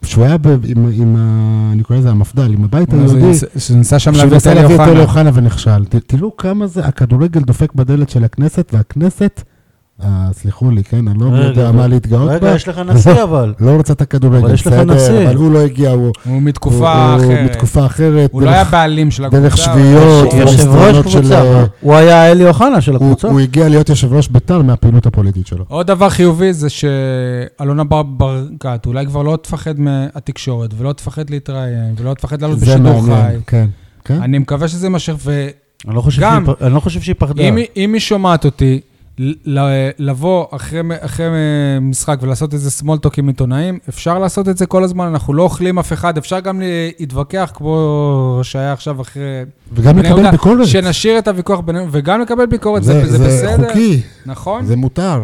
S4: שהוא היה ב- עם- עם, ה- אני קורא לזה המפד"ל, עם הבית היהודי,
S1: שניסה שם
S4: שהוא
S1: להביא את
S4: ניסה
S1: אלי
S4: להביא את אלי
S1: אוחנה.
S4: אוחנה ונכשל. ת- תראו כמה זה, הכדורגל דופק בדלת של הכנסת, והכנסת, אה, סלחו לי, כן, אני לא
S2: רגע,
S4: יודע
S2: רגע.
S4: מה להתגאות
S2: רגע,
S4: בה.
S2: יש לך נשיא אבל.
S4: לא רוצה את
S2: אבל
S4: הכדורגל,
S2: יש לך
S4: בסדר,
S2: נשיא.
S4: אבל הוא לא הגיע, הוא
S1: הוא
S4: הוא-
S1: מתקופה
S4: הוא
S1: אחרת.
S4: מתקופה אחרת.
S1: הוא לא היה
S4: דרך-
S1: בעלים של הקבוצה.
S4: דרך
S1: אבל-
S4: שביעיות,
S3: הוא יושב ראש
S4: ומסדרונות של...
S3: קבוצה,
S4: אה,
S3: מה?
S2: הוא היה אלי אוחנה של
S4: הוא
S2: הקבוצה.
S4: הוא הגיע להיות יושב ראש בית"ר מהפעילות הפוליטית שלו.
S1: עוד דבר חיובי זה שאלונה בר- ברקת אולי כבר לא תפחד מהתקשורת, ולא תפחד להתראיין, ולא תפחד לעלות
S4: זה
S1: בשידור חי.
S4: מעניין, כן. כן?
S1: אני מקווה שזה יימשך, ואם
S2: אני לא חושב
S1: גם-
S2: שהיא פ- אני לא חושב שהיא פחדה.
S1: היא- אם היא שומעת אותי, ל- ל- לבוא אחרי מ- אחרי אה, משחק ולעשות איזה small talk עם עיתונאים, אפשר לעשות את זה כל הזמן, אנחנו לא אוכלים אף אחד, אפשר גם להתווכח כמו שהיה עכשיו אחרי...
S4: וגם
S1: בני יהודה,
S4: לקבל ביקורת.
S1: שנשאיר את הוויכוח בינינו, וגם לקבל ביקורת, זה זה
S4: זה
S1: בסדר.
S4: חוקי,
S1: נכון?
S4: זה מותר.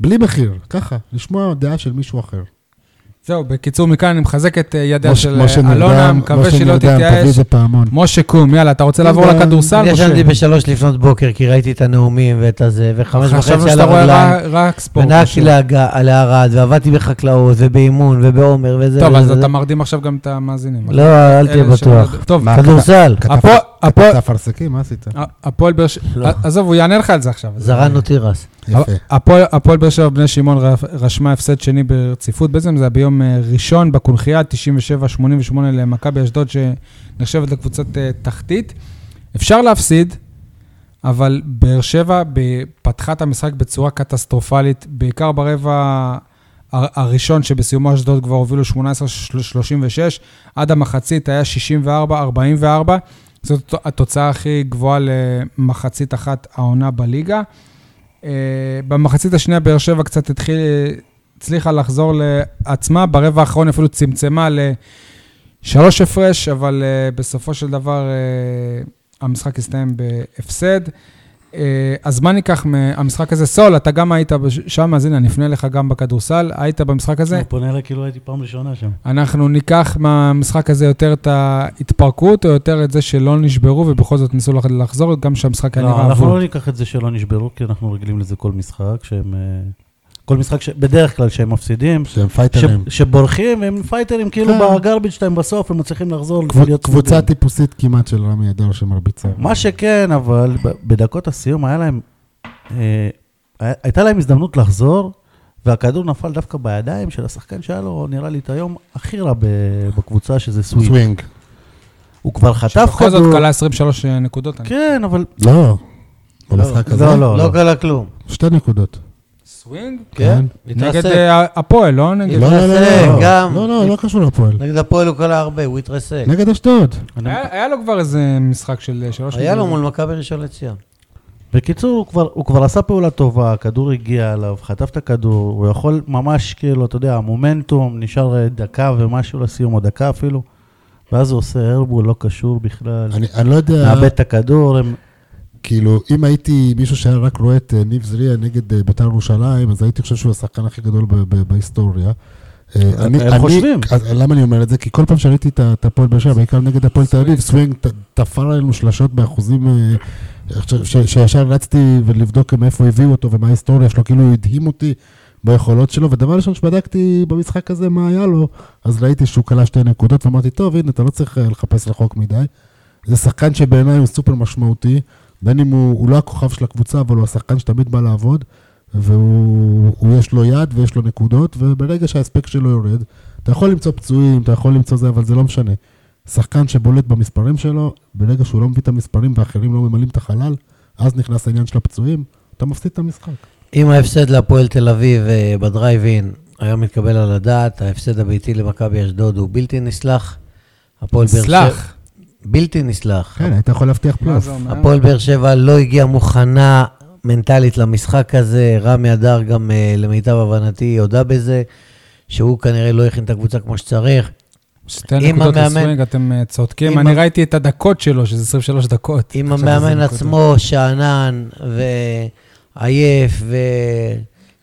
S4: בלי מחיר, ככה, לשמוע דעה של מישהו אחר.
S1: זהו, בקיצור, מכאן אני מחזק את אה, ידיה
S4: משה-
S1: של
S4: משה
S1: אה, אלונה,
S4: נרדם,
S1: מקווה
S4: משה
S1: שלא
S4: נרדם, תביא
S1: תתייאש.
S4: איזה פעמון.
S1: משה קום, יאללה, אתה רוצה לעבור
S4: נרדם.
S1: לכדורסל,
S3: אני
S1: משה?
S3: ישנתי בשלוש לפנות בוקר, כי ראיתי את הנאומים ואת הזה, וחמש
S1: חשבנו
S3: וחצי על
S1: שאתה רואה
S3: הרגליים,
S1: רק- רק ספורט.
S3: ונהגתי
S1: משה.
S3: להג- לערד, ועבדתי בחקלאות, ובאימון, ובעומר, וזה
S1: טוב,
S3: וזה,
S1: אז
S3: וזה.
S1: אתה מרדים עכשיו גם את המאזינים.
S3: לא, אל תהיה
S1: אלה שלא
S3: בטוח.
S1: יודעים. טוב,
S4: מה,
S3: כדורסל,
S4: כתב-
S1: הפועל- הפועל-
S4: כתבת אפרסקים, מה עשית?
S1: ה- הפועל באר שבע,
S3: לא.
S1: עזוב, הוא יענה לך על זה עכשיו.
S3: זרענו תירס.
S4: יפה.
S1: הפועל הפועל באר שבע בני שמעון ר- רשמה הפסד שני ברציפות, בעצם זה היה ביום אה, ראשון בקונכייה, 97-88 למכבי אשדוד, שנחשבת לקבוצת אה, תחתית. אפשר להפסיד, אבל באר שבע ב- פתחה את המשחק בצורה קטסטרופלית, בעיקר ברבע הר- הראשון, שבסיומו אשדוד כבר הובילו 18-36, עד המחצית היה 64-44. זאת התוצאה הכי גבוהה למחצית אחת העונה בליגה. אה, במחצית השנייה באר שבע קצת התחיל, הצליחה לחזור לעצמה, ברבע האחרון אפילו צמצמה לשלוש הפרש, אבל אה, בסופו של דבר אה, המשחק הסתיים בהפסד. אה, אז מה ניקח מהמשחק הזה? סול, אתה גם היית בש- שם, אז הנה, אני אפנה לך גם בכדורסל, היית במשחק הזה?
S2: הוא פונה אליי כאילו הייתי פעם ראשונה שם.
S1: אנחנו ניקח מהמשחק הזה יותר את ההתפרקות, או יותר את זה שלא נשברו ובכל זאת ניסו לח- לחזור, גם שהמשחק היה
S2: לא,
S1: כן, נראה
S2: אנחנו
S1: אבוד.
S2: לא ניקח את זה שלא נשברו, כי אנחנו רגילים לזה כל משחק שהם... אה, כל משחק, ש- בדרך כלל שהם מפסידים,
S4: שהם
S2: ש-
S4: פייטרים.
S2: שבורחים, הם פייטרים כאילו
S4: כן.
S2: בגרביג' שלהם בסוף, הם מצליחים לחזור
S4: קבוצ-
S2: ולהיות
S4: קבוצה
S2: צמודים.
S4: טיפוסית כמעט של רמי אדר שמרביצה.
S2: מה שכן, אבל ב- בדקות הסיום היה להם, אה, היה- הייתה להם הזדמנות לחזור, והכדור נפל דווקא בידיים של השחקן שהיה לו, נראה לי, את היום הכי רע ב- בקבוצה, שזה סוויט.
S4: סווינג.
S2: הוא כבר חטף
S1: בכל זאת
S2: כדור.
S1: כלה 23 נקודות. אני-
S2: כן, אבל...
S4: לא. במשחק הזה?
S2: לא, לא,
S3: לא
S2: לא.
S3: קרה כלום.
S4: שתי נקודות.
S1: סווינג?
S3: כן?
S1: נגד
S3: התרסק.
S1: אה, הפועל, לא נגד...
S4: לא, לא, לא, לא.
S3: גם-
S4: לא, לא, לא קשור לפועל.
S3: נגד הפועל הוא קלה הרבה, הוא התרסק.
S4: נגד אשדוד.
S2: אני-
S1: היה היה לו כבר איזה משחק של אה, שלוש
S3: היה לו
S1: נקודות.
S3: מול מכבי ראשון לציון.
S2: בקיצור, הוא כבר, הוא כבר עשה פעולה טובה, הכדור הגיע אליו, חטף את הכדור, הוא יכול ממש, כאילו, אתה יודע, המומנטום, נשאר אה, דקה ומשהו לסיום, או דקה אפילו, ואז הוא עושה ארבול, לא קשור בכלל,
S4: אני אני לא יודע,
S2: מאבד את הכדור, הם...
S4: כאילו, אם הייתי מישהו שהיה רק רואה את אה, ניב זריה נגד אה, בית"ר ירושלים, אז הייתי חושב שהוא השחקן הכי גדול ב- ב- בהיסטוריה. אה, אני-
S2: הם
S4: אני-
S2: חושבים.
S4: אז למה אני אומר את זה? כי כל פעם שראיתי את ה- את הפועל באר שבע, בעיקר נגד הפועל תל אביב, סווינג ת- תפר עלינו שלשות באחוזים, אה, ש- ש- שישר רצתי ולבדוק מאיפה הביאו אותו ומה ההיסטוריה שלו, כאילו הוא הדהים אותי ביכולות שלו, ודבר ראשון שבדקתי במשחק הזה מה היה לו, אז ראיתי שהוא כלה שתי נקודות, ואמרתי, טוב, הנה, אתה לא צריך אה, לחפש רחוק מדי. זה שחקן שבעיניי הוא סופר משמעותי, בין אם הוא, הוא לא הכוכב של הקבוצה, אבל הוא השחקן שתמיד בא לעבוד, והוא הוא יש לו יד ויש לו נקודות, וברגע שהאספקט שלו יורד, אתה יכול למצוא פצועים, אתה יכול למצוא זה, אבל זה לא משנה. שחקן שבולט במספרים שלו, ברגע שהוא לא מביא את המספרים ואחרים לא ממלאים את החלל, אז נכנס העניין של הפצועים, אתה מפסיד את המשחק.
S3: אם ההפסד להפועל תל אביב אה, בדרייב-אין היה מתקבל על הדעת, ההפסד הביתי למכבי אשדוד הוא בלתי נסלח. הפועל באר שבע...
S1: סלח.
S3: בלתי נסלח.
S4: כן, היית יכול להבטיח
S1: מה
S3: לא.
S4: פלייאוף.
S1: זה אומר?
S3: הפועל באר שבע לא הגיעה מוכנה מנטלית למשחק הזה. רמי הדר גם, אה, למיטב הבנתי, הודה בזה, שהוא כנראה לא הכין את הקבוצה כמו שצריך.
S1: שתי
S3: אם
S1: נקודות
S3: המאמן-
S1: לסווינג, אתם אה, צודקים.
S3: אם
S1: אני
S3: ה-
S1: ראיתי את הדקות שלו, שזה 23 דקות.
S3: עם
S1: עכשיו
S3: המאמן
S1: זה נקודות.
S3: עצמו, שאנן ועייף
S1: מה,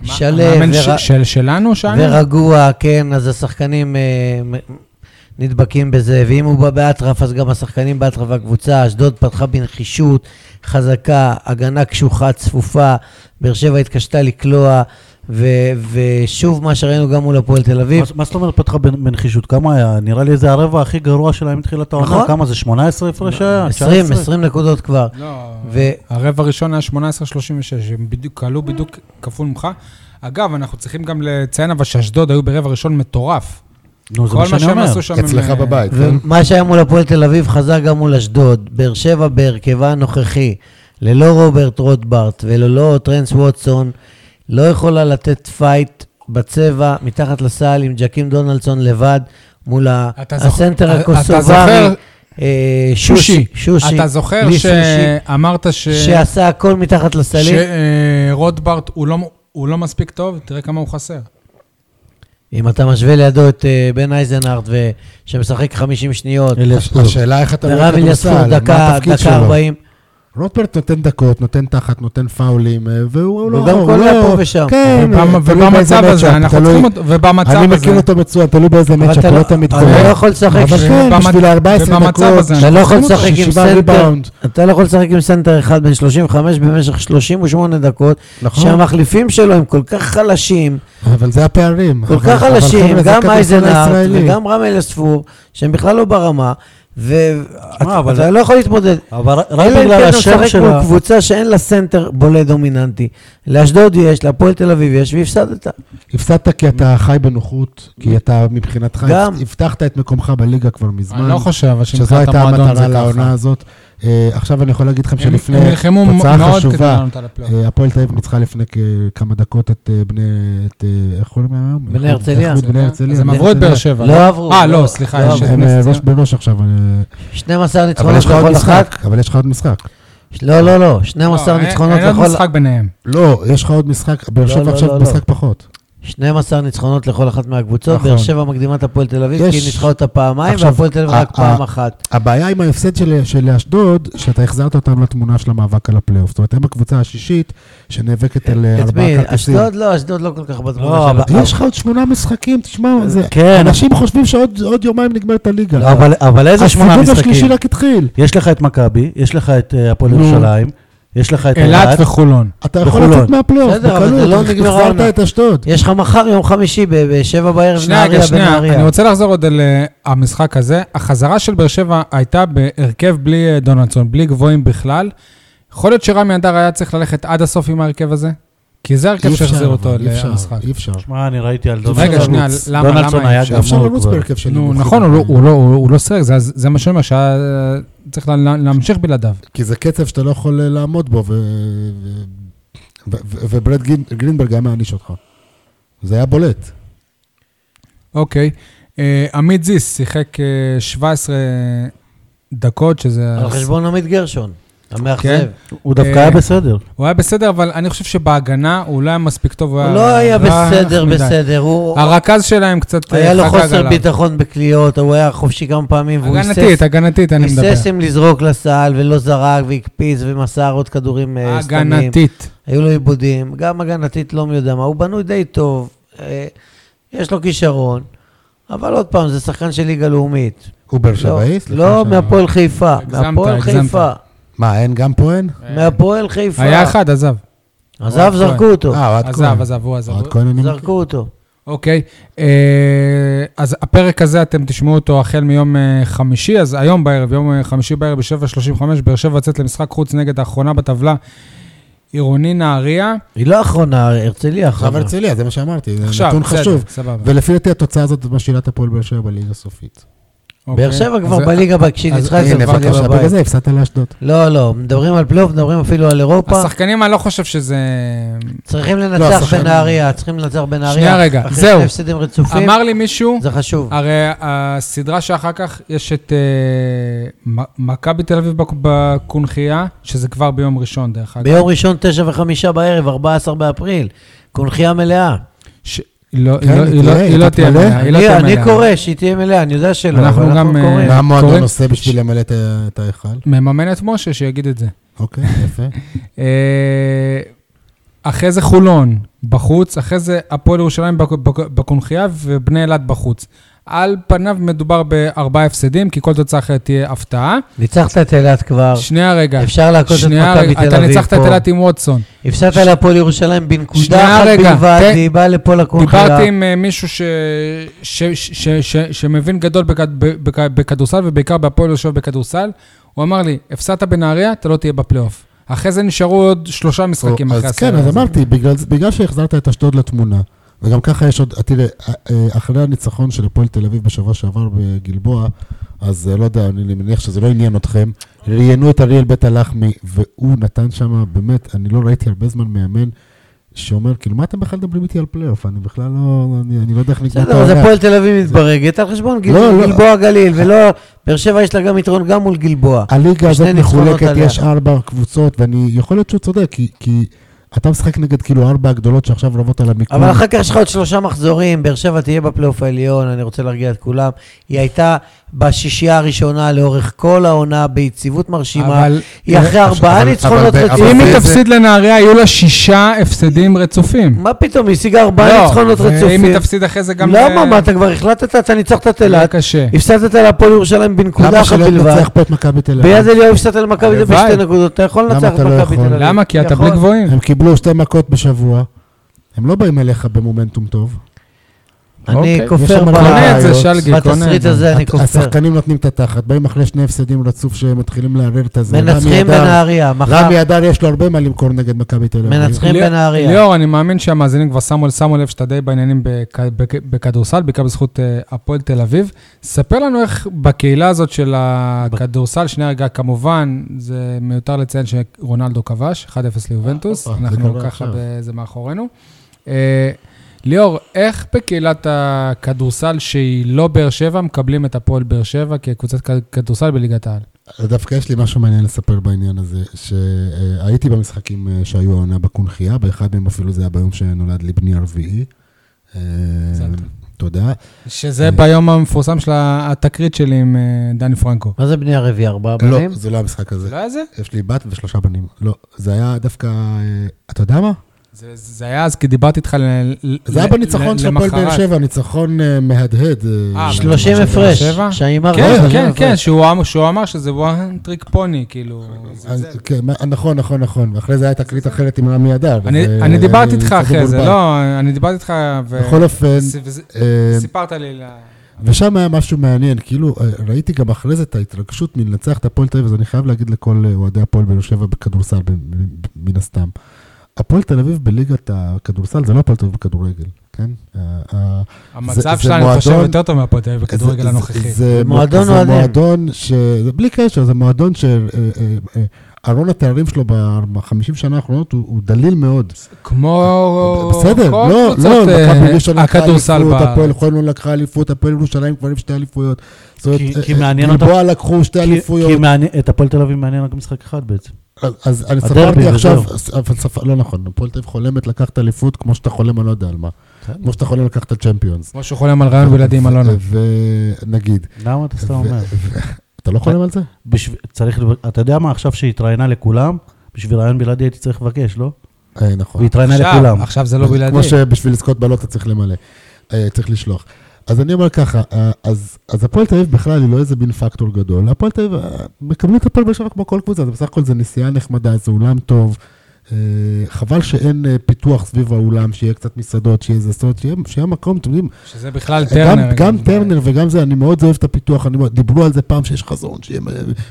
S3: ושלו
S1: המאמן
S3: ור-
S1: ש- של- שלנו, שאנו?
S3: ורגוע, כן, אז השחקנים אה, מ- נדבקים בזה, ואם הוא בא באטרף, אז גם השחקנים באטרף והקבוצה, אשדוד פתחה בנחישות חזקה, הגנה קשוחה, צפופה, באר שבע התקשתה לקלוע, ו- ושוב מה שראינו גם מול הפועל תל אביב.
S2: מה- מה זאת אומרת פתחה בנ- בנחישות? כמה היה? נראה לי זה הרבע הכי גרוע שלהם מתחילת העונה.
S3: נכון.
S2: כמה זה? 18 הפרש היה?
S3: 20,
S2: 19?
S3: 20 נקודות כבר.
S1: לא,
S3: ו-
S1: הרבע הראשון היה 18-36, הם בדיוק, עלו בדיוק כפול ממך. אגב, אנחנו צריכים גם לציין אבל שאשדוד היו ברבע ראשון מטורף.
S2: נו, זה
S1: כל
S2: מה
S1: מה
S2: שאני
S1: שהם
S2: אומר.
S1: עשו שם... הם,
S4: אצלך
S1: אה,
S4: בבית. כן?
S3: ומה שהיה מול הפועל תל אביב חזר גם מול אשדוד. באר שבע בהרכבה הנוכחי, ללא רוברט רוטברט וללא טרנס ווטסון, לא יכולה לתת פייט בצבע, מתחת לסל, עם ג'קים דונלדסון לבד, מול ה-
S1: אתה זוכ- אה,
S3: הסנטר
S1: אתה
S3: הקוסוברי,
S1: זוכר-
S3: אה,
S1: שושי.
S3: שושי, שושי,
S1: אתה זוכר
S3: לי שושי,
S1: שאמרת ש...
S3: שעשה הכל מתחת לסלים,
S1: שרוטברט הוא לא, הוא לא מספיק טוב, תראה כמה הוא חסר.
S3: אם אתה משווה לידו את אה, בן אייזנארט, ו- שמשחק 50 שניות,
S2: אלה
S4: הש- השאלה איך אתה רואה
S3: ורב אליספור
S4: כדורסל, מה
S3: דקה,
S4: התפקיד
S3: דקה
S4: שלו.
S3: 40.
S4: רוטברט נותן דקות, נותן תחת, נותן פאולים, אה, והוא לא...
S3: הוא גם
S4: הוא
S3: קולע
S4: לא-
S3: פה ושם.
S4: כן,
S1: ובמ-
S4: אה, תלוי באיזה
S1: ובמצב הזה,
S4: matchup,
S1: אנחנו
S4: תלוי-
S1: צריכים אותו, ובמצב הזה...
S4: אני מכיר אותו מצוין, תלוי באיזה
S3: אבל
S4: מצ'אפ,
S3: אתה
S4: לא
S3: לא-
S4: תמיד
S3: אבל אתה לא
S4: קורה.
S3: יכול לשחק
S4: אבל
S3: ש-
S4: כן,
S1: ובמצ-
S4: בשביל 14
S1: ובמצב
S4: דקות,
S1: הזה
S3: אתה לא יכול
S4: צריכים אותו,
S3: לשחק עם
S4: ששבעה
S3: סנטר,
S4: ריבאונד.
S3: אתה לא יכול לשחק עם סנטר אחד בן 35 במשך 38 דקות,
S4: נכון.
S3: שהמחליפים שלו הם כל כך חלשים,
S4: אבל זה הפערים.
S3: כל
S4: אבל-
S3: כך
S4: נכון, אבל
S3: חלשים,
S4: חבר'ה, זה
S3: גם
S4: הכדורסל
S3: אייזנארט
S4: הישראלי.
S3: וגם רמל אספור, שהם בכלל לא ברמה,
S2: אבל-
S3: ואתה לא יכול להתמודד.
S2: אבל רק
S3: אלא אם
S2: בגלל
S3: כן אתה
S2: השם
S3: משחק
S2: של
S3: מול
S2: ה...
S3: קבוצה שאין לה סנטר בולט דומיננטי. לאשדוד יש, להפועל תל אביב יש, והפסדת.
S4: הפסדת כי אתה חי בנוחות, כי אתה מבחינתך,
S3: גם.
S4: הבטחת את מקומך בליגה כבר מזמן.
S1: אני לא חושב, אבל
S4: שזו
S1: שמבחינת
S4: הייתה
S1: המועדון זה לא
S4: המטרה
S1: ככה.
S4: לעונה הזאת. אה, עכשיו אני יכול להגיד לכם
S1: הם
S4: שלפני
S1: הם נלחמו מ-
S4: תוצאה
S1: מאוד כדי
S4: חשובה,
S1: לענות על הפלייאוף.
S4: אה, הפועל תל אביב ניצחה לפני כ- כמה דקות את אה, בני... את, אה, איך קוראים להם היום?
S3: בני
S4: איך-
S3: הרצליה. אה?
S4: איך- בני הרצליה.
S1: אז הם
S4: בני
S1: עברו את
S4: הרצליה.
S1: באר שבע.
S3: לא עברו.
S1: אה, לא, סליחה,
S3: לא
S1: יש
S3: עברו.
S1: את
S4: הם
S1: נס
S4: אה,
S1: ציונה.
S4: ראש בראש עכשיו. אה,
S3: 12
S4: אבל
S3: ניצחונות
S4: יש לך עוד
S3: בכל
S4: משחק.
S3: לא משחק.
S4: אבל יש לך עוד משחק.
S3: לא, לא, לא,
S1: לא,
S3: 12
S1: אין-
S3: ניצחונות
S1: אין עוד
S3: לכל...
S1: משחק ביניהם.
S4: לא, יש לך עוד משחק. באר
S3: לא,
S4: שבע
S3: לא,
S4: עכשיו
S3: לא, לא.
S4: משחק פחות.
S3: 12 ניצחונות לכל אחת מהקבוצות,
S4: נכון.
S3: באר שבע מקדימה את הפועל תל אביב,
S4: יש-
S3: כי היא ניצחה אותה פעמיים,
S4: עכשיו,
S3: והפועל תל אביב
S4: ה-
S3: רק
S4: ה-
S3: פעם אחת.
S4: הבעיה עם ההפסד של, של אשדוד, שאתה החזרת אותם לתמונה של המאבק על הפלייאוף. זאת אומרת, הם הקבוצה השישית שנאבקת על אה,
S3: את מי?
S4: ארבעה כרטיסים.
S3: אשדוד לא, אשדוד לא כל כך בתמונה
S2: לא,
S3: שלה.
S2: אבל-
S4: יש לך עוד שמונה משחקים, תשמע, זה...
S2: כן,
S4: אנשים חושבים שעוד עוד יומיים נגמרת הליגה.
S2: לא, אבל- אבל איזה שמונה
S4: הסיבוב השלישי
S2: משחקים?
S4: רק התחיל.
S2: יש לך את מכבי, יש לך את אה, הפועל
S4: נו.
S2: ירושלים, יש לך את
S1: אילת וחולון.
S4: אתה יכול
S2: בחולון.
S4: לצאת מהפלייאוף,
S3: בסדר, אבל זה
S4: בקלות.
S3: לא נגמר העונה.
S4: החזרת את אשדוד.
S3: יש לך מחר יום חמישי ב- בשבע בערב
S1: שנייה, רגע,
S3: נהריה
S1: שנייה, אני
S3: בנהריה.
S1: רוצה לחזור עוד אל אה, המשחק הזה. החזרה של באר שבע הייתה בהרכב בלי אה, דונלדסון, בלי גבוהים בכלל. יכול להיות שרמי אדר היה צריך ללכת עד הסוף עם ההרכב הזה? כי זה
S4: אי
S1: הרכב
S4: אפשר,
S1: שהחזיר אותו
S4: אבל, אי אפשר,
S1: למשחק.
S4: אי אפשר.
S2: שמע, אני ראיתי על
S1: רגע,
S2: דונלדסון.
S1: שנייה, למה- למה
S2: דונלדסון
S1: אי
S2: היה
S1: אפשר?
S4: אי אפשר
S2: גמור
S4: לרוץ
S2: כבר.
S4: בהרכב של...
S1: נו,
S4: נמוכים.
S1: נכון, הוא לא- הוא לא- הוא לא סירק, זה- זה מה שאני אומר, שהיה אה, צריך לה- לה- להמשיך בלעדיו.
S4: כי זה קצב שאתה לא יכול אה, לעמוד בו, ו- ו- ו- ו- וברד גרין- גרינברג היה מעניש אותך. זה היה בולט.
S1: אוקיי. אה, עמית זיס שיחק אה, 17 דקות, שזה...
S3: על חשבון עמית גרשון, המאכזב.
S1: כן.
S2: הוא דווקא היה בסדר.
S1: הוא היה בסדר, אבל אני חושב שבהגנה הוא לא היה מספיק טוב.
S3: הוא לא היה
S1: רך
S3: בסדר,
S1: מדי.
S3: בסדר, הוא
S1: הרכז שלהם קצת אה,
S3: היה לו
S1: חגג
S3: חוסר
S1: עליו.
S3: ביטחון בקליעות, הוא היה חופשי כמה פעמים, והוא
S1: הגנתית,
S3: היסס-
S1: הגנתית, אני מדבר.
S3: היסס אם לזרוק לסל, ולא זרק, והקפיץ, ומסר עוד כדורים אה, סתמיים.
S1: הגנתית.
S3: היו לו עיבודים, גם הגנתית לא מי יודע מה, הוא בנוי די טוב, אה, יש לו כישרון, אבל עוד פעם, זה שחקן של ליגה לאומית.
S4: הוא באר
S3: לא-
S4: שבעי? סליחה
S3: לא,
S4: שאני-
S3: מהפועל חיפה,
S1: הגזמת,
S3: מהפועל
S1: הגזמת. אה.
S3: חיפה,
S4: מה, אין גם פה אין?
S3: מהפועל חיפה.
S1: היה אחד, עזב.
S3: עזב,
S1: אוהד
S3: זרקו אותו,
S4: אה, אוהד
S1: עזב,
S4: כהן.
S1: עזב, הוא עזב.
S4: אוהד כהן אני מכיר.
S3: זרקו אותו.
S1: אוקיי. אה, אז הפרק הזה, אתם תשמעו אותו החל מיום אה, חמישי, אז היום בערב, יום אה, חמישי בערב, ב-7.35, באר שבע יוצאת למשחק חוץ נגד האחרונה בטבלה, עירוני נהריה.
S3: היא לא אחרונה, הרצליה
S4: עכשיו
S3: אחרונה.
S4: הרצליה, אה, זה מה שאמרתי, זה
S1: עכשיו,
S4: נתון
S1: בסדר,
S4: חשוב.
S1: סבבה.
S4: ולפי דעתי התוצאה הזאת משאילה את הפועל באר שבע בליגה הסופית.
S1: אוקיי.
S3: באר שבע כבר
S1: אז-
S3: בליגה, הבאה, כשהיא
S1: אז-
S3: ניצחה את
S1: אז
S3: זה,
S1: הנה,
S4: אה, הנה,
S3: בליגה
S4: בבקשה,
S3: בבית.
S4: בגלל זה הפסדת לאשדוד.
S3: לא, לא, מדברים על פלייאוף, מדברים אפילו על אירופה.
S1: השחקנים, אני לא חושב שזה...
S3: צריכים
S4: לא,
S3: לנצח
S4: השחקנים-
S3: בנהריה, צריכים לנצח בנהריה.
S1: שנייה, רגע,
S3: אחרי
S1: זהו.
S3: שני הפסדים רצופים,
S1: אמר לי מישהו,
S3: זה חשוב.
S1: הרי הסדרה שאחר כך יש את אה, מ- מכבי תל אביב בק- בקונכייה, שזה כבר ביום ראשון, דרך אגב.
S3: ביום ראשון, תשע וחמישה בערב, 14 באפריל. קונכייה מלאה.
S1: ש- לא,
S4: כן,
S1: היא לא- היא לא-
S4: תראה,
S1: היא לא תהיה
S4: תתמלא.
S1: מלאה, היא לא
S3: אני-
S1: תהיה מלאה.
S3: אני קורא שהיא תהיה מלאה, אני יודע שלא,
S1: אנחנו
S3: אבל אנחנו
S1: גם, אה,
S3: קוראים.
S4: מה המועדון
S1: קוראים-
S4: עושה בשביל למלא את ה- את ההיכל?
S1: מממן את משה, שיגיד את זה.
S4: אוקיי, יפה.
S1: אה, אחרי זה חולון בחוץ, אחרי זה הפועל ירושלים בק- בק- בקונכייה ובני אילת בחוץ. על פניו מדובר בארבעה הפסדים, כי כל תוצאה אחרת תהיה הפתעה.
S3: ניצחת את אילת כבר,
S1: שנייה רגע,
S3: אה, אפשר להכות את
S1: שנייה
S3: מכבי
S1: רגע,
S3: תל
S1: אתה
S3: אביב
S1: ניצחת את אילת
S3: פה.
S1: עם ווטסון.
S3: הפסדת להפועל ירושלים בנקודה
S1: שנייה,
S3: אחת
S1: רגע,
S3: בלבד,
S1: תן-
S3: והיא באה לפה לקונכייה.
S1: דיברתי עם אה, מישהו ש- ש- ש- ש- ש- שמבין גדול בכד- בכ- בכדורסל, ובעיקר בהפועל יושב בכדורסל. הוא אמר לי, הפסדת בנהריה, אתה לא תהיה בפלייאוף. אחרי זה נשארו עוד שלושה משחקים אחרי
S4: אז כן,
S1: הסרט
S4: אז
S1: הזה.
S4: אמרתי, בגלל, בגלל שהחזרת את אשדוד לתמונה, וגם ככה יש עוד, תראה, אה, אה, אחרי הניצחון של הפועל תל אביב בשבוע שעבר בגלבוע, אז אה, לא יודע, אני מניח שזה לא עניין אתכם, ראיינו את אריאל בית הלחמי, והוא נתן שם, באמת, אני לא ראיתי הרבה זמן מאמן. שאומר, כאילו, מה אתם בכלל מדברים איתי על פלייאוף? אני בכלל לא, אני, אני לא יודע איך נגמר את
S3: בסדר, אז
S4: העונה.
S3: הפועל תל אביב מתברגת על חשבון גיל-
S4: לא, לא.
S3: גלבוע גליל, ולא, באר שבע יש לה גם יתרון גם מול גלבוע.
S4: הליגה הזאת
S3: שני ניצחונות
S4: מחולקת,
S3: עליה.
S4: יש ארבע קבוצות, ואני, יכול להיות שהוא צודק, כי, כי אתה משחק נגד כאילו ארבע הגדולות שעכשיו רבות על המיקום.
S3: אבל אחר כך יש לך עוד שלושה מחזורים, באר שבע תהיה בפלייאוף העליון, אני רוצה להרגיע את כולם. היא הייתה בשישייה הראשונה לאורך כל העונה ביציבות מרשימה.
S1: אבל-
S3: היא אחרי ארבעה
S4: אבל-
S3: ניצחונות
S4: אבל- אבל-
S1: אם
S3: רצופים.
S1: היא
S4: זה-
S1: תפסיד לנהריה, יהיו לה שישה הפסדים רצופים.
S3: מה פתאום, היא השיגה ארבעה
S1: לא,
S3: ניצחונות
S1: ואם
S3: רצופים.
S1: היא תפסיד אחרי זה גם... אה,
S3: למה? מה, אתה כבר החלטת, אתה ניצחת את
S1: יהיה
S3: אילת,
S1: קשה.
S3: הפסדת להפועל ירושלים בנקודה
S4: למה
S3: אחת
S4: שלא
S3: בלבד.
S4: תנצח פה את מכבי תל אביב?
S3: ביד אליהו הפסדת למכבי תל אביב
S1: הלוואי.
S3: בשתי נקודות, אתה יכול
S4: למה
S3: לנצח את
S4: אתה לא
S3: מכבי תל
S4: יכול?
S3: אביב.
S1: למה? כי אתה בלי
S3: יכול.
S1: גבוהים.
S4: הם קיבלו שתי מכות בשבוע, הם לא באים אליך במומנטום טוב.
S3: אני
S1: אוקיי.
S4: יש
S3: כופר
S4: שם
S3: ב-
S1: קונה את זה,
S4: בעיות.
S1: שלגי, קונה את
S3: בתסריט
S1: זה.
S3: הזה, אני
S4: הת-
S3: כופר.
S4: השחקנים נותנים את התחת, באים אחרי שני הפסדים רצוף שמתחילים לערער את הזה. רמי
S3: מנצחים
S4: אדר-
S3: בנהריה, מחר
S4: רמי אדר יש לו הרבה מה למכור נגד מכבי תל אביב.
S3: מנצחים
S1: ליאור-
S3: בנהריה.
S1: ליאור, אני מאמין שהמאזינים כבר שמו שמו לב שאתה די בעניינים בכ- בכ- בכדורסל, בעיקר בזכות אה, הפועל תל אביב. ספר לנו איך בקהילה הזאת של הכדורסל, שנייה רגע, כמובן, זה מיותר לציין שרונלדו כבש, 1-0 ליובנטוס,
S4: אה, הופה, זה
S1: אנחנו
S4: קרה
S1: ככה,
S4: עכשיו.
S1: ב- זה מאחורינו. אה, ליאור, איך בקהילת הכדורסל שהיא לא באר שבע, מקבלים את הפועל באר שבע כקבוצת כ- כדורסל בליגת העל?
S4: אז דווקא יש לי משהו מעניין לספר בעניין הזה, שהייתי במשחקים אה, שהיו העונה בקונכייה, באחד מהם אפילו זה היה ביום שנולד לי בני הרביעי. אה,
S1: מזל טוב.
S4: תודה.
S1: שזה ביום המפורסם של התקרית שלי עם אה, דני פרנקו.
S3: מה זה בני הרביעי? ארבעה בנים?
S4: לא, זה לא המשחק הזה.
S1: זה לא היה זה?
S4: יש לי בת ושלושה בנים. לא, זה היה דווקא... אה, אתה יודע מה?
S1: זה, זה היה אז, כי דיברתי איתך ל... ל-
S4: זה היה
S1: ל-
S4: בניצחון
S1: ל-
S4: של הפועל באר
S1: למחרת.
S4: שבע, ניצחון אה, מהדהד. אה,
S1: אה,
S4: של-
S3: 30
S4: של באר
S3: הפרש,
S1: שבע?
S3: שההימר
S1: כן,
S4: אה,
S1: כן,
S4: אה,
S1: כן,
S4: אה.
S1: שהוא אמר- שהוא אמר שזה וואן טריק פוני, כאילו... זה-
S4: אז- כן, מה- נכון, נכון, נכון. אחרי זה היה תקרית אחרת עם רמי אדר.
S1: אני-
S4: וזה-
S1: אני דיברתי איתך
S4: ניצחון
S1: אחרי זה,
S4: בולבאי.
S1: לא, אני דיברתי איתך ו...
S4: בכל אופן,
S1: ס- וזה-
S4: אה,
S1: סיפרת לי ל...
S4: ושם היה משהו מעניין, כאילו, אה, ראיתי גם אחרי זה את ההתרגשות מלנצח את הפועל תל אביב, אז אני חייב להגיד לכל אה, אוהדי הפועל באר שבע בכדורסל, ב- ב- מן הסתם. הפועל תל אביב בליגת הכדורסל זה לא הפועל תל אביב בכדוררגל, כן? אה, אה,
S1: המצב
S4: זה
S1: שלנו, אני חושב,
S4: מועדון-
S1: יותר טוב מהפועל תל אביב בכדורגל
S4: זה-
S1: הנוכחי.
S4: זה- זה
S3: מועדון
S4: מועדון זה
S3: אוהדים.
S4: מועדון ש... זה בלי קשר, זה מועדון ש... אה, אה, אה, ארון התארים שלו ב-50 שנה האחרונות הוא, הוא דליל מאוד.
S1: כמו...
S4: בסדר,
S1: כל
S4: לא, לא,
S1: קבוצות, אה,
S4: מכבי ראשון לקחה
S1: הכדורסל
S4: אליפות, הפועל
S1: בארץ.
S4: חולון לקחה אליפות, הפועל ירושלים כבר עם שתי אליפויות. זאת אומרת,
S2: כי-
S4: אה,
S2: כי
S4: אה,
S2: מעניין
S4: גלבוע לקחו שתי
S2: כי- כי
S4: אליפויות.
S2: מעניין- את הפועל תל אביב מעניין רק משחק אחד בעצם.
S4: אז- אז אני
S2: הדרבי,
S4: ספרתי
S2: וזהו.
S4: עכשיו, אבל ספ- לא נכון, הפועל תל אביב חולמת לקחת אליפות כמו שאתה חולם, אני לא יודע על מה. כמו שאתה חולם לקחת צ'מפיונס.
S1: כמו שהוא חולם על רעיון בלעדי עם אלונה.
S4: ונגיד,
S2: למה אתה סתם אומר?
S4: אתה לא חולם על זה?
S2: בשב- צריך, לב- אתה יודע מה, עכשיו שהיא התראיינה לכולם, בשביל רעיון בלעדי הייתי צריך לבקש, לא?
S4: אה, נכון.
S2: והיא התראיינה
S1: עכשיו,
S2: לכולם.
S1: עכשיו זה לא בלעדי.
S4: כמו שבשביל לזכות בלוטו צריך למלא, אה, צריך לשלוח. אז אני אומר ככה, אה, אז, אז הפועל תל אביב בכלל היא לא איזה מין פקטור גדול. הפועל תל אביב, אה, מקבלים את הפועל באר שבע כמו כל קבוצה, זה בסך הכל זה נסיעה נחמדה, זה אולם טוב, אה, חבל שאין אה, פיתוח סביב האולם, שיהיה קצת מסעדות, שיהיה איזה סוד, שיהיה, שיהיה מקום, אתם יודעים,
S1: שזה בכלל
S4: גם,
S1: טרנר.
S4: גם טרנר וגם זה, אני מאוד אוהב את הפיתוח, אני, מאוד- דיברו על זה פעם שיש חזון, שיהיה מ-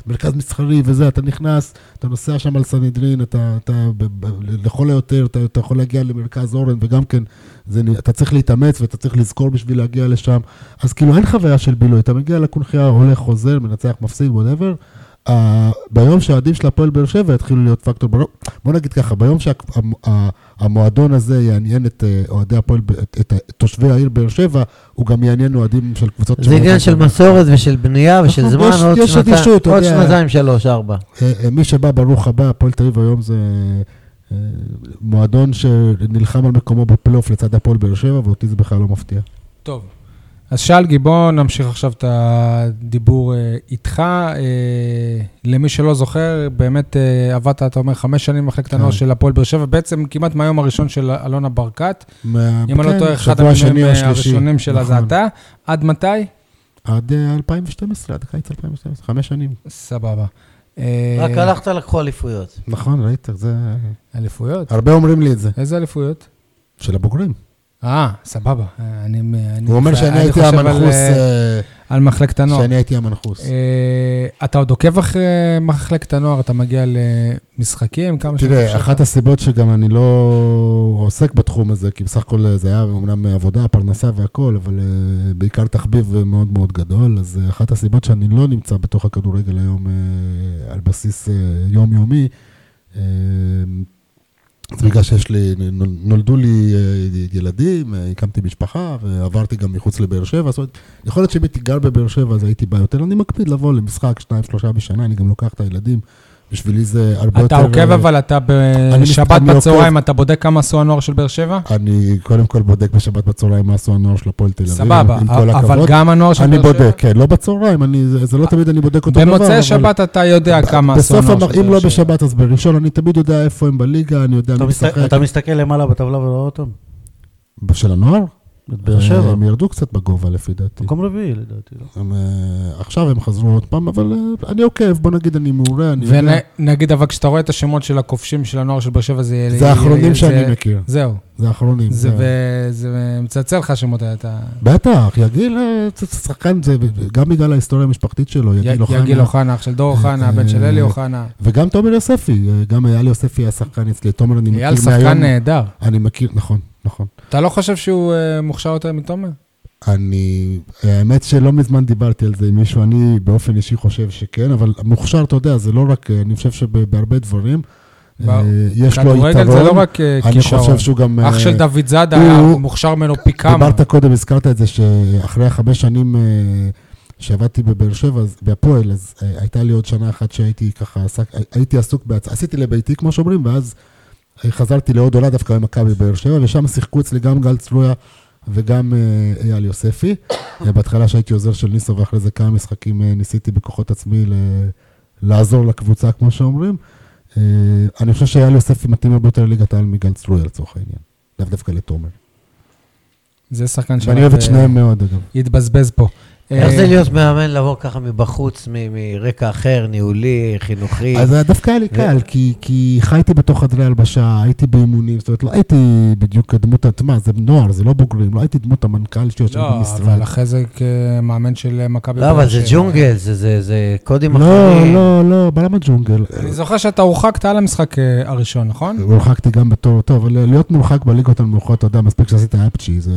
S4: מרכז מסחרי וזה, אתה נכנס, אתה נוסע שם על סנהדרין, אתה, אתה ב, ב, לכל היותר, אתה, אתה יכול להגיע למרכז אורן, וגם כן, זה, נ- אתה צריך להתאמץ ואתה צריך לזכור בשביל להגיע לשם, אז כאילו אין חוויה של בילוי, אתה מגיע לקונחייה, הולך, חוזר, מנצח, מפסיד, וואטאבר. Uh, ביום שהאוהדים של הפועל באר שבע יתחילו להיות פקטור, בוא, בוא נגיד ככה, ביום שהמועדון הזה יעניין את אה, אוהדי הפועל, ב- את, את, את תושבי העיר באר שבע, הוא גם יעניין אוהדים של קבוצות
S3: זה
S4: שמות
S3: עניין של
S4: אחרות.
S3: מסורת ושל בנייה ושל
S4: אנחנו-
S3: זמן,
S4: נכון, יש-
S3: עוד
S4: יש
S3: שנתי-
S4: אדישות, אתה
S3: עוד
S4: יודע.
S3: שנתיים, שלוש, ארבע.
S4: אה, אה, מי שבא, ברוך הבא, הפועל תל אביב היום זה אה, מועדון שנלחם על מקומו בפלייאוף לצד הפועל באר שבע, ואותי זה בכלל לא מפתיע.
S1: טוב. אז שלגי, בואו נמשיך עכשיו את הדיבור אה, איתך. אה, למי שלא זוכר, באמת אה, עבדת, אתה אומר, חמש שנים במחלקת הנוער
S4: כן.
S1: של הפועל באר שבע, בעצם כמעט מהיום הראשון של אלונה ברקת.
S4: מה-
S1: אם אני לא
S4: כן,
S1: טועה, אחד
S4: שבוע שני
S1: המינויים
S4: או
S1: אה,
S4: שלישי.
S1: הראשונים שלה זה
S4: נכון.
S1: אתה. עד מתי?
S4: עד אה, 2012, עד קיץ 2012, חמש שנים.
S1: סבבה. אה,
S3: רק הלכת לקחו אליפויות.
S4: נכון, ראית, זה...
S1: אליפויות?
S4: הרבה אומרים לי את זה.
S1: איזה אליפויות?
S4: של הבוגרים.
S1: אה, סבבה. אה, אני... אני-
S4: הוא אומר שאני
S1: אני
S4: הייתי
S1: חושב על,
S4: המנחוס,
S1: אה,
S4: אה,
S1: על מחלקת הנוער.
S4: שאני הייתי המנחוס.
S1: אה, אתה עוד עוקב אחרי מחלקת הנוער, אתה מגיע למשחקים, כמה
S4: תראה,
S1: שאפשר.
S4: אחת הסיבות שגם אני לא עוסק בתחום הזה, כי בסך הכל אה, זה היה אומנם עבודה, פרנסה והכול, אבל אה, בעיקר תחביב אה, מאוד מאוד גדול, אז אה, אחת הסיבות שאני לא נמצא בתוך הכדורגל היום אה, על בסיס אה, יומיומי, אה, זה בגלל שיש לי, נול- נולדו לי אה, ילדים, אה, הקמתי משפחה ועברתי גם מחוץ לבאר שבע, זאת אומרת, יכול להיות שאם הייתי גר בבאר שבע אז הייתי בא יותר, אני מקפיד לבוא למשחק שניים, שלושה בשנה, אני גם לוקח את הילדים, בשבילי זה הרבה יותר...
S1: אתה עוקב,
S4: אה,
S1: אבל אתה
S4: אני
S1: בשבת
S4: מסתכל,
S1: בצהריים, אתה בודק כמה עשו הנוער של באר שבע?
S4: אני קודם כל בודק בשבת בצהריים מה עשו הנוער של הפועל תל אביב,
S1: סבבה,
S4: עם כל
S1: אבל
S4: הכבוד.
S1: גם הנוער של
S4: אני
S1: באר שבע?
S4: בודק, כן, לא בצהריים, אני- זה זה לא תמיד אני בודק אותו דבר. אבל-
S1: במוצאי שבת אתה יודע כמה עשו
S4: בסוף,
S1: הנוער של באר
S4: המר-
S1: שבע.
S4: אם לא בשבת אז בראשון, אני תמיד יודע איפה הם בליגה, אני יודע
S2: אתה
S4: מי
S2: מסת-
S4: משחק.
S2: אתה מסתכל למעלה בטבלה ולא רואה אותם?
S4: של הנוער? אה,
S2: את באר שבע.
S4: הם ירדו קצת בגובה לפי דעתי.
S2: מקום רביעי לדעתי. לא?
S4: הם, אה, עכשיו הם חזרו עוד פעם, אבל אה, אני עוקב, בוא נגיד אני מעורה, אני יודע.
S1: ונגיד, אבל כשאתה רואה את השמות של הכובשים של הנוער של באר שבע, זה...
S4: זה האחרונים
S1: זה-
S4: שאני מכיר,
S1: זהו,
S4: זה האחרונים.
S1: זה-
S4: זה-
S1: וזה מצלצל לך שמות, אתה...
S4: בטח, יגיל, אה, זה- זה שחקן, זה גם בגלל ההיסטוריה המשפחתית שלו, יגיל אוחנה.
S1: יגיל אוחנה, אח של דור אוחנה, הבן של אלי אוחנה.
S4: וגם תומר יוספי, אה, גם אייל יוספי היה שחקן אצלי, תומר אני מכיר
S1: אייל
S4: מהיום.
S1: שחקן אה, נהדר.
S4: אני מכיר, נכון, נכון.
S1: אתה לא חושב שהוא אה, מוכשר יותר מתומר?
S4: אני, האמת שלא מזמן דיברתי על זה עם מישהו, אני באופן אישי חושב שכן, אבל מוכשר, אתה יודע, זה לא רק, אה, אני חושב שבהרבה דברים, אה,
S1: ברור.
S4: יש לו יתרון.
S1: כדורגל זה לא רק אה,
S4: אני
S1: כישרון.
S4: חושב שהוא גם...
S1: אח
S4: אה,
S1: של דוד זאדה היה
S4: הוא-
S1: מוכשר ממנו פי כמה.
S4: דיברת קודם, הזכרת את זה שאחרי החמש שנים אה, שעבדתי בבאר שבע, אז- בהפועל, אז אה, הייתה לי עוד שנה אחת שהייתי ככה, עסק, הי- הייתי עסוק, בעצ... עשיתי לביתי, כמו שאומרים, ואז אה, חזרתי לעוד עולה דווקא במכבי באר שבע, ושם שיחקו אצלי גם גל צלויה וגם אה, אייל יוספי. אה, בהתחלה שהייתי עוזר של ניסו, ואחרי זה כמה משחקים אה, ניסיתי בכוחות עצמי ל... לעזור לקבוצה, כמו שאומרים. אה, אני חושב שאייל יוספי מתאים הרבה יותר לליגת העל מגל צלויה, לצורך העניין. לאו דווקא לתומר.
S1: זה שחקן
S4: ואני אוהב את
S1: אה,
S4: שניהם מאוד, אגב.
S1: התבזבז פה.
S3: איך
S1: אה,
S3: זה להיות מאמן לבוא ככה מבחוץ, מ- מרקע אחר, ניהולי, חינוכי?
S1: אה,
S4: אז זה דווקא היה לי קל, כי, כי חייתי בתוך חדרי הלבשה, הייתי באימונים, זאת אומרת, לא הייתי בדיוק דמות הטמעה, זה נוער, זה לא בוגרים, לא הייתי דמות המנכ"ל שיושב
S1: לא,
S4: במשרד.
S1: אבל אחרי זה כמאמן של אה, מכבי
S3: לא, אבל זה
S1: שבע.
S3: ג'ונגל, זה- זה זה קודים
S4: לא,
S3: אחרים.
S4: לא, לא, אבל למה ג'ונגל?
S1: אה, אני זוכר שאתה הורחקת על המשחק אה, הראשון, נכון?
S4: הורחקתי גם בתור, טוב, אבל להיות מורחק בליגות הנמוכות, אתה יודע, מספיק שעשית אפצ'י, זה,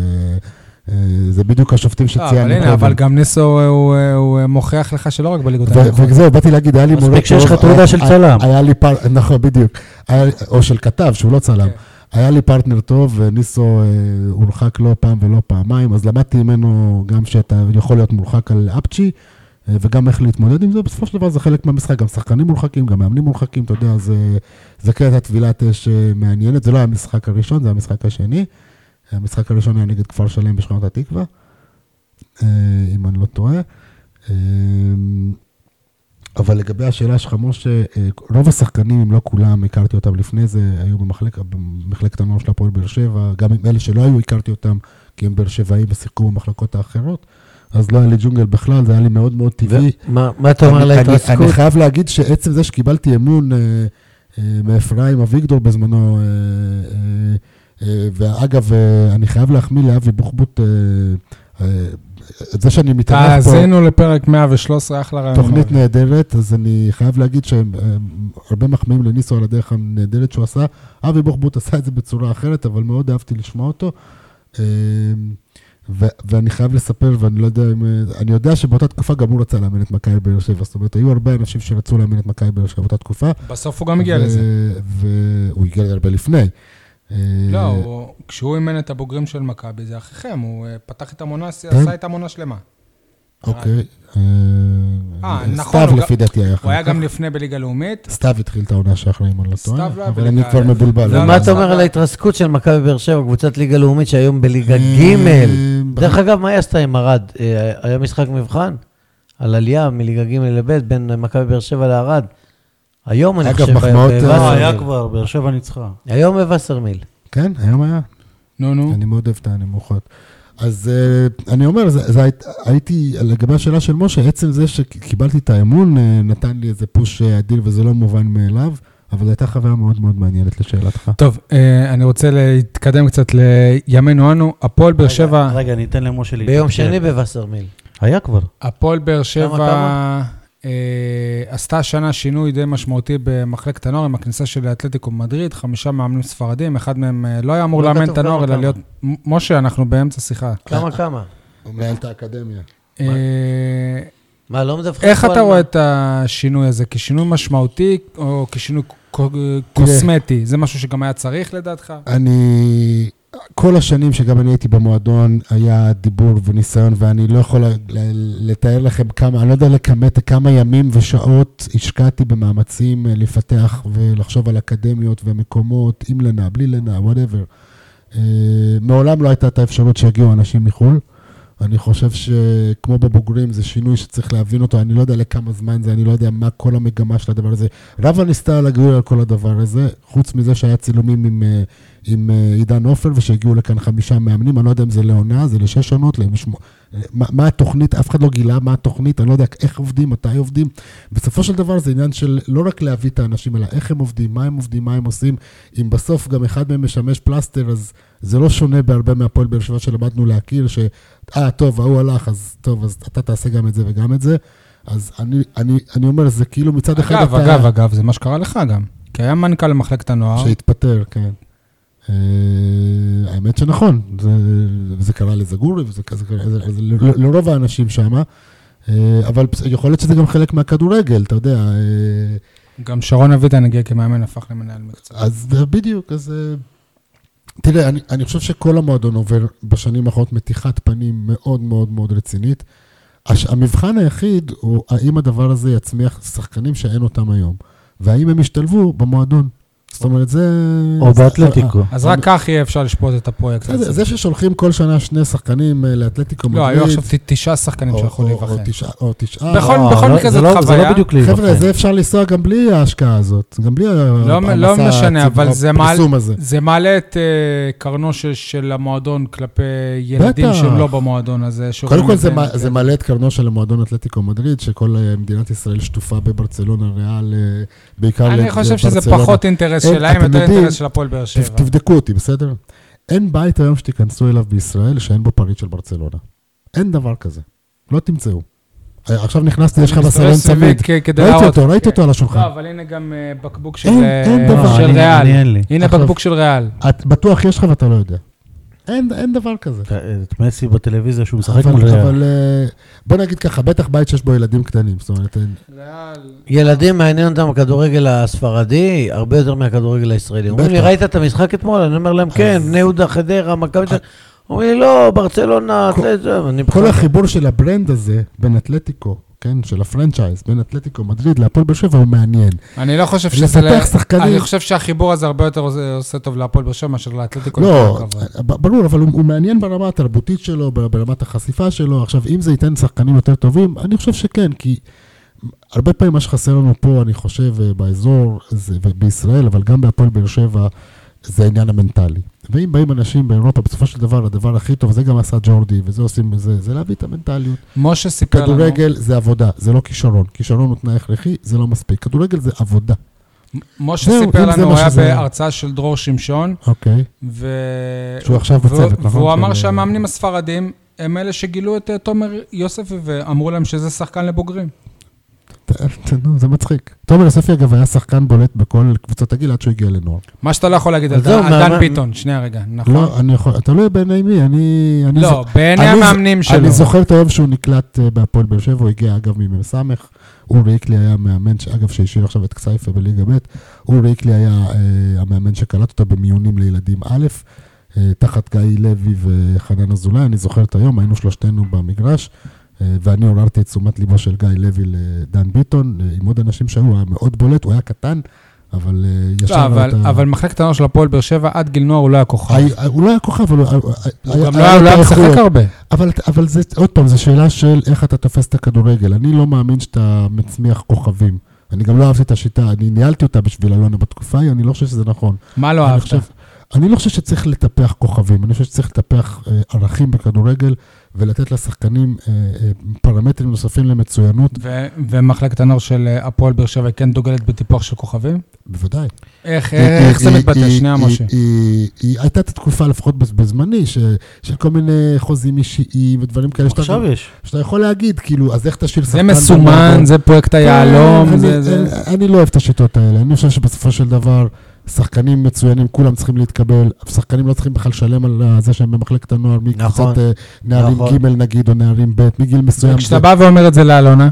S4: אה, זה בדיוק השופטים
S1: לא, אבל
S4: שציינו
S1: הנה, אבל
S4: קודם.
S1: גם ניסו אה, הוא, אה, הוא אה, מוכיח לך שלא רק בליגות
S4: ו-
S1: הנמוכות.
S4: וזהו, באתי להגיד, היה לי מורה
S2: מספיק שיש לך
S4: טוב,
S2: תעודה
S4: היה-
S2: של
S4: היה-
S2: צלם.
S4: היה לי פר... נכון, בדיוק. היה... או של כתב, שהוא לא צלם.
S1: כן.
S4: היה לי פרטנר טוב, וניסו אה, הורחק לא פעם ולא פעמיים, אז למדתי ממנו גם שאתה יכול להיות מורחק על אפצ'י, אה, וגם איך להתמודד עם זה. בסופו של דבר זה חלק מהמשחק, גם שחקנים מורחקים, גם מאמנים מורחקים, אתה יודע, זה, זה קטע טבילת אש אה, מעניינת. זה לא היה המשחק הראשון, זה היה המשחק השני. המשחק הראשון היה נגד כפר שלם בשכונת התקווה, אה, אם אני לא טועה. אה, אבל לגבי השאלה שלך, משה, אה, רוב השחקנים, אם לא כולם, הכרתי אותם לפני זה, היו במחלק, במחלקת הנוער של הפועל באר שבע, גם עם אלה שלא היו, הכרתי אותם, כי הם באר שבעים ושיחקו במחלקות האחרות, אז לא היה לי ג'ונגל בכלל, זה היה לי מאוד מאוד טבעי.
S3: ו- מה מה אתה אומר
S4: אני- אני-
S3: להתרסקות?
S4: אני חייב להגיד שעצם זה שקיבלתי אמון אה, אה, מאפרים אביגדור בזמנו. אה, אה, אה, ואגב, אה, אני חייב להחמיא לאבי בוחבוט, אה, אה, את זה שאני מתערב פה,
S1: תאזינו לפרק 113, אחלה רעיון.
S4: תוכנית נהדרת, אז אני חייב להגיד שהם אה, הרבה מחמיאים לניסו על הדרך הנהדרת שהוא עשה. אבי בוחבוט עשה את זה בצורה אחרת, אבל מאוד אהבתי לשמוע אותו. אה, ו- ואני חייב לספר, ואני לא יודע אם... אה, אני יודע שבאותה תקופה גם הוא רצה לאמן את מכבי באר שבע. זאת אומרת, היו הרבה אנשים שרצו לאמן את מכבי באר שבע באותה תקופה.
S1: בסוף הוא גם הגיע לא לזה.
S4: והוא הגיע לזה הרבה לפני. אה,
S1: לא, הוא- כשהוא אימן את הבוגרים של מכבי, זה אחיכם, הוא אה, פתח איתם עונה,
S4: כן.
S1: עשה איתם עונה שלמה.
S4: אוקיי.
S1: אה,
S4: אה,
S1: נכון,
S4: סתיו
S1: הוא
S4: לפי דעתי היה אחר
S1: הוא היה
S4: כך.
S1: גם לפני בליגה לאומית,
S4: סתיו התחיל את העונה שאחרי, אם אני לא
S1: סתיו
S4: טועה,
S1: לא היה
S4: אבל
S1: בליגה
S4: אני כבר
S1: א'.
S4: מבולבל.
S1: לא,
S4: אבל-
S3: ומה אתה אומר
S1: אבל-
S3: על ההתרסקות של מכבי באר שבע, קבוצת ליגה לאומית שהיום בליגה ג'?
S4: אה,
S3: דרך אגב, מה היא עשתה עם ערד? אה, היה משחק מבחן על עלייה מליגה ג' לב' בין מכבי באר שבע לערד. היום אני
S4: אגב,
S3: חושב... ב-
S4: מחמאות, אה,
S2: לא, היה
S3: בווסרמיל.
S2: כבר, באר שבע ניצחה.
S3: היום בווסרמיל.
S4: כן, היום היה.
S1: נו נו.
S4: אני מאוד אוהב את הנמוכות. אז אה, אני אומר, זה, זה, היית- הייתי, לגבי השאלה של משה, עצם זה שקיבלתי את האמון, אה, נתן לי איזה פוש אה, אדיר, וזה לא מובן מאליו, אבל זו הייתה חוויה מאוד מאוד מעניינת לשאלתך.
S1: טוב, אה, אני רוצה להתקדם קצת לימינו אנו. הפועל באר
S2: רגע,
S1: שבע,
S2: רגע, אני אתן למשה להתקשר.
S3: ביום שני בווסרמיל.
S2: היה כבר.
S1: הפועל באר שבע
S3: כמה?
S1: אה, עשתה השנה שינוי די משמעותי במחלקת הנוער עם הכניסה של אתלטיקו מדריד, חמישה מאמנים ספרדים, אחד מהם אה, לא היה אמור
S3: לא
S1: לאמן
S3: כתוב
S1: את הנוער,
S3: כמה,
S1: אלא
S3: כמה.
S1: להיות... מ- משה, אנחנו באמצע שיחה.
S2: אה.
S3: כמה כמה?
S4: הוא מנהל את האקדמיה.
S1: אה,
S3: מה, לא מדווחים?
S1: איך
S3: פה על
S1: אתה
S3: מה?
S1: רואה את השינוי הזה? כשינוי משמעותי או כשינוי ק- קוסמטי? זה משהו שגם היה צריך לדעתך?
S4: אני, כל השנים שגם אני הייתי במועדון, היה דיבור וניסיון, ואני לא יכול ל- ל- לתאר לכם כמה, אני לא יודע לכמת כמה ימים ושעות השקעתי במאמצים אה, לפתח ולחשוב על אקדמיות ומקומות, עם לינה, בלי לינה, וואטאבר. מעולם לא הייתה את האפשרות שיגיעו אנשים מחו"ל. אני חושב שכמו בבוגרים, זה שינוי שצריך להבין אותו. אני לא יודע לכמה זמן זה, אני לא יודע מה כל המגמה של הדבר הזה. רבה ניסתה על הגבול על כל הדבר הזה, חוץ מזה שהיה צילומים עם, אה, עם אה, עידן עופר ושהגיעו לכאן חמישה מאמנים, אני לא יודע אם זה לעונה, זה לשש עונות, למשמו... אה, מה, מה התוכנית, אף אחד לא גילה מה התוכנית, אני לא יודע איך עובדים, מתי עובדים. בסופו של דבר זה עניין של לא רק להביא את האנשים, אלא איך הם עובדים, מה הם עובדים, מה הם עושים. אם בסוף גם אחד מהם משמש פלסטר, אז זה לא שונה בהרבה מהפועל באר שבע שלמדנו להכיר, ש... אה, טוב, ההוא הלך, אז טוב, אז אתה תעשה גם את זה וגם את זה. אז אני, אני, אני אומר, זה כאילו מצד אחד...
S1: אגב,
S4: אתה-
S1: אגב, אגב, זה מה שקרה לך גם. כי היה מנכ"ל למחלקת הנוער,
S4: שהתפטר, כן. אה, האמת שנכון, זה, זה קרה לזגורי, וזה כזה קרה זה- זה ל- לרוב האנשים שם, אבל פס- יכול להיות שזה גם חלק מהכדורגל, אתה יודע. אה,
S1: גם שרון אביטן הגיע כמאמן, הפך למנהל מקצוע.
S4: אז זה בדיוק, אז... אה, תראה, אני, אני חושב שכל המועדון עובר בשנים האחרונות מתיחת פנים מאוד מאוד מאוד רצינית. הש, המבחן היחיד הוא האם הדבר הזה יצמיח שחקנים שאין אותם היום, והאם הם ישתלבו במועדון. זאת אומרת, זה...
S2: או
S4: זה-
S2: באתלטיקו.
S1: אז רק כך יהיה אפשר לשפוט את הפרויקט
S4: בסדר,
S1: הזה.
S4: זה ששולחים כל שנה שני שחקנים אה, לאתלטיקו
S1: לא, היו
S4: מדריד,
S1: עכשיו ת- תשעה שחקנים
S4: או-
S1: שיכולו
S4: או-
S1: להיבחן.
S4: או תשעה- או תשעה.
S1: בכל-
S2: לא,
S1: בכל
S2: לא-
S1: מקרה
S2: זה
S1: זאת
S2: לא- זה
S1: חוויה.
S2: לא בדיוק להיבחן.
S4: חבר'ה, זה אפשר לנסוע גם בלי ההשקעה הזאת, גם בלי
S1: לא מ- לא
S4: המסע
S1: משנה, אבל
S4: הצי-
S1: זה
S4: הפרסום הזה.
S1: זה מעלה את אה, קרנו של- של המועדון כלפי ילדים
S4: בטח.
S1: שהם לא במועדון הזה. שרואים
S4: קודם כל
S1: את
S4: זה, מה,
S1: כן.
S4: זה מעלה את קרנו של המועדון אתלטיקו מדריד, שכל אה, מדינת ישראל שטופה בברצלונה ריאל, אה, בעיקר
S1: אני
S4: לברצלונה.
S1: חושב שזה פחות אינטרס
S4: אין,
S1: שלהם,
S4: לא אה, אתם
S1: יותר
S4: יודעים,
S1: אינטרס של הפועל באר
S4: תב-
S1: שבע.
S4: תבדקו אותי, בסדר? אין בית היום שתיכנסו אליו בישראל שאין בו פריט של ברצלונה. אין דבר כזה. לא תמצאו. אה, עכשיו נכנסתי, יש לך
S1: אני מסתובב
S4: בסלון
S1: סביבי
S4: צמיד.
S1: כ- כדי
S4: ראיתי
S1: להראות-
S4: אותו, ראיתי
S1: כן.
S4: אותו על
S1: לא,
S4: השולחן.
S1: אבל הנה גם אה, בקבוק של
S4: אין-
S1: אה,
S4: אין דבר.
S1: של
S2: אני-
S1: ריאל.
S2: אני אין לי.
S1: הנה
S4: עכשיו-
S1: בקבוק של ריאל.
S4: את בטוח יש לך ואתה לא יודע. אין, אין דבר כזה.
S2: אתה- את מסי בטלוויזיה שהוא משחק
S4: אבל,
S2: מול ריאל.
S4: אבל אה, בוא נגיד ככה, בטח בית שיש בו ילדים קטנים, זאת אומרת, אין-
S3: ילדים מעניין אותם הכדורגל הספרדי הרבה יותר מהכדורגל הישראלי. אומרים לי,
S4: בטח. אה.
S3: ראית את המשחק אתמול? אני אומר להם, כן, בני יהודה, חדרה, מכבי... תל-" אומרים לי, לא, ברצלונה,
S4: כל-
S3: זה, זה, אני
S4: כל
S3: בכלל-
S4: החיבור של הברנד הזה בין אתלטיקו, כן, של הפרנצ'ייז, בין אתלטיקו מדריד להפועל באר שבע הוא מעניין.
S1: אני לא חושב שזה...
S4: לפתח
S1: ל-
S4: שחקנים...
S1: אני חושב שהחיבור הזה הרבה יותר עושה- עושה טוב להפועל באר שבע מאשר לאתלטיקו.
S4: לא,
S1: לכל הכבוד.
S4: ב- ברור, אבל הוא, הוא מעניין ברמה התרבותית שלו, בר- ברמת החשיפה שלו. עכשיו, אם זה ייתן שחקנים יותר טובים, אני חושב שכן, כי הרבה פעמים מה שחסר לנו פה, אני חושב, אה, באזור, זה, בישראל, אבל גם בהפועל באר שבע, זה העניין המנטלי. ואם באים אנשים באירופה, בסופו של דבר, הדבר הכי טוב, זה גם עשה ג'ורדי, וזה עושים, זה, זה להביא את המנטליות.
S1: משה סיפר לנו...
S4: כדורגל זה עבודה, זה לא כישרון. כישרון הוא תנאי הכרחי, זה לא מספיק. כדורגל זה עבודה.
S1: משה
S4: זהו,
S1: סיפר
S4: אם זה
S1: לנו,
S4: מה
S1: הוא היה
S4: שזה-
S1: בהרצאה של דרור שמשון,
S4: אוקיי.
S1: ו...
S4: שהוא עכשיו
S1: והוא-
S4: בצוות, נכון?
S1: והוא
S4: של-
S1: אמר שהמאמנים הספרדים הם אלה שגילו את אה, תומר יוספי ואמרו להם שזה שחקן לבוגרים.
S4: ת- ת- נו, זה מצחיק. תומר יוספי, אגב, היה שחקן בולט בכל קבוצות הגיל עד שהוא הגיע לנוער.
S1: מה שאתה לא יכול להגיד על
S3: אז זהו,
S1: דן- על דן
S3: מה-
S1: ביטון, שנייה רגע, נכון?
S4: לא, אני יכול, תלוי בעיני מי, אני... אני
S1: לא, בעיני
S4: אני ז-
S1: המאמנים שלו.
S4: אני זוכר את היום שהוא נקלט אה, בהפועל באר שבע, הוא הגיע אגב ממ"ס. אורי איקלי היה מאמן, ש- אגב, שהשאיר עכשיו את כסייפה בליגה ב', אורי איקלי היה אה, המאמן שקלט אותו במיונים לילדים א', אה, תחת גיא לוי וחנן אזולאי, אני זוכר את היום, היינו שלושתנו במגרש, אה, ואני עוררתי את תשומת ליבו של גיא לוי לדן ביטון, אה, עם עוד אנשים שהיו, הוא היה מאוד בולט, הוא היה קטן, אבל אה, ישר...
S1: לא, אבל-
S4: אתה-
S1: אבל מחלקת הנוער של הפועל באר שבע עד גיל נוער הוא לא היה כוכב.
S4: היה- הוא לא היה כוכב, אבל הוא
S1: הוא גם לא היה- הוא לא היה משחק הרבה.
S4: אבל, אבל זה, עוד פעם, זו שאלה של איך אתה תופס את הכדורגל. אני לא מאמין שאתה מצמיח כוכבים. אני גם לא אהבתי את השיטה, אני ניהלתי אותה בשביל אלונה בתקופה ההיא, אני לא חושב שזה נכון.
S1: מה לא
S4: אני
S1: אהבת?
S4: חושב- אני לא חושב שצריך לטפח כוכבים, אני חושב שצריך לטפח אה, ערכים בכדורגל ולתת לשחקנים אה, אה, פרמטרים נוספים למצוינות,
S1: ו- ומחלקת הנוער של אה, הפועל באר שבע כן דוגלת בטיפוח של כוכבים?
S4: בוודאי.
S1: איך אה, איך זה
S4: היא-
S1: מתבטא?
S4: היא-
S1: שנייה,
S4: היא-
S1: משה.
S4: היא- היא- הייתה את התקופה, לפחות בז- בזמני, ש- של כל מיני חוזים אישיים ודברים כאלה, שאתה
S2: עכשיו
S4: גם-
S2: יש.
S4: שאתה יכול להגיד, כאילו, אז איך תשאיר שחקן...
S1: זה מסומן,
S4: במועדון?
S1: זה פרויקט
S4: כן,
S1: היהלום, זה...
S4: אני-
S1: זה-
S4: אני- אני לא אוהב את השיטות האלה, אני חושב שבסופו של דבר, שחקנים מצוינים, כולם צריכים להתקבל, שחקנים לא צריכים בכלל לשלם על ה- זה שהם במחלקת הנוער, מקבוצת אה, נערים
S3: נכון.
S4: ג' נגיד, או נערים ב', מגיל מסוים.
S1: כשאתה
S4: זה-
S1: בא ואומר את זה לאלונה,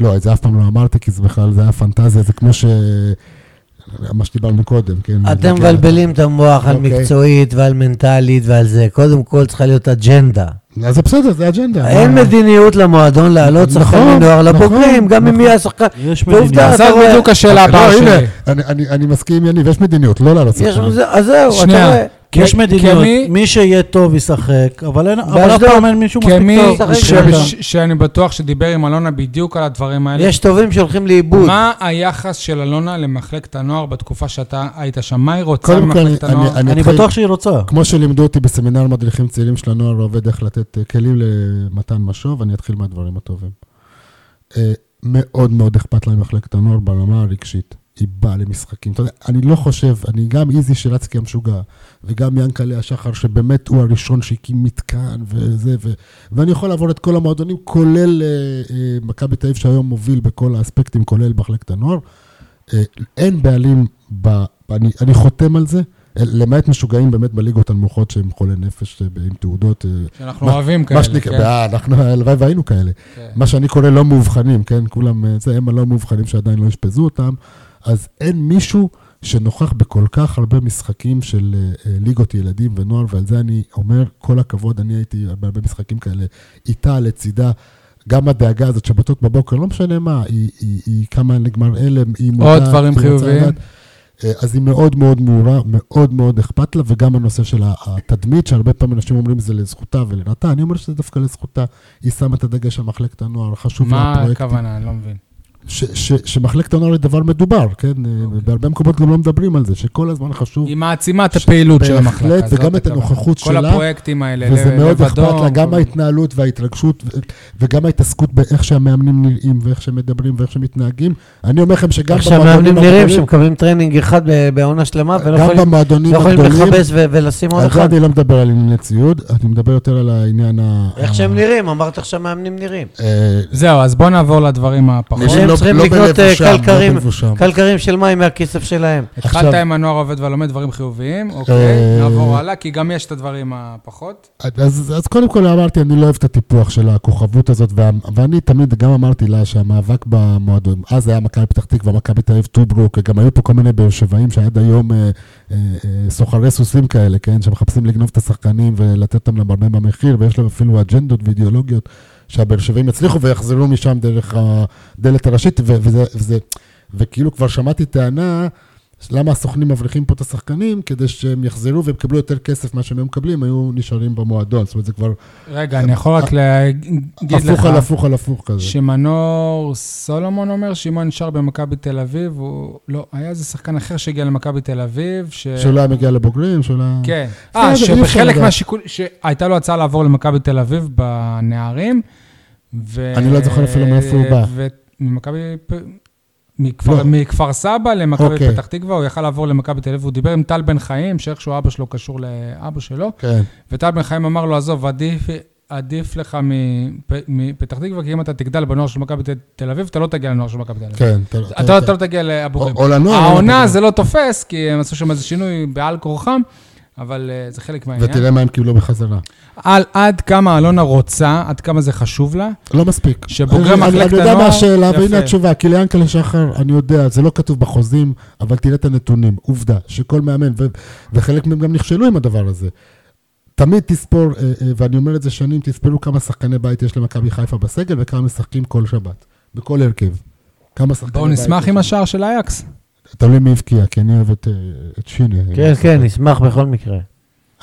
S4: לא, את זה אף פעם לא אמרתי, כי זה בכלל, זה היה פנטזיה, זה כמו ש... מה שדיברנו קודם, כן?
S3: אתם מבלבלים את המוח על
S4: אוקיי.
S3: מקצועית ועל מנטלית ועל זה. קודם כל צריכה להיות אג'נדה.
S4: אז זה בסדר, זה אג'נדה.
S3: אין
S4: מה-
S3: מדיניות למועדון להעלות
S4: נכון,
S3: שחקני נוער
S4: נכון,
S3: לבוגרים, גם אם
S4: נכון.
S3: יהיה השחקן.
S2: יש
S3: ועובדה,
S2: מדיניות.
S3: אתה
S1: זו
S3: רואה-
S1: בדיוק השאלה
S4: לא,
S1: הבאה
S4: הנה,
S1: שלי.
S4: אני- אני- אני מסכים עם יניב, יש מדיניות, לא לעלות
S3: יש-
S4: שחקנים.
S3: זה- אז זהו, אתה
S1: שנייה.
S3: רואה.
S1: כי-
S2: יש מדיניות,
S1: כמי-
S2: מי שיהיה טוב ישחק, אבל אין- אבל אף
S3: באשדוד.
S2: פעם אין מישהו מספיק
S1: כמי
S2: טוב.
S3: משחק
S1: ש-
S3: רגע.
S1: ש- שאני בטוח שדיבר עם אלונה בדיוק על הדברים
S4: נכון.
S1: האלה,
S3: יש טובים שהולכים לאיבוד.
S1: מה היחס של אלונה למחלקת הנוער בתקופה שאתה היית שם? מה היא רוצה
S4: קודם כל,
S1: ממחלקת
S4: אני-
S1: הנוער?
S4: אני
S2: אני
S4: אתחיל-
S2: בטוח שהיא רוצה.
S3: אה,
S4: כמו שלימדו אותי בסמינר מדריכים צעירים של הנוער העובד איך לתת אה, כלים למתן משוב, אני אתחיל מהדברים הטובים. אה, מאוד מאוד אכפת להם מחלקת הנוער ברמה הרגשית. היא באה למשחקים. אתה יודע, אני לא חושב, אני גם איזי שרצקי המשוגע, וגם ינקלה השחר, שבאמת הוא הראשון שהקים מתקן וזה, ו... ואני יכול לעבור את כל המועדונים, כולל אה, אה, מכבי תל אביב שהיום מוביל בכל האספקטים, כולל מחלקת הנוער. אה, אין בעלים, ב, אני, אני חותם על זה, אה, למעט משוגעים באמת בליגות הנמוכות שהם חולי נפש אה, ב- עם תעודות. אה,
S1: שאנחנו
S4: מה-
S1: אוהבים כאלה,
S4: מה שנקרא,
S1: כן,
S4: אה, אנחנו, הלוואי והיינו כאלה.
S1: כן.
S4: מה שאני קורא לא מאובחנים, כן? כולם, אה, זה הם הלא מאובחנים שעדיין לא אשפזו אותם, אז אין מישהו שנוכח בכל כך הרבה משחקים של אה, אה, ליגות ילדים ונוער, ועל זה אני אומר, כל הכבוד, אני הייתי בהרבה משחקים כאלה, איתה, לצידה. גם הדאגה הזאת, שבתות בבוקר, לא משנה מה, היא, היא, היא כמה נגמר אלם, היא
S1: עוד
S4: מודעת,
S1: דברים
S4: היא רוצה
S1: חיוביים.
S4: לדעת. אה, אז היא מאוד מאוד מעורה, מאוד מאוד אכפת לה, וגם הנושא של ה- התדמית, שהרבה פעמים אנשים אומרים זה לזכותה ולרעתה, אני אומר שזה דווקא לזכותה. היא שמה את הדגש על מחלקת הנוער, חשוב לה
S1: מה
S4: הפרויקטים.
S1: הכוונה? אני לא מבין.
S4: ש- ש- שמחלקת הנוער היא דבר מדובר, כן?
S1: אוקיי.
S4: אה, בהרבה מקומות גם לא מדברים על זה, שכל הזמן חשוב.
S1: היא מעצימה את
S4: ש-
S1: הפעילות של
S4: בהחלט,
S1: המחלקה. זאת
S4: וגם את
S1: הכוונה.
S4: הנוכחות
S1: כל
S4: שלה,
S1: הפרויקטים האלה, אוקיי.
S4: וזה
S1: לב-
S4: מאוד אכפת
S1: לבדו,
S4: לה, גם
S1: כל-
S4: ההתנהלות וההתרגשות, ו- וגם ההתעסקות באיך שהמאמנים נראים, ואיך שהם מדברים, ואיך שהם מתנהגים. אני אומר לכם שגם
S3: איך שהמאמנים נראים,
S4: הגדולים-
S3: שמקבלים טרנינג אחד ב- בעונה שלמה, ולא
S4: גם
S3: יכולים-
S4: במועדונים
S3: לא יכולים
S4: הגדולים,
S3: לכבס ו- ולשים עוד
S4: על זה
S3: אחד.
S4: אני לא מדבר על ענייני ציוד, אני מדבר יותר על העניין ה...
S3: איך שהם נראים, אמרת איך שהמאמנים נראים.
S4: אה,
S1: זהו, אז בואו נעבור לדברים הפחות.
S3: נראה- שהם
S4: לא-
S3: צריכים
S4: לא
S3: לקנות,
S4: בלבושם,
S3: אה,
S4: לא
S3: קלקרים.
S4: בלבושם.
S3: קלקרים של מים מהכסף שלהם.
S4: כן,
S1: התחלת
S4: עכשיו-
S1: עם הנוער עובד והלומד דברים חיוביים, אוקיי,
S4: אה,
S1: נעבור הלאה, כי גם יש את הדברים הפחות.
S4: אז, אז קודם כל אמרתי, אני לא אוהב את הטיפוח של הכוכבות הזאת, וה, ואני תמיד גם אמרתי לה שהמאבק במועדון, אז היה מכבי פתח תקווה, מכבי תל אביב, טוברוק, גם היו פה כל מיני באר שבעים שעד היום אה, אה, אה, סוחרי סוסים כאלה, כן, שמחפשים לגנוב את השחקנים ולתת אותם למרבה במחיר, ויש להם אפילו אג'נדות ואידיאולוגיות שהבאר שבעים יצליחו ויחזרו משם דרך הדלת הראשית, ו, וזה, וזה, וכאילו כבר שמעתי טענה, למה הסוכנים מבריחים פה את השחקנים? כדי שהם יחזרו והם יקבלו יותר כסף ממה שהם היו מקבלים, היו נשארים במועדון. זאת אומרת, זה כבר
S1: רגע, אני יכול רק להגיד
S4: אה, הפוך על
S1: לך,
S4: הפוך על הפוך כזה.
S1: שמנור סולומון אומר שאם הוא נשאר במכבי תל אביב, הוא... לא, היה איזה שחקן אחר שהגיע למכבי תל אביב, ש...
S4: שלא היה מגיע לבוגרים, שלא היה...
S1: כן.
S4: בסדר, אי
S1: אה,
S4: אפשר
S1: שבחלק
S4: לדעת.
S1: מהשיקול, שהייתה לו הצעה לעבור למכבי תל אביב בנערים, ו...
S4: אני לא זוכר אפילו מאיפה הוא בא.
S1: ו- ממכבי... פ- מכפר,
S4: לא.
S1: מכפר סבא למכבי
S4: אוקיי.
S1: פתח תקווה, הוא יכל לעבור למכבי תל אביב, הוא דיבר עם טל בן חיים, שאיכשהו אבא שלו קשור לאבא שלו,
S4: כן.
S1: וטל בן חיים אמר לו, עזוב, עדיף, עדיף לך מפ- מפתח תקווה, כי אם אתה תגדל בנוער של מכבי ת- תל אביב, אתה לא תגיע לנוער של מכבי תל אביב.
S4: כן,
S1: אתה אתה לא תגיע לאבורים.
S4: או- או לנוער, או
S1: העונה
S4: לפתח
S1: זה לא תופס, כי הם עשו שם איזה שינוי בעל כורחם, אבל אה, זה חלק מהעניין.
S4: ותראה מה הם קיבלו בחזרה.
S1: על עד כמה אלונה רוצה, עד כמה זה חשוב לה.
S4: לא מספיק.
S1: שבוגרי
S4: אני-
S1: מחלקת
S4: אני יודע
S1: הנוער-
S4: מה השאלה, והנה
S1: יפה.
S4: התשובה. כי ליענקל'ה שחר, אני יודע, זה לא כתוב בחוזים, אבל תראה את הנתונים. עובדה, שכל מאמן, ו- וחלק מהם גם נכשלו עם הדבר הזה. תמיד תספור, אה, אה, ואני אומר את זה שנים, תספרו כמה שחקני בית יש למכבי חיפה בסגל וכמה משחקים כל שבת, בכל הרכב. כמה שחקני
S1: בואו
S4: בית
S1: נשמח
S4: יש.
S1: עם השער של אייקס.
S4: תלוי מי הבקיע, כי אני אוהב את, אה, את שיני.
S3: כן, כן, נשמח בכל מקרה.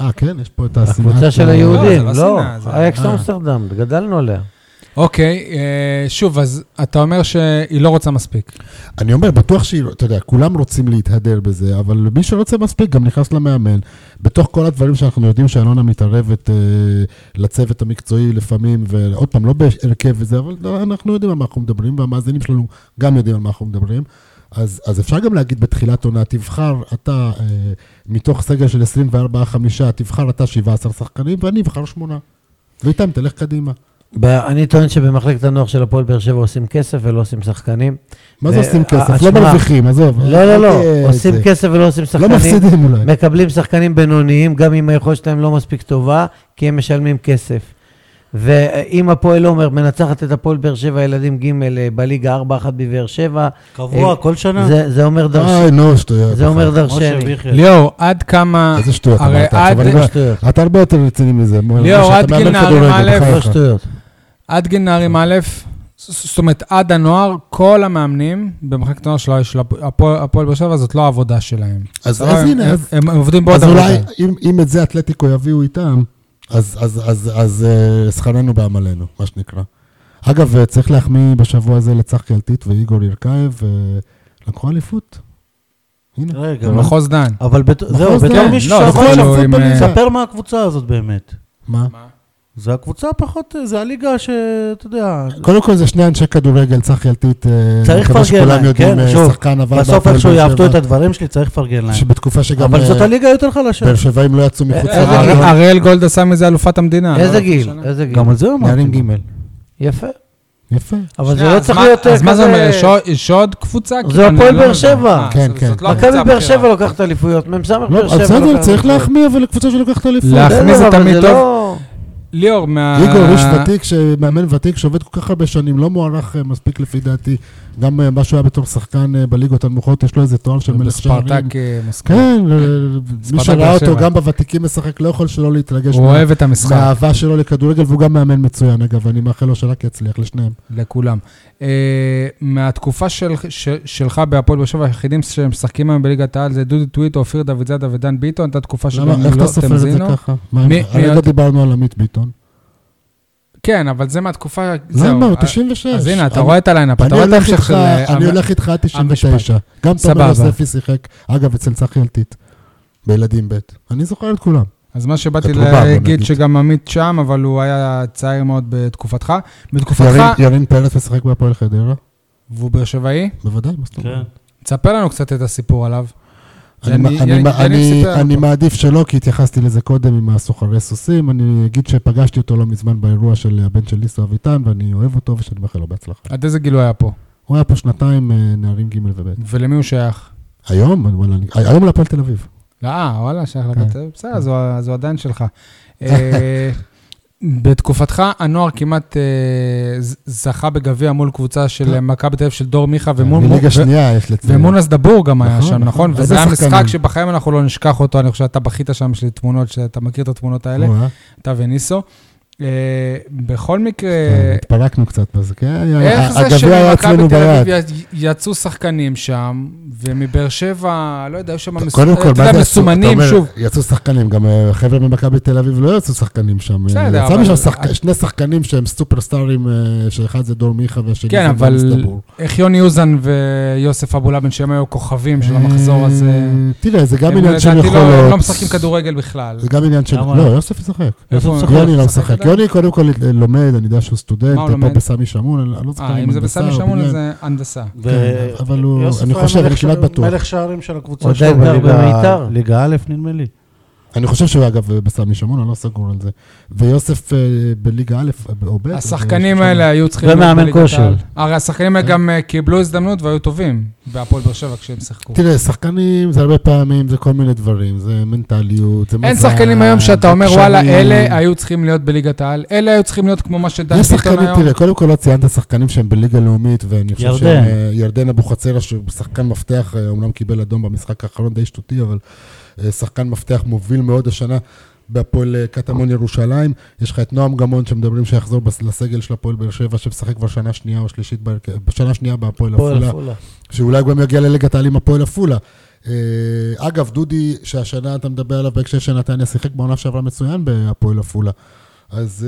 S4: אה, כן? יש פה את השנאה.
S3: הקבוצה של
S4: ה-
S3: היהודים,
S1: לא, זה לא
S3: לא.
S1: שנאה, זה-
S3: אייקס
S4: אה.
S3: אמסטרדם, גדלנו עליה.
S1: אוקיי, אה, שוב, אז אתה אומר שהיא לא רוצה מספיק.
S4: אני אומר, בטוח שהיא, אתה יודע, כולם רוצים להתהדר בזה, אבל מי שרוצה מספיק גם נכנס למאמן. בתוך כל הדברים שאנחנו יודעים שאלונה מתערבת אה, לצוות המקצועי לפעמים, ועוד פעם, לא בהרכב וזה, אבל לא, אנחנו יודעים על מה אנחנו מדברים, והמאזינים שלנו גם יודעים על מה אנחנו מדברים. אז, אז אפשר גם להגיד בתחילת עונה, תבחר אתה, אה, מתוך סגל של 24-5, תבחר אתה 17 שחקנים, ואני אבחר שמונה. ואיתם תלך קדימה.
S3: ב- אני טוען שבמחלקת הנוער של הפועל באר שבע עושים כסף ולא עושים שחקנים.
S4: מה זה
S3: אה,
S4: עושים כסף?
S3: התשמע,
S4: לא מרוויחים, עזוב.
S3: לא, לא,
S4: אל תהיה
S3: לא, עושים
S4: זה.
S3: כסף ולא עושים
S4: לא
S3: שחקנים.
S4: מפסידים אולי.
S3: מקבלים שחקנים בינוניים, גם אם היכולת שלהם לא מספיק טובה, כי הם משלמים כסף. ואם הפועל עומר מנצחת את הפועל באר שבע, ילדים ג' אה, בליגה 4-1 בבאר שבע,
S2: קבוע
S3: אה,
S2: כל שנה?
S3: זה- זה אומר דרשני.
S4: אוי, אה, נו, שטויות.
S3: זה אומר
S4: אחי.
S2: לא. משה
S3: דרשני.
S2: ביכר.
S1: ליאור, עד כמה...
S4: איזה שטויות
S1: הרי
S4: אמרת עכשיו,
S1: עד-
S4: אבל אני- לא- אתה הרבה יותר רציני מזה. משה,
S1: ליאור,
S4: אתה
S1: עד
S4: מאמן
S1: גיל נערים
S4: כדורגל,
S1: א',
S4: בחייך.
S3: לא שטויות.
S1: עד גיל נערים א', ז- זאת אומרת, עד הנוער, כל המאמנים במחלקת הנוער של ה- של הפ- הפועל הפועל באר שבע, זאת לא העבודה שלהם.
S4: אז
S1: לא,
S4: אז
S1: הם-
S4: הנה,
S1: הם-
S4: אז-
S1: הם עובדים בעוד
S4: אז
S1: עבודה.
S4: אולי אם- אם את זה אתלטיקו יביאו איתם, אז- אז- אז אז, אה, שכרנו בעמלנו, מה שנקרא. אגב, אה, צריך להחמיא בשבוע הזה לצחקי אלטית ואיגור ירקאייב, אה, לקחו אליפות. הנה.
S2: רגע, אבל-
S1: במחוז דן.
S2: אבל בת-
S3: נכון,
S2: זהו,
S4: זה-
S2: בתור
S4: כן,
S2: לא. מישהו
S1: נכון. לא,
S2: שעבר
S1: יכול,
S2: שם
S1: הוא עם,
S2: פוטבוליסט,
S1: אה,
S2: ספר מה הקבוצה הזאת באמת.
S4: מה?
S2: זה הקבוצה הפחות, זה הליגה שאתה יודע,
S4: קודם כל זה שני אנשי כדורגל, צחי אלטית, אה,
S2: צריך
S4: אני מקווה
S2: לפרגן
S4: שכולם
S2: להם,
S4: יודעים,
S2: כן,
S4: אה,
S2: שוב,
S4: שחקן עבר
S2: בסוף
S4: בהפועל
S2: איכשהו
S4: באר
S2: יעוותו
S4: שבע,
S2: את הדברים שלי, צריך לפרגן להם.
S4: שבתקופה שגם
S2: אבל זאת
S4: אה,
S2: הליגה אה, היותר חלשה.
S4: באר שבעים לא יצאו
S3: איזה
S4: מקבוצה.
S3: גיל?
S1: אר- אריאל גולד עשה מזה אלופת המדינה. לא?
S3: איזה גיל?
S1: שנה.
S3: איזה גיל?
S2: גם על זה אמרתי.
S4: נערים ג'
S3: יפה.
S4: יפה.
S3: אבל זה
S1: שנייה,
S3: לא
S1: אז
S3: צריך
S1: מה-
S3: להיות אה,
S1: אז מה זה אומר?
S3: כזה...
S1: שוד- שוד קבוצה?
S3: זה
S1: כאילו, אני
S3: הפועל
S1: לא
S3: באר
S1: מבין.
S3: שבע.
S1: אה,
S4: כן,
S1: זאת-
S4: כן.
S1: זאת לא
S3: מכבי
S1: הקבוצה
S3: באר
S1: הבכירה.
S3: שבע לוקחת אליפויות, מ"ס באר
S4: לא,
S3: שבע
S4: בסדר,
S3: לוקחת
S4: צריך
S3: אליפויות.
S4: להחמיא, אבל לקבוצה שלוקחת אליפות.
S1: להחמיא. להכניס
S3: בסדר,
S1: זה
S3: אבל
S1: תמיד
S3: זה
S1: טוב.
S3: לא-
S1: ליאור, מה...
S4: איגור, איש ותיק, שמאמן ותיק, שעובד כל כך הרבה שנים, לא מוערך אה, מספיק לפי דעתי. גם אה, מה שהוא היה בתור שחקן אה, בליגות הנמוכות, יש לו איזה תואר של מלך שערים.
S1: בספרטק אה, מוסקבה.
S4: כן, אה, מי
S1: ספרטק
S4: שראה
S1: באר
S4: אותו
S1: שבע.
S4: גם בוותיקים משחק, לא יכול שלא להתרגש
S1: הוא
S4: מה-
S1: אוהב את המשחק,
S4: מהאהבה שלו לכדורגל, והוא גם מאמן מצוין, אגב, אני מאחל לו שרק יצליח לשניהם.
S1: לכולם. אה, מהתקופה של- של- שלך בהפועל באר שבע, היחידים שמשחקים היום בליגת העל זה דודו טוויטו, אופיר דוידזאדה ודן ביטון, הייתה תקופה שגם
S4: למה, איך
S1: לא
S4: אתה סופר את זה
S1: תמזינו.
S4: ככה? מה,
S1: מי- מי
S4: הרגע
S1: עוד?
S4: דיברנו על עמית ביטון.
S1: כן, אבל זה מהתקופה,
S4: לא,
S1: זהו.
S4: למה? הוא
S1: אה,
S4: 96.
S1: אז הנה, אתה
S4: אני-
S1: רואה את הליינאפ, אתה
S4: אני
S1: רואה את
S4: הולך
S1: ההמשך
S4: איתך,
S1: של... אה,
S4: אני הולך איתך עד 99.
S1: המשפט.
S4: גם
S1: סבבה.
S4: תומר יוספי שיחק, אגב, אצל צחי אלטית, בילדים ב'. אני זוכר את כולם.
S1: אז מה שבאתי
S4: את רובם, בוא
S1: להגיד
S4: נגיד.
S1: שגם עמית שם, אבל הוא היה צעיר מאוד בתקופתך. בתקופתך,
S4: ירין- ירין פרץ משחק בהפועל חדרה?
S1: והוא באר שבעי,
S4: בוודאי, מה זאת אומרת?
S2: כן.
S1: תספר לנו קצת את הסיפור עליו.
S4: אני-
S1: אני-
S4: אני-
S1: יניב
S4: אני-
S1: סיפר לנו
S4: אני
S1: פה.
S4: מעדיף שלא, כי התייחסתי לזה קודם עם הסוחרי סוסים. אני אגיד שפגשתי אותו לא מזמן באירוע של הבן של ליסו אביטן, ואני אוהב אותו ושאני מאחל לו בהצלחה.
S1: עד איזה גיל הוא היה פה?
S4: הוא היה פה שנתיים אה, נערים ג' וב'.
S1: ולמי הוא שייך?
S4: היום? וואלה, אני- היום להפועל תל אביב.
S1: לא, אה, וואלה, שייך
S4: כן.
S1: לבית... בסדר, אז הוא- אז הוא עדיין שלך. אה, בתקופתך הנוער כמעט אה, ז- זכה בגביע מול קבוצה של
S4: כן.
S1: מכבי תל אביב של דור מיכה אה, ומול...
S4: אה, מליגה
S1: ו-
S4: שנייה יש לציין.
S1: ומונס דבור גם היה
S4: נכון,
S1: שם, נכון?
S4: נכון.
S1: וזה
S4: איזה
S1: היה משחק
S4: שחקנים.
S1: שבחיים אנחנו לא נשכח אותו, אני חושב שאתה בכית שם, יש לי תמונות, שאתה מכיר את התמונות האלה,
S4: נו, אה?
S1: אתה וניסו. אה, בכל מקרה,
S4: אה, התפרקנו קצת בזה, כן,
S1: אה, איך
S4: היה-
S1: זה
S4: הגביע היה
S1: שממכבי
S4: אצלנו
S1: תל
S4: ביד.
S1: אביב י- יצאו שחקנים שם, ומבאר שבע, לא יודע, היו שם מס-
S4: קודם כל,
S1: אתה יודע,
S4: מה זה עשו? אתה
S1: מסומנים,
S4: אומר,
S1: שוב.
S4: יצאו שחקנים, גם אה, חבר'ה ממכבי תל אביב לא יצאו שחקנים שם.
S1: בסדר,
S4: יצאו
S1: אבל-
S4: משם שחק- שני שחקנים שהם סופרסטארים, אה, שאחד זה דור מיכה והשני
S1: כן,
S4: זה
S1: אבל
S4: דבור.
S1: איך יוני אוזן ויוסף אבולאבן, שהם היו כוכבים של המחזור הזה,
S4: אה, תראה, זה גם
S1: הם
S4: עניין של
S1: לדעתי
S4: יכולות.
S1: לא- לא משחקים כדורגל בכלל.
S4: זה גם עניין של...
S2: למה?
S4: לא, יוסף ישחק.
S1: איפה הוא-
S4: יוני לא
S1: משחק אה,
S4: משחק.
S1: עדיין?
S4: יוני קודם כל לומד, אני יודע שהוא סטודנט, אה,
S1: מה הוא
S4: פה
S1: לומד?
S4: בסמי שמון, אני- אני לא זוכר
S1: אה, אם זה
S4: הנדסה
S1: בסמי
S4: או
S1: שמון,
S4: בניין.
S1: אז זה הנדסה.
S2: ו-
S4: כן, אבל הוא-
S2: יוסף
S4: אני
S2: היה
S4: חושב,
S2: מלך
S4: אני כמעט
S2: שערים-
S4: בטוח.
S2: מלך שערים של הקבוצה
S3: עוד
S2: שלו
S3: היה גר
S2: בליגה-
S3: בביתר.
S2: ליגה א', נדמה לי.
S4: אני חושב שהוא אגב בסמי שמון, אני לא סגור על זה. ויוסף אה, בליגה א' או ב'.
S1: השחקנים
S4: אה,
S1: האלה היו צריכים... להיות
S3: ומאמן
S1: בליגת
S3: כושר.
S1: העל. הרי השחקנים האלה גם אה, קיבלו הזדמנות והיו טובים בהפועל באר שבע כשהם שיחקו.
S4: תראה, שחקנים זה הרבה פעמים, זה כל מיני דברים, זה מנטליות, זה מזל.
S1: אין שחקנים היום שאתה אומר,
S4: זה
S1: וואלה,
S4: קשרים."
S1: אלה היו צריכים להיות בליגת העל, אלה היו צריכים להיות כמו מה שדן
S4: יש
S1: ביטון
S4: שחקנים,
S1: היום.
S4: תראה, קודם כל לא ציינת שחקנים שהם בליגה לאומית, ואני חושב
S2: ירדן.
S4: שהם... אה, ירדן אבוחצירא, שהוא שחקן מפתח, אה, אומנם קיבל אדום במשחק האחרון, די שטותי, אבל אה, שחקן מפתח מוביל מאוד השנה בהפועל אה, קטמון ירושלים. יש לך את נועם גמון, שמדברים שיחזור בס- לסגל של הפועל באר שבע, שמשחק כבר שנה שנייה או שלישית, בהרכב- בשנה שנייה בהפועל עפולה. שאולי הוא גם יגיע לליגת העל עם הפועל עפולה. אה, אגב, דודי, שהשנה אתה מדבר עליו בהקשר של נתניה, שיחק בעונה שעברה מצוין בהפועל עפולה. אז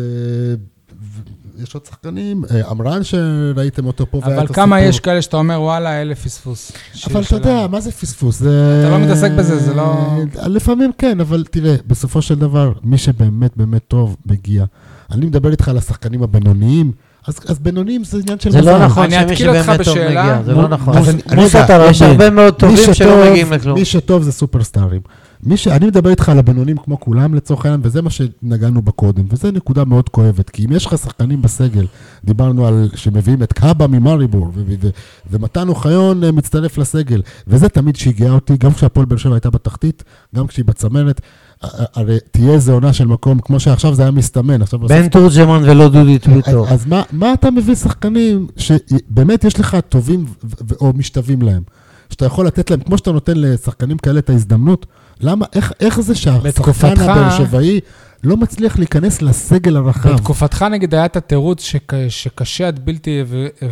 S4: אה, ו- יש עוד שחקנים, אה, עמרן שראיתם אותו פה, והיה
S1: אבל
S4: את
S1: כמה
S4: הסיפור.
S1: יש כאלה שאתה אומר, וואלה, אלה פספוס.
S4: אבל אתה
S1: שיר שלנו.
S4: יודע, מה זה פספוס? זה-
S1: אתה לא מתעסק בזה, זה לא-
S4: לפעמים כן, אבל תראה, בסופו של דבר, מי שבאמת באמת טוב, מגיע. אני מדבר איתך על השחקנים הבינוניים, אז אז בינוניים זה עניין של
S3: זה
S4: מזל.
S3: לא נכון
S1: אני
S3: שמי
S1: אתקיל אותך
S3: שבאמת טוב
S1: בשאלה.
S3: מגיע, זה לא נכון.
S4: אז אני- אני
S3: מוסא
S4: יודע,
S3: תראבין. יש הרבה מאוד
S4: מי
S3: טובים שלא
S4: שטוב-
S3: מגיעים לכלום.
S4: מי שטוב זה סופרסטארים. מי ש... אני מדבר איתך על הבינונים כמו כולם לצורך העניין, וזה מה שנגענו בו קודם, וזו נקודה מאוד כואבת, כי אם יש לך שחקנים בסגל, דיברנו על שמביאים את קאבה ממריבור, ו- ו- ו- ומתן אוחיון אה, מצטרף לסגל, וזה תמיד שיגע אותי, גם כשהפועל באר שבע הייתה בתחתית, גם כשהיא בצמרת, ה- ה- הרי תהיה איזה עונה של מקום, כמו שעכשיו זה היה מסתמן, עכשיו בסוף
S3: בן תורג'מן ולא דודי טוויטו.
S4: אז מה, מה אתה מביא שחקנים שבאמת יש לך טובים ו- ו- או משתווים להם? שאתה יכול לתת להם, כמו שאתה נותן לשחקנים כאלה את ההזדמנות, למה, איך, איך זה שהשחקן
S1: בתקופתך-
S4: הבאר שבעי לא מצליח להיכנס לסגל הרחב?
S1: בתקופתך נגיד היה את התירוץ שק- שקשה עד בלתי אב-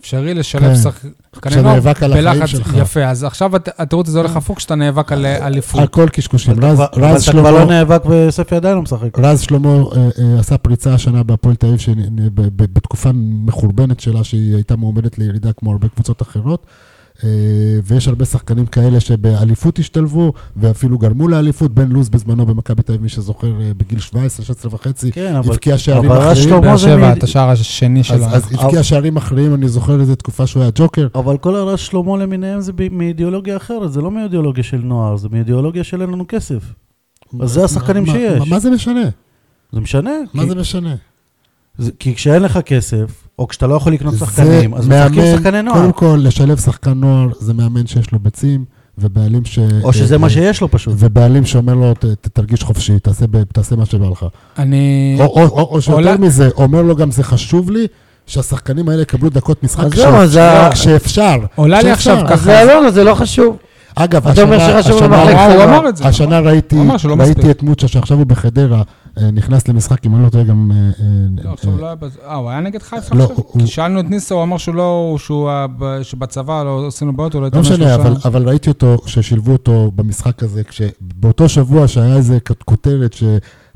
S1: אפשרי לשלב
S4: כן.
S1: שחקני
S4: כשאתה
S1: נוער
S4: נאבק על החיים
S1: בלחץ
S4: שלך. כן.
S1: יפה. אז עכשיו הת- התירוץ הזה הולך הפוך כשאתה נאבק על
S4: על
S1: אליפות.
S4: כל קשקושים.
S2: אבל
S4: כן, רז,
S2: אתה כבר-
S4: רז
S2: אבל אתה כבר לא
S4: שלמה,
S2: נאבק ויוסף עדיין לא משחק.
S4: רז שלמה אה, אה, עשה פריצה השנה בהפועל תל אביב, שנ- ב- ב- בתקופה מחורבנת שלה, שהיא הייתה מועמדת לירידה כמו הרבה קבוצות אחרות. אה, ויש הרבה שחקנים כאלה שבאליפות השתלבו, ואפילו גרמו לאליפות. בן לוז בזמנו במכבי תל אביב, מי שזוכר, אה, בגיל 17, 16 וחצי,
S2: כן, אבל...
S4: הבקיע שערים
S2: אבל רז
S4: אחרים.
S2: שלמה-
S1: באר
S2: זה
S1: שבע,
S2: מי-
S1: את השער השני שלו.
S4: אז אז הבקיע שערים אחרים, אני זוכר איזה תקופה שהוא היה ג'וקר.
S2: אבל כל הרעש שלמה למיניהם זה ב- מאידיאולוגיה אחרת, זה לא מאידיאולוגיה של נוער, זה מאידיאולוגיה של אין לנו כסף. אז זה השחקנים
S4: מה-
S2: שיש.
S4: מה- מה זה משנה?
S2: זה משנה.
S4: מה
S2: כי-
S4: זה משנה?
S2: זה- כי כשאין לך כסף, או כשאתה לא יכול לקנות
S4: זה
S2: שחקנים, אז משחקים
S4: מאמן,
S2: שחקני נוער.
S4: קודם כל, לשלב שחקן נוער זה מאמן שיש לו ביצים, ובעלים ש...
S2: או שזה
S4: אה,
S2: מה
S4: אה,
S2: שיש לו פשוט.
S4: ובעלים שאומר לו, "ת- ת- תרגיש חופשי, תעשה ב- תעשה מה שבא לך.
S1: אני...
S4: או- או- או או שיותר
S1: אה, עולה-
S4: מזה, אומר לו גם, זה חשוב לי שהשחקנים האלה יקבלו דקות משחק
S3: אז
S4: כש-
S3: זהו, אז ה-
S4: כשאפשר.
S1: עולה לי
S4: כשאפשר.
S1: עכשיו
S3: אז
S1: ככה.
S3: זה אלונה, זה לא חשוב.
S4: אגב,
S3: אתה אומר
S4: השנה-
S3: שחשוב
S4: השנה-
S3: למחלקת
S1: הוא
S3: חברה.
S1: אמר את זה.
S4: השנה ראיתי,
S1: הוא אמר שלא
S4: ראיתי
S1: מספיק.
S4: את מוצ'ה שעכשיו הוא בחדרה, אה, נכנס למשחק, אם אני לא טועה גם... אה, אה,
S1: לא, עכשיו הוא לא היה... בז- אה, הוא היה נגד חיפה
S4: לא,
S1: עכשיו?
S4: הוא-
S1: כי שאלנו את ניסו, הוא אמר שהוא לא... שהוא ה- ב- שבצבא לא עשינו בעיות, הוא לא
S4: לא
S1: התאמן
S4: משנה,
S1: שלושה.
S4: אבל, אבל ראיתי אותו, ששילבו אותו במשחק הזה, כשבאותו שבוע שהיה איזה כ- כותרת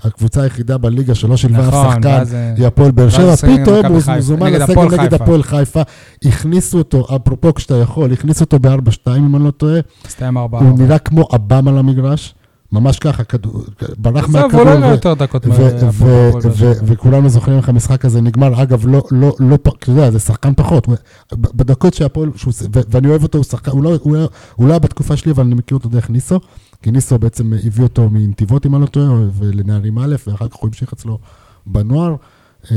S4: שהקבוצה היחידה בליגה שלא שילבה אף
S1: נכון,
S4: שחקן,
S1: ואז, אה,
S4: היא הפועל באר
S1: ואז
S4: שבע,
S1: משחק נגד
S4: פתאום
S1: מכבי
S4: הוא
S1: חיפה,
S4: מזומן
S1: נגד
S4: לסגל
S1: הפועל
S4: נגד
S1: חיפה.
S4: הפועל חיפה, הכניסו אותו, אפרופו כשאתה יכול, הכניסו אותו ב-4-2 אם אני לא טועה,
S1: הסתיים ארבעה.
S4: הוא נראה כמו אב"ם על המגרש, ממש ככה, כדור- ברח
S1: עזוב,
S4: מהכדור.
S1: הוא לא יראה
S4: ו-
S1: יותר דקות
S4: ו-
S1: מהפועל
S4: ו-
S1: באר
S4: ו-
S1: שבע.
S4: ו- וכולנו זוכרים איך המשחק הזה נגמר. אגב, לא, לא, לא, פ- אתה יודע, זה שחקן פחות. הוא- ב- בדקות שהפועל, שהוא ש- ו- ואני אוהב אותו, הוא שחקן, הוא לא, הוא, היה- הוא לא היה בתקופה שלי, אבל אני מכיר אותו דרך ניסו, כי ניסו בעצם הביא אותו מנתיבות, אם אני לא טועה, ולנערים א', ואחר כך הוא המשיך אצלו בנוער. אה,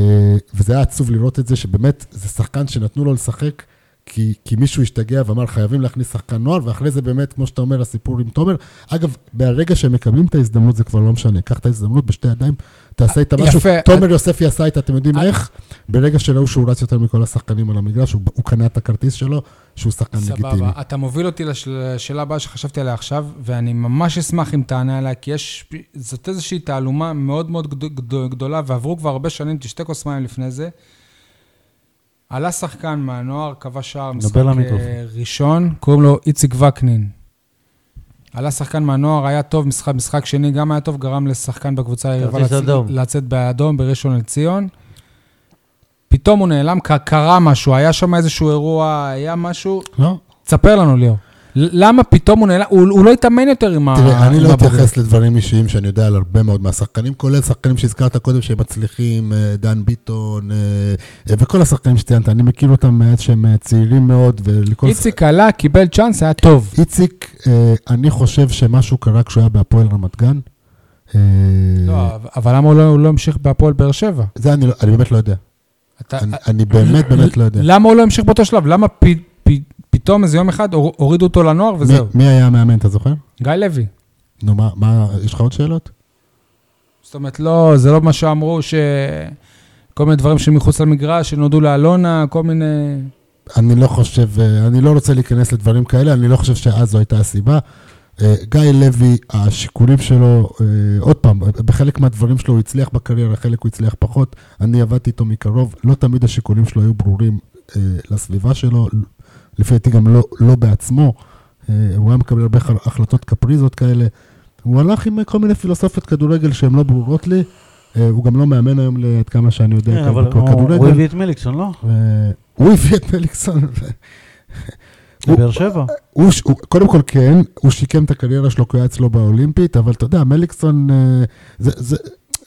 S4: וזה היה עצוב לראות את זה, שבאמת, זה שחקן שנתנו לו לשחק. כי, כי מישהו השתגע ואמר, חייבים להכניס שחקן נוער, ואחרי זה באמת, כמו שאתה אומר, הסיפור עם תומר. אגב, מהרגע שהם מקבלים את ההזדמנות, זה כבר לא משנה. קח את ההזדמנות בשתי ידיים, תעשה איתה משהו.
S1: יפה.
S4: תומר יוספי עשה איתה, אתם יודעים
S1: אה.
S4: איך? ברגע שראו שהוא רץ יותר מכל השחקנים על המגרש, הוא, הוא קנה את הכרטיס שלו, שהוא שחקן לגיטימי.
S1: סבבה. אתה מוביל אותי לש- לשאלה הבאה שחשבתי עליה עכשיו, ואני ממש אשמח אם תענה עליה, כי יש... זאת איזושהי תעלומה מאוד מאוד גד- גד- גדולה, ועברו כבר הרבה שנים, תשתה כוס מים לפני זה. עלה שחקן מהנוער, כבש שער, משחק
S2: דבר למיקרופון.
S1: אה, ראשון, קוראים לו איציק וקנין. עלה שחקן מהנוער, היה טוב, משחק, משחק שני גם היה טוב, גרם לשחקן בקבוצה היריבה
S3: כרטיס
S1: לצ-
S3: אדום.
S1: לצאת באדום בראשון לציון. פתאום הוא נעלם, ק- קרה משהו, היה שם איזשהו אירוע, היה משהו.
S4: לא.
S1: תספר לנו, ליאור. ל- למה פתאום הוא נעלם? הוא, הוא לא התאמן יותר עם ה...
S4: תראה, אני
S1: עם
S4: לא
S1: הבוגר.
S4: אתייחס לדברים אישיים שאני יודע על הרבה מאוד מהשחקנים, כולל שחקנים שהזכרת קודם שהם מצליחים, אה, דן ביטון, אה, אה, וכל השחקנים שציינת, אני מכיר אותם מאז שהם אה, צעירים מאוד, ולכל...
S1: איציק עלה, קיבל צ'אנס, היה טוב.
S4: איציק, אה, אני חושב שמשהו קרה כשהוא היה בהפועל רמת גן. אה,
S1: לא, אבל למה הוא לא- הוא לא המשיך בהפועל באר שבע?
S4: זה אני לא- אני באמת לא יודע.
S1: אתה-
S4: אני- אני באמת באמת לא יודע.
S1: למה הוא אה, לא המשיך באותו שלב? למה פ- פ- פתאום איזה יום אחד הור- הורידו אותו לנוער וזהו?
S4: מי- מי היה המאמן, אתה זוכר?
S1: גיא לוי.
S4: נו, מה- מה, יש לך עוד שאלות?
S1: זאת אומרת, לא, זה לא מה שאמרו, ש... כל מיני דברים שמחוץ למגרש, שנודעו לאלונה, כל מיני...
S4: אני לא חושב, אה, אני לא רוצה להיכנס לדברים כאלה, אני לא חושב שאז זו הייתה הסיבה. אה, גיא לוי, השיקולים שלו, אה, עוד פעם, בחלק מהדברים שלו הוא הצליח בקריירה, חלק הוא הצליח פחות. אני עבדתי איתו מקרוב, לא תמיד השיקולים שלו היו ברורים אה, לסביבה שלו, לפי דעתי גם לא, לא בעצמו. אה, הוא היה מקבל הרבה ח- החלטות קפריזות כאלה. הוא הלך עם כל מיני פילוסופיות כדורגל שהן לא ברורות לי. אה, הוא גם לא מאמן היום, ל- עד כמה שאני יודע,
S2: כן,
S4: כ-
S2: אבל הוא-
S4: כדורגל.
S2: הוא הביא את מליקסון, לא?
S4: אה, הוא הביא את מליקסון. הוא-
S2: לבאר שבע.
S4: הוא, ש- הוא, קודם כל כן, הוא שיקם את הקריירה שלו כי הוא היה אצלו באולימפית, אבל אתה יודע, מליקסון, אה, זה, זה,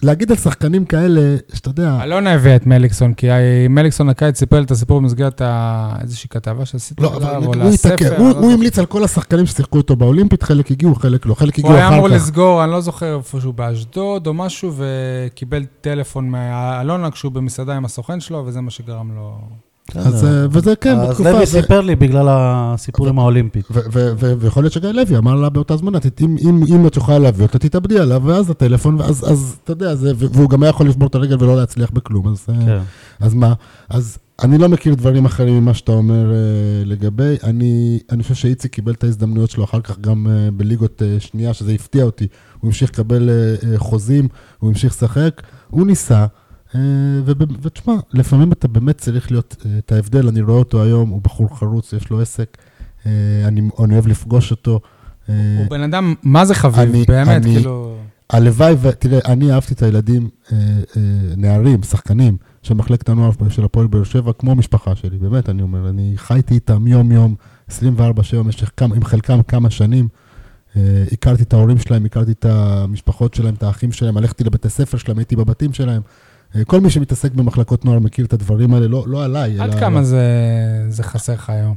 S4: להגיד על שחקנים כאלה, שאתה יודע,
S1: אלונה הביאה את מליקסון, כי ה- מליקסון הקיץ סיפר לי את הסיפור במסגרת ה- איזושהי כתבה שעשיתי
S4: לא, אבל
S1: עליו, או
S4: הוא התעכב,
S1: לספר.
S4: הוא,
S1: אני לא
S4: הוא
S1: זוכר.
S4: המליץ על כל השחקנים ששיחקו איתו באולימפית, חלק הגיעו, חלק לא, חלק
S1: הוא
S4: הגיעו
S1: היה אמור
S4: אחר כך.
S1: לסגור, אני לא זוכר איפשהו באשדוד או משהו, וקיבל טלפון מאלונה כשהוא במסעדה עם הסוכן שלו, וזה מה שגרם לו...
S4: אז, אה, וזה כן,
S2: אז
S4: בתקופה,
S2: לוי
S4: ו-
S2: סיפר לי בגלל הסיפור עם האולימפית.
S4: ו- ו- ו- ויכול להיות שגיא לוי אמר לה באותה זמנה, "ת- אם, אם, אם את יכולה להביא אותה, תתאבדי עליו, ואז הטלפון, ואז, אז, אתה יודע, זה, ו- והוא גם היה יכול לשבור את הרגל ולא להצליח בכלום, אז... אה,
S2: כן.
S4: אז מה? אז אני לא מכיר דברים אחרים ממה שאתה אומר אה, לגבי. אני, אני חושב שאיציק קיבל את ההזדמנויות שלו אחר כך גם אה, בליגות אה, שנייה, שזה הפתיע אותי. הוא המשיך לקבל אה, אה, חוזים, הוא המשיך לשחק, הוא ניסה. אה, וב- ותשמע, לפעמים אתה באמת צריך להיות, אה, את ההבדל, אני רואה אותו היום, הוא בחור חרוץ, יש לו עסק, אה, אני, אני אוהב לפגוש אותו. אה,
S1: הוא בן אדם, מה זה
S4: אני-
S1: חביב, באמת,
S4: אני-
S1: כאילו...
S4: הלוואי, ו- תראה, אני אהבתי את הילדים, אה, אה, נערים, שחקנים, של מחלקת הנוער של הפועל באר שבע, כמו משפחה שלי, באמת, אני אומר, אני חייתי איתם יום-יום, 24-7, במשך כמה, עם חלקם כמה שנים. אה, הכרתי את ההורים שלהם, הכרתי את המשפחות שלהם, את האחים שלהם, הלכתי לבתי ספר שלהם, הייתי בבתים שלהם. אה, כל מי שמתעסק במחלקות נוער מכיר את הדברים האלה, לא, לא עליי,
S1: עד כמה זה- זה חסר לך היום?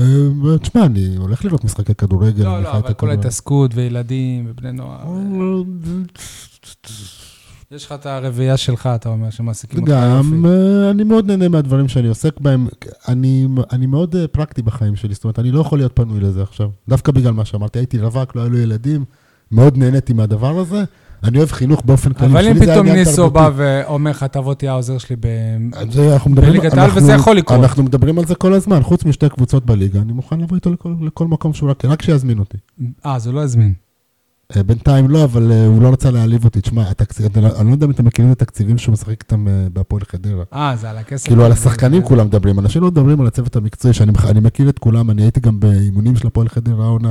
S4: אה, תשמע, אני הולך לראות משחקי כדורגל.
S1: לא,
S4: אני
S1: לא,
S4: חי את
S1: אבל כל
S4: הכדורגל.
S1: ההתעסקות וילדים ובני נוער. יש לך את הרביעייה שלך, אתה אומר, שמעסיקים אותך
S4: גם,
S1: יופי.
S4: אה, אני מאוד נהנה מהדברים שאני עוסק בהם. אני, אני מאוד אה, פרקטי בחיים שלי, זאת אומרת, אני לא יכול להיות פנוי לזה עכשיו. דווקא בגלל מה שאמרתי, הייתי רווק, לא היו לי ילדים, מאוד נהניתי מהדבר הזה. אני אוהב חינוך באופן כללי.
S1: אבל אם
S4: בשבילי זה
S1: פתאום
S4: עניין
S1: ניסו
S4: תרבותי.
S1: בא ואומר לך, תבוא תהיה העוזר שלי ב...
S4: אז זה, אנחנו מדברים-
S1: בליגת העל,
S4: אנחנו-
S1: וזה יכול לקרות.
S4: אנחנו מדברים על זה כל הזמן, חוץ משתי קבוצות בליגה, אני מוכן לבוא איתו לכל, לכל מקום שהוא רק, רק שיזמין אותי.
S1: אה, אז הוא לא הזמין.
S4: אה, בינתיים לא, אבל אה, הוא לא רצה להעליב אותי. תשמע, התקציב, אני לא- אני לא יודע אם אתם מכירים את התקציבים שהוא משחק איתם אה, בהפועל חדרה.
S1: אה, זה על הכסף.
S4: כאילו על השחקנים כולם מדברים, אנשים לא מדברים על הצוות המקצועי, שאני מח- אני מכיר את כולם, אני הייתי גם באימונים של הפועל חדרה העונה,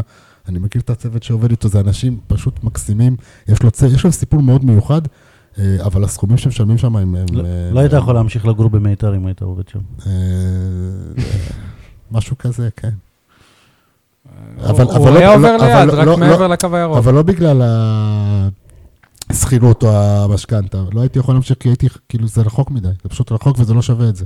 S4: אני מכיר את הצוות שעובד איתו, זה אנשים פשוט מקסימים, יש לו צ- יש לו סיפור מאוד מיוחד, אה, אבל הסכומים שמשלמים שם הם... הם,
S2: לא-
S4: אה,
S2: לא היית
S4: הם-
S2: יכול להמשיך לגור במיתר אם היית עובד שם.
S4: אה, משהו כזה, כן. אבל-
S1: אבל הוא
S4: אבל לא-
S1: היה
S4: לא-
S1: עובר
S4: אבל
S1: ליד,
S4: לא-
S1: רק
S4: לא-
S1: מעבר לקו הירוק.
S4: אבל לא בגלל השכירות או המשכנתה, לא הייתי יכול להמשיך כי הייתי, כאילו זה רחוק מדי, זה פשוט רחוק וזה לא שווה את זה.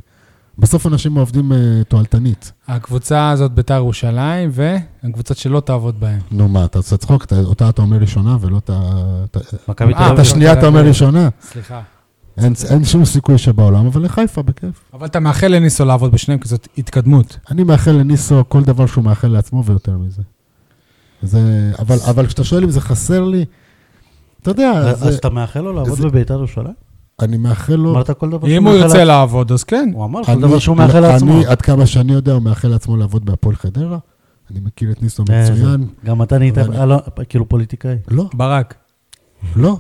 S4: בסוף אנשים עובדים אה, תועלתנית.
S1: הקבוצה הזאת ביתר ירושלים, והקבוצות שלא תעבוד בהן.
S4: נו מה, אתה עושה צחוק? אתה- אותה אתה אומר ראשונה ולא את ה... את ה-
S2: מכבי תל
S1: אה,
S4: את
S2: אביב.
S4: השנייה אתה אומר
S1: אה,
S4: ראשונה?
S1: סליחה.
S4: אין- אין שום סיכוי שבעולם, אבל לחיפה, בכיף.
S1: אבל אתה מאחל לניסו לעבוד בשניהם, כי זאת התקדמות.
S4: אני מאחל לניסו כל דבר שהוא מאחל לעצמו ויותר מזה. זה... אבל- אבל כשאתה שואל אם זה חסר לי, אתה יודע,
S2: אז
S4: זה-
S2: אז אתה מאחל לו לעבוד
S4: זה-
S2: בביתר ירושלים?
S4: אני מאחל לו...
S2: אמרת כל דבר שהוא
S1: אם הוא
S2: מאחל
S1: ירצה
S2: לעצמו.
S1: לעבוד, אז כן.
S2: הוא אמר כל
S4: אני-
S2: דבר שהוא מאחל לעצמו.
S4: אני, עד כמה שאני יודע, הוא מאחל לעצמו לעבוד בהפועל חדרה. אני מכיר את ניסו
S2: אה, לא, זה-
S4: מצוין.
S2: גם אתה נהיית
S4: אבל-
S2: אלון- כאילו פוליטיקאי.
S4: לא,
S1: ברק.
S4: לא.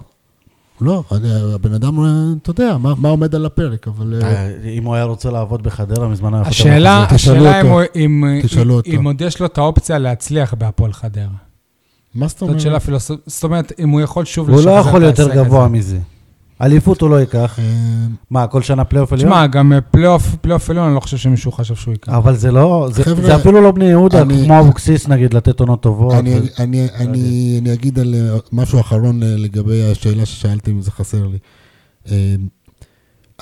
S4: לא, אני- הבן אדם, אה, אתה יודע, מה מה עומד על הפרק, אבל... אה,
S2: אה, אם הוא היה רוצה לעבוד בחדרה, מזמן היה חותם על
S1: השאלה,
S4: אותו, תשאלו
S1: השאלה אם
S4: אותו.
S1: הוא- אם
S4: תשאלו
S1: אם-
S4: אותו.
S1: אם עוד יש לו את האופציה להצליח בהפועל חדרה.
S4: מה זאת
S1: זאת
S4: אומרת?
S1: שאלה פילוסופית, זאת אומרת, אם הוא יכול שוב
S2: הוא לא
S1: לשחזר
S2: יכול
S1: את
S2: יותר
S1: ההישג
S2: גבוה
S1: הזה.
S2: מזה. אליפות הוא לא ייקח.
S4: אה,
S2: מה, כל שנה פלייאוף עליון?
S1: תשמע, גם אה, פלייאוף, פלייאוף עליון, אני לא חושב שמישהו חשב שהוא יקרה.
S2: אבל זה לא, זה,
S4: חבר'ה,
S2: זה אפילו לא בני יהודה,
S4: אני-
S2: כמו אבוקסיס נגיד, לתת עונות טובות.
S1: אוקיי.
S4: אני-
S2: ו-
S4: אני- אני אני אגיד על אה, משהו אחרון אה, לגבי השאלה ששאלתי אם זה חסר לי. אה,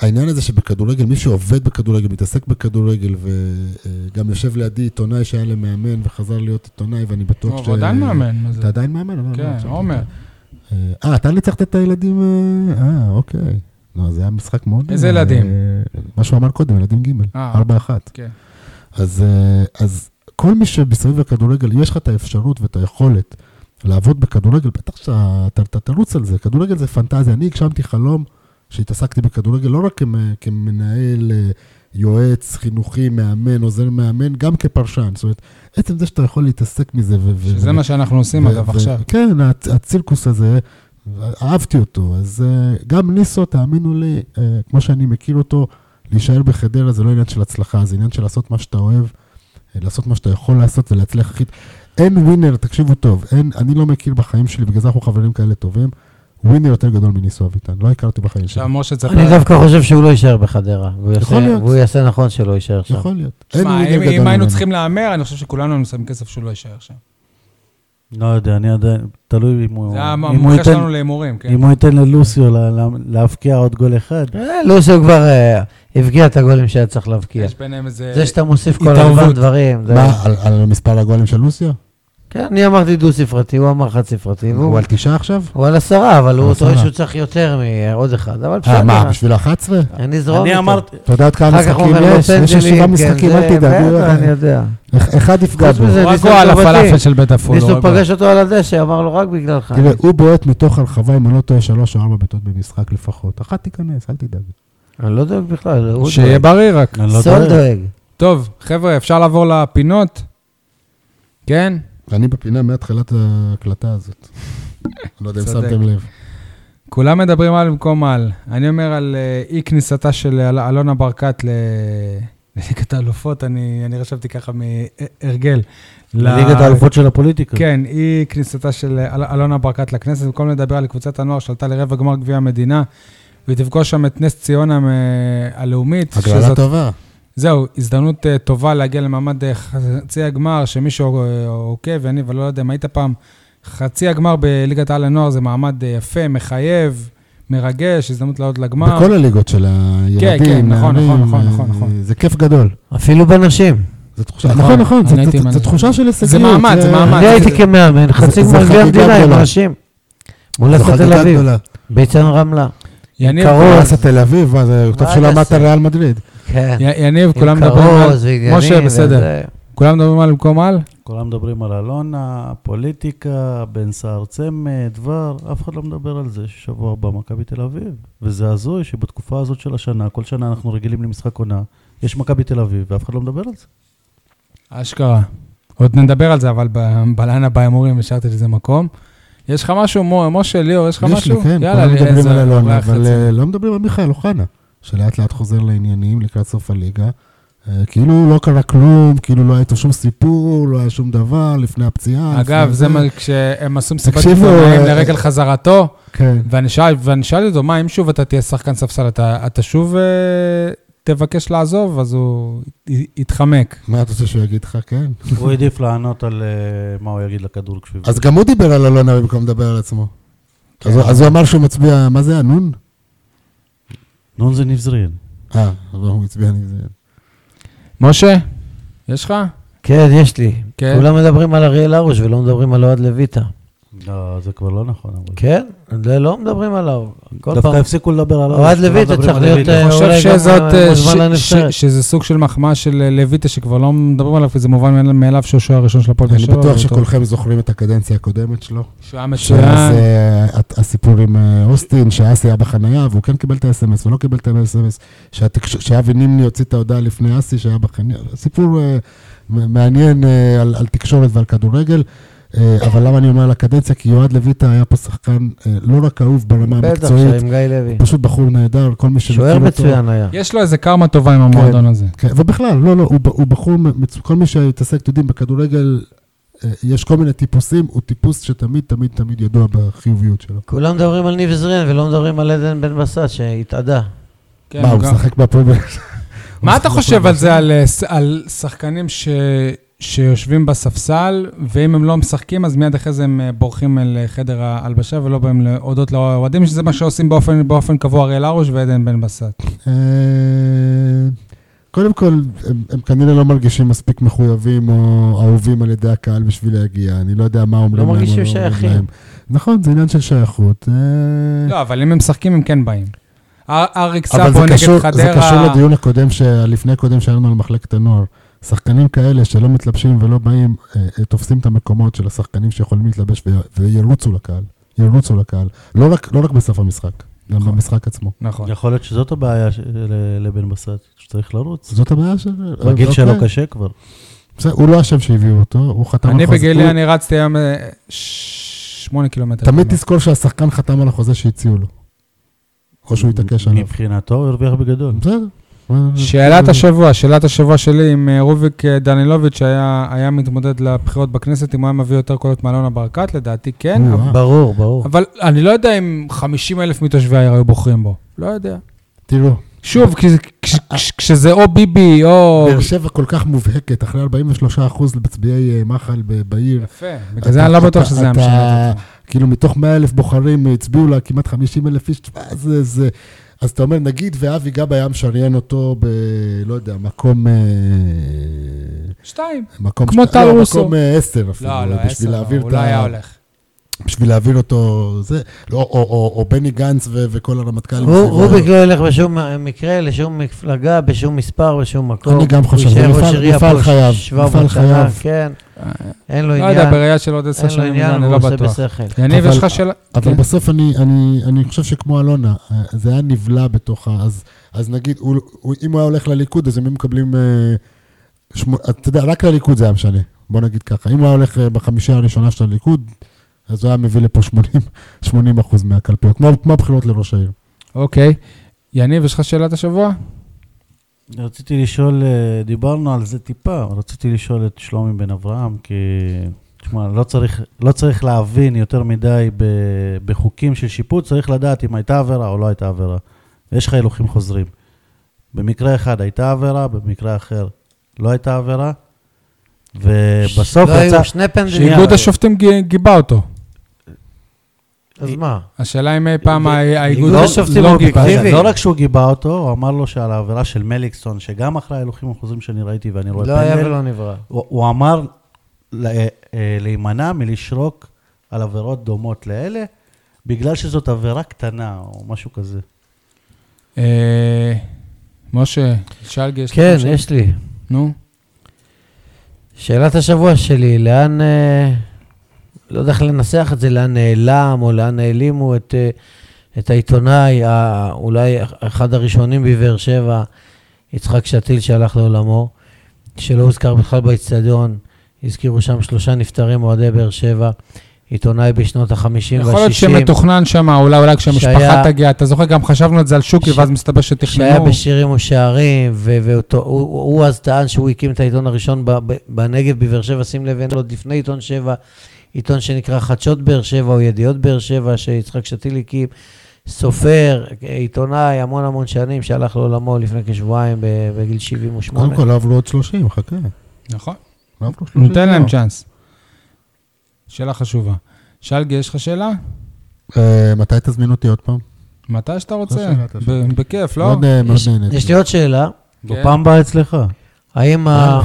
S4: העניין הזה שבכדורגל, מי שעובד בכדורגל, מתעסק בכדורגל, וגם יושב לידי עיתונאי שהיה למאמן וחזר להיות עיתונאי, ואני בטוח ש...
S1: הוא לא, עדיין מאמן, מה זה?
S4: אתה עדיין מאמן? אבל לא,
S1: כן,
S4: עכשיו
S1: עומר.
S4: אתה- אה, אתה ניצחת את הילדים... אה, אה, אוקיי. לא, זה היה משחק מאוד...
S1: איזה
S4: אה,
S1: ילדים?
S4: מה שהוא אמר קודם, ילדים ג',
S1: אה.
S4: 4-1.
S1: כן.
S4: אז, אה, אז כל מי שבסביב הכדורגל, יש לך את האפשרות ואת היכולת לעבוד בכדורגל, בטח שאתה אתה- אתה תרוץ על זה. כדורגל זה פנטזיה. אני הגשמתי חלום שהתעסקתי בכדורגל לא רק כמ- כמנהל, אה, יועץ, חינוכי, מאמן, עוזר מאמן, גם כפרשן. זאת אומרת, עצם זה שאתה יכול להתעסק מזה ו... ו-
S1: שזה מה שאנחנו עושים,
S4: ו-
S1: אגב,
S4: ו-
S1: עכשיו.
S4: כן, הצ- הצילקוס הזה, אהבתי אותו. אז אה, גם ניסו, תאמינו לי, אה, כמו שאני מכיר אותו, להישאר בחדרה זה לא עניין של הצלחה, זה עניין של לעשות מה שאתה אוהב, אה, לעשות מה שאתה יכול לעשות ולהצליח הכי... אין ווינר, תקשיבו טוב, אין, אני לא מכיר בחיים שלי, בגלל זה אנחנו חברים כאלה טובים, ווינר יותר גדול מניסו אביטן, לא הכרתי בחיים שלי.
S1: עכשיו משה תספר.
S3: אני דווקא חושב שהוא לא יישאר בחדרה. והוא יעשה-
S4: יכול להיות.
S3: והוא יעשה נכון שלא יישאר שם.
S4: יכול להיות. אין
S1: תשמע,
S4: ווינר
S1: אם-
S4: גדול
S1: אם היינו
S4: ממנו.
S1: צריכים להמר, אני חושב שכולנו היינו שמים כסף שהוא לא יישאר שם.
S2: לא יודע, אני עדיין, תלוי אם הוא...
S1: זה
S2: אם הוא
S1: המומחה
S2: ייתן-
S1: שלנו להימורים, כן.
S2: אם הוא ייתן ללוסיו לה- לה- להבקיע עוד גול אחד.
S3: אה, לוסיו כבר אה, הבקיע את הגולים שהיה צריך להבקיע.
S1: יש
S2: כן.
S1: ביניהם איזה...
S3: זה שאתה מוסיף כל
S1: התערבות.
S3: הזמן דברים. זה-
S4: מה, על- על מספר הגולים של לוסיו?
S3: כן, אני אמרתי דו-ספרתי, הוא אמר חד-ספרתי,
S4: הוא
S3: והוא
S4: על תשעה עכשיו?
S3: הוא על עשרה, אבל
S4: על
S3: הוא
S4: עשרה.
S3: טוען שהוא צריך יותר מעוד אחד, אבל
S4: אה, מה,
S3: בסדר,
S4: בשביל ה-11?
S3: אני אזרום איתו.
S2: אני אמרתי,
S4: אתה יודע עוד כמה
S3: אחר כך הוא
S4: משחקים
S1: "לא,
S3: אומר לו
S4: יש? יש
S3: פנדלים,
S4: שבעה
S3: כן,
S4: משחקים,
S3: זה-
S4: אל לא תדאג.
S3: בסדר, אני יודע.
S4: אח- אחד יפגע
S3: חוץ
S4: בו.
S3: מזה,
S1: הוא
S3: ניסו
S1: רגוע על
S3: טובתי.
S1: הפלאפל של בית לא עפול. הוא
S3: ניסו
S1: רגוע.
S3: פגש אותו על הדשא, אמר לו רק בגללך.
S4: תראה, הוא בועט מתוך הרחבה, אם אני לא טועה, שלוש או ארבע בעיטות במשחק לפחות. אחת תיכנס, אל תדאג.
S3: אני לא דואג בכלל, הוא
S1: שיהיה
S3: דואג.
S1: בריא רק.
S2: אני לא
S3: סול
S2: יודע.
S3: דואג.
S1: טוב, חבר'ה, אפשר לעבור לפינות? כן?
S4: אני בפינה מהתחילת ההקלטה הזאת. לא יודע אם
S1: צודק.
S4: שמתם לב.
S1: כולם מדברים על במקום על. אני אומר על אה, אי כניסתה של אל- אלונה ברקת ל- לליגת האלופות, אני אני חשבתי ככה מהרגל. ל-
S2: ליגת האלופות של הפוליטיקה.
S1: כן, אי כניסתה של אל- אלונה ברקת לכנסת, במקום לדבר על קבוצת הנוער שעלתה לרבע גמר גביע המדינה, והיא תפגוש שם את נס ציונה מ- הלאומית.
S4: הגרלה
S1: שזאת-
S4: טובה.
S1: זהו, הזדמנות אה, טובה להגיע למעמד אה, חצי הגמר, שמישהו אה, עוקב, יניב, אני לא יודע אם היית פעם, חצי הגמר בליגת העל לנוער זה מעמד אה, יפה, מחייב, מרגש, הזדמנות לעלות לגמר.
S4: בכל הליגות של הילדים.
S1: כן, נכון,
S4: נערים,
S1: נכון, נכון,
S4: אה,
S1: נכון, נכון.
S4: זה כיף גדול.
S3: אפילו בנשים.
S4: זו תחושה-
S1: נכון,
S4: נכון, נכון,
S1: אני
S4: זו-
S1: הייתי
S4: זו-
S1: עם
S4: זו
S1: אנשים.
S4: תחושה של הישגיות. אה,
S1: זה מעמד, זה מעמד.
S3: אני הייתי כמאמן, חצי
S4: זה
S3: גמר גביע
S4: חגיגה
S3: המדינה עם
S4: גדולה.
S3: נשים. מול
S4: זו
S3: עשת תל
S4: חגיגה
S3: אביב,
S4: גדולה.
S3: ביצן רמלה.
S1: יניב,
S3: קרוב.
S4: פרס תל אביב, מה זה, טוב
S3: מה
S4: שלא
S3: אתה
S4: אמרת
S3: עושה?
S4: ריאל מדריד.
S3: כן.
S1: י- יניב,
S3: עם
S1: כולם מדברים על...
S3: כרוז ועניינים.
S1: משה, בסדר.
S3: וזה.
S1: כולם מדברים על מקום על?
S2: כולם מדברים על אלונה, פוליטיקה, בן סער צמד, דבר, אף אחד לא מדבר על זה ששבוע הבא מכבי תל אביב. וזה הזוי שבתקופה הזאת של השנה, כל שנה אנחנו רגילים למשחק עונה, יש מכבי תל אביב ואף אחד לא מדבר על זה.
S1: אשכרה. עוד נדבר על זה, אבל ב- בליין הבא ההימורים השארתי לזה מקום. יש לך משהו, מו- משה, ליאור, יש לך
S4: יש לי,
S1: משהו?
S4: כן,
S1: יאללה,
S4: כולם מדברים
S1: ליאור,
S4: על אלונה,
S1: אורח
S4: אבל
S1: רציני.
S4: אה, לא מדברים על מיכאל אוחנה, שלאט לאט חוזר לעניינים לקראת סוף הליגה. אה, כאילו לא קרה כלום, כאילו לא היה איתו שום סיפור, לא היה שום דבר לפני הפציעה.
S1: אגב,
S4: לפני
S1: זה מה, כשהם עשו מסיבת
S4: אה, תקשיבו,
S1: עיתונאים
S4: אה,
S1: לרגל חזרתו,
S4: כן.
S1: ואני שאל- ואני שאלתי אותו, מה, אם שוב אתה תהיה שחקן ספסל, אתה אתה שוב אה, תבקש לעזוב? אז הוא י- יתחמק.
S4: מה אתה רוצה שהוא יגיד לך, כן?
S2: הוא העדיף לענות על אה, מה הוא יגיד לכדור כשהוא...
S4: אז גם הוא דיבר על אלונה במקום לדבר על עצמו. אז
S1: כן.
S4: הוא- אז הוא אמר שהוא מצביע, מה זה, הנון?
S2: נון זה נבזרין.
S4: אה, אבל הוא מצביע נגד זה.
S1: משה, יש לך?
S3: כן, יש לי.
S1: כן.
S3: כולם מדברים על אריאל הרוש ולא מדברים על אוהד לויטה.
S2: לא, זה כבר לא נכון. אבל-
S3: כן? זה לא מדברים עליו. כל
S2: דווקא
S3: פעם.
S2: הפסיקו לדבר על...
S3: אוהד
S2: כולם
S3: לויטה
S2: מדברים
S3: צריך
S2: על
S3: להיות,
S2: לויטה.
S3: אה,
S1: אני חושב
S3: אולי גם
S1: שזאת, אה,
S3: מוזמן
S1: ש-
S3: לנבחרת.
S1: ש- שזה סוג של מחמאה של אה, לויטה, שכבר לא מדברים עליו, כי זה מובן מאליו שהוא השוער הראשון של הפועל באר
S4: אני
S1: שבע.
S4: בטוח
S1: והוא לא, טוב.
S4: שכולכם זוכרים את הקדנציה הקודמת שלו.
S1: שהוא היה
S4: שאז
S1: מצוין.
S4: אה, הת- הסיפור עם אה, אוסטין, שאסי היה בחנייה, והוא כן קיבל את ה-SMS, ולא קיבל את ה-SMS, שהתקש- שאבי נימני הוציא את ההודעה לפני אסי שהיה בחנייה. סיפור אה, מ- מעניין אה, על על תקשורת ועל כדורגל. אה, אבל למה אני אומר על הקדנציה? כי יועד לויטה היה פה שחקן אה, לא רק אהוב ברמה
S3: בטח,
S4: המקצועית,
S3: עם גיא לוי.
S4: הוא פשוט בחור נהדר, כל מי שמכיר
S3: שוער
S4: אותו.
S3: מצוין היה.
S1: יש לו איזה קרמה טובה עם המועדון הזה.
S4: כן, ובכלל, לא, לא, הוא, ב- הוא בחור, מצ- כל מי שהתעסק, אתם יודעים, בכדורגל אה, יש כל מיני טיפוסים, הוא טיפוס שתמיד, תמיד, תמיד ידוע בחיוביות שלו.
S3: כולם מדברים על ניב זרין ולא מדברים על עדן בן בסט שהתאדה.
S1: כן,
S4: מה, הוא
S1: גם-
S4: משחק בהפועל באר שבע?
S1: מה אתה
S4: הוא משחק
S1: חושב
S4: בהפועל
S1: על זה, על, אה, ס- על שחקנים ש... שיושבים בספסל, ואם הם לא משחקים, אז מיד אחרי זה הם אה, בורחים אל אה, חדר ההלבשה ולא באים להודות לאוהדים, שזה מה שעושים באופן, באופן קבוע אריאל הרוש ועדן בן בסט.
S4: אה, קודם כל, הם, הם כנראה לא מרגישים מספיק מחויבים או אהובים על ידי הקהל בשביל להגיע. אני לא יודע מה אומרים
S3: לא
S4: להם. או
S3: מרגישים
S4: אומרים
S3: שייכים.
S4: להם. נכון, זה עניין של שייכות. אה,
S1: לא, אבל אם הם משחקים, הם כן באים. אר- אריק
S4: אבל זה
S1: סאבו נגד
S4: קשור,
S1: חדרה...
S4: זה קשור לדיון הקודם, הלפני הקודם שהיה לנו על מחלקת הנוער. שחקנים כאלה שלא מתלבשים ולא באים, אה, אה, תופסים את המקומות של השחקנים שיכולים להתלבש וי- וירוצו לקהל. ירוצו לקהל. לא רק, לא רק בסוף המשחק, גם במשחק עצמו.
S1: נכון.
S2: יכול להיות שזאת הבעיה של- ל- לבן בסט, שצריך לרוץ.
S4: זאת הבעיה של...
S2: בגיל
S4: אוקיי.
S2: שלו קשה כבר.
S4: בסדר, הוא לא אשם שהביאו אותו, הוא חתם
S1: אני
S4: על חוזה.
S1: בגילי,
S4: הוא-
S1: אני רצתי היום אה, ש- שמונה קילומטר.
S4: תמיד תזכור שהשחקן חתם על החוזה שהציעו לו. או שהוא התעקש עליו.
S2: מבחינתו הוא הרוויח בגדול.
S4: בסדר. Mm.
S1: שאלת השבוע, שאלת השבוע שלי עם אה, רוביק אה, דנילוביץ' היה, היה מתמודד לבחירות בכנסת, אם הוא היה מביא יותר קולות מאלונה ברקת, לדעתי כן,
S4: או,
S1: אבל-
S4: אה.
S3: ברור, ברור.
S1: אבל אני לא יודע אם 50 אלף מתושבי העיר היו בוחרים בו, לא יודע.
S4: תראו,
S1: שוב, כש- כש- כש- כשזה או ביבי או...
S4: באר שבע כל כך מובהקת, אחרי 43% מצביעי אה, מח"ל ב- בעיר.
S1: יפה, בגלל זה אני לא
S4: אתה-
S1: בטוח שזה היה
S4: אתה-
S1: משנה. את
S4: אתה- כאילו מתוך 100 אלף בוחרים אה, הצביעו לה כמעט 50 אלף איש, תשמע, זה, זה... אז אתה אומר, נגיד ואבי גבאי היה משריין אותו ב... לא יודע, מקום... אה,
S1: זה. שתיים.
S4: מקום...
S1: כמו
S4: שת-
S1: טל
S4: לא,
S1: רוסו.
S4: מקום אה, עשר אפילו.
S1: לא, לא,
S4: בשביל
S1: עשר, לא,
S4: להעביר
S1: הוא
S4: את
S1: לא
S4: ה-
S1: היה הולך.
S4: בשביל להעביר אותו, זה, לא, או, או, או, או בני גנץ ו, וכל הרמטכ"לים.
S3: הוא-
S4: סביבו.
S3: רוביק לא ילך בשום מקרה, לשום מפלגה, בשום מספר, בשום מקום.
S4: אני גם חושב,
S3: הוא יישאר
S4: זה מפעל-
S3: ראש עירייה
S4: מפעל
S3: פה
S4: חייו,
S3: 700
S4: מפעל
S3: שנה,
S4: חייו.
S3: כן, אין לו
S1: לא
S3: עניין.
S1: יודע, בראייה של עוד עשר
S3: אין לו
S1: שנים,
S3: עניין,
S1: אני
S3: הוא
S1: לא
S3: עושה
S1: בטוח.
S3: בשכל.
S1: יניב,
S4: אבל-
S1: יש לך שאלה?
S4: אבל
S1: כן.
S4: בסוף אני, אני, אני חושב שכמו אלונה, אה, זה היה נבלע בתוך ה... אז, אז נגיד, הוא, הוא, אם הוא היה הולך לליכוד, אז הם היו מקבלים... אה, שמו, אתה יודע, רק לליכוד זה היה משנה, בוא נגיד ככה. אם הוא היה הולך אה, בחמישייה הראשונה של הליכוד, אז הוא היה מביא לפה 80, 80 אחוז מהקלפיות, כמו, כמו הבחירות לראש העיר.
S1: אוקיי. יניב, יש לך שאלת השבוע?
S2: רציתי לשאול, אה, דיברנו על זה טיפה, רציתי לשאול את שלומי בן אברהם, כי, תשמע, לא צריך, לא צריך להבין יותר מדי ב, בחוקים של שיפוט, צריך לדעת אם הייתה עבירה או לא הייתה עבירה. יש לך הילוכים חוזרים. במקרה אחד הייתה עבירה, במקרה אחר לא הייתה עבירה, ובסוף
S3: לא היו
S2: יצא...
S3: שני פנדלים.
S2: שנייה.
S1: שאיגוד השופטים גי- גיבה אותו.
S3: אז מה?
S1: השאלה אם אי פעם
S2: ו-
S1: ה- האיגוד
S3: איגוד השופטים
S1: לא גיבה.
S3: אובייקטיבי.
S2: לא רק שהוא גיבה אותו, הוא אמר לו שעל העבירה של מליקסון, שגם אחרי ההילוכים החוזרים שאני ראיתי ואני רואה
S3: לא
S2: פנדל,
S3: היה ולא נברא.
S2: הוא, הוא אמר ל- אה, אה, להימנע מלשרוק על עבירות דומות לאלה, בגלל שזאת עבירה קטנה או משהו כזה.
S1: אה, משה, שלגי, יש לך
S3: כן,
S1: משהו?
S3: יש לי.
S1: נו,
S3: שאלת השבוע שלי, לאן, אה, לא יודע איך לנסח את זה, לאן נעלם או לאן העלימו את, אה, את העיתונאי, אה, אולי אחד הראשונים בבאר שבע, יצחק שתיל שהלך לעולמו, שלא הוזכר בכלל באצטדיון, הזכירו שם שלושה נפטרים אוהדי באר שבע, עיתונאי בשנות ה-50 וה-60.
S1: יכול להיות שמתוכנן שם, אולי אולי כשהמשפחה
S3: כן, שהיה-
S1: תגיע, אתה זוכר, גם חשבנו את זה על שוקי,
S3: ש-
S1: ואז מסתבר
S3: שהיה
S1: שתכננו.
S3: בשירים ושערים, ו- ואותו- הוא- הוא אז טען שהוא הקים את העיתון הראשון ב- ב- בנגב, בבאר שבע, שים לב, אין לו עוד לפני עיתון שבע, עיתון שנקרא חדשות באר שבע או ידיעות באר שבע, שיצחק שתיל הקים, סופר, עיתונאי, המון המון שנים, שהלך לעולמו לפני כשבועיים ב- בגיל 78.
S4: קודם כל, לא עברו עוד 30, חכה.
S1: נכון,
S4: לא עברו 30.
S1: נותן להם
S4: לא.
S1: צ'אנס. שאלה חשובה. שלגי, יש לך שאלה?
S4: אה, מתי תזמין אותי עוד פעם?
S1: מתי שאתה רוצה,
S4: שאלה, אתה
S1: ב-
S4: שואל.
S1: בכיף, לא?
S4: מאוד, אה, מאוד
S3: יש-
S4: נהניתי.
S3: יש לי עוד שאלה,
S1: כן.
S2: הוא פעם בא אצלך.
S3: האם ה...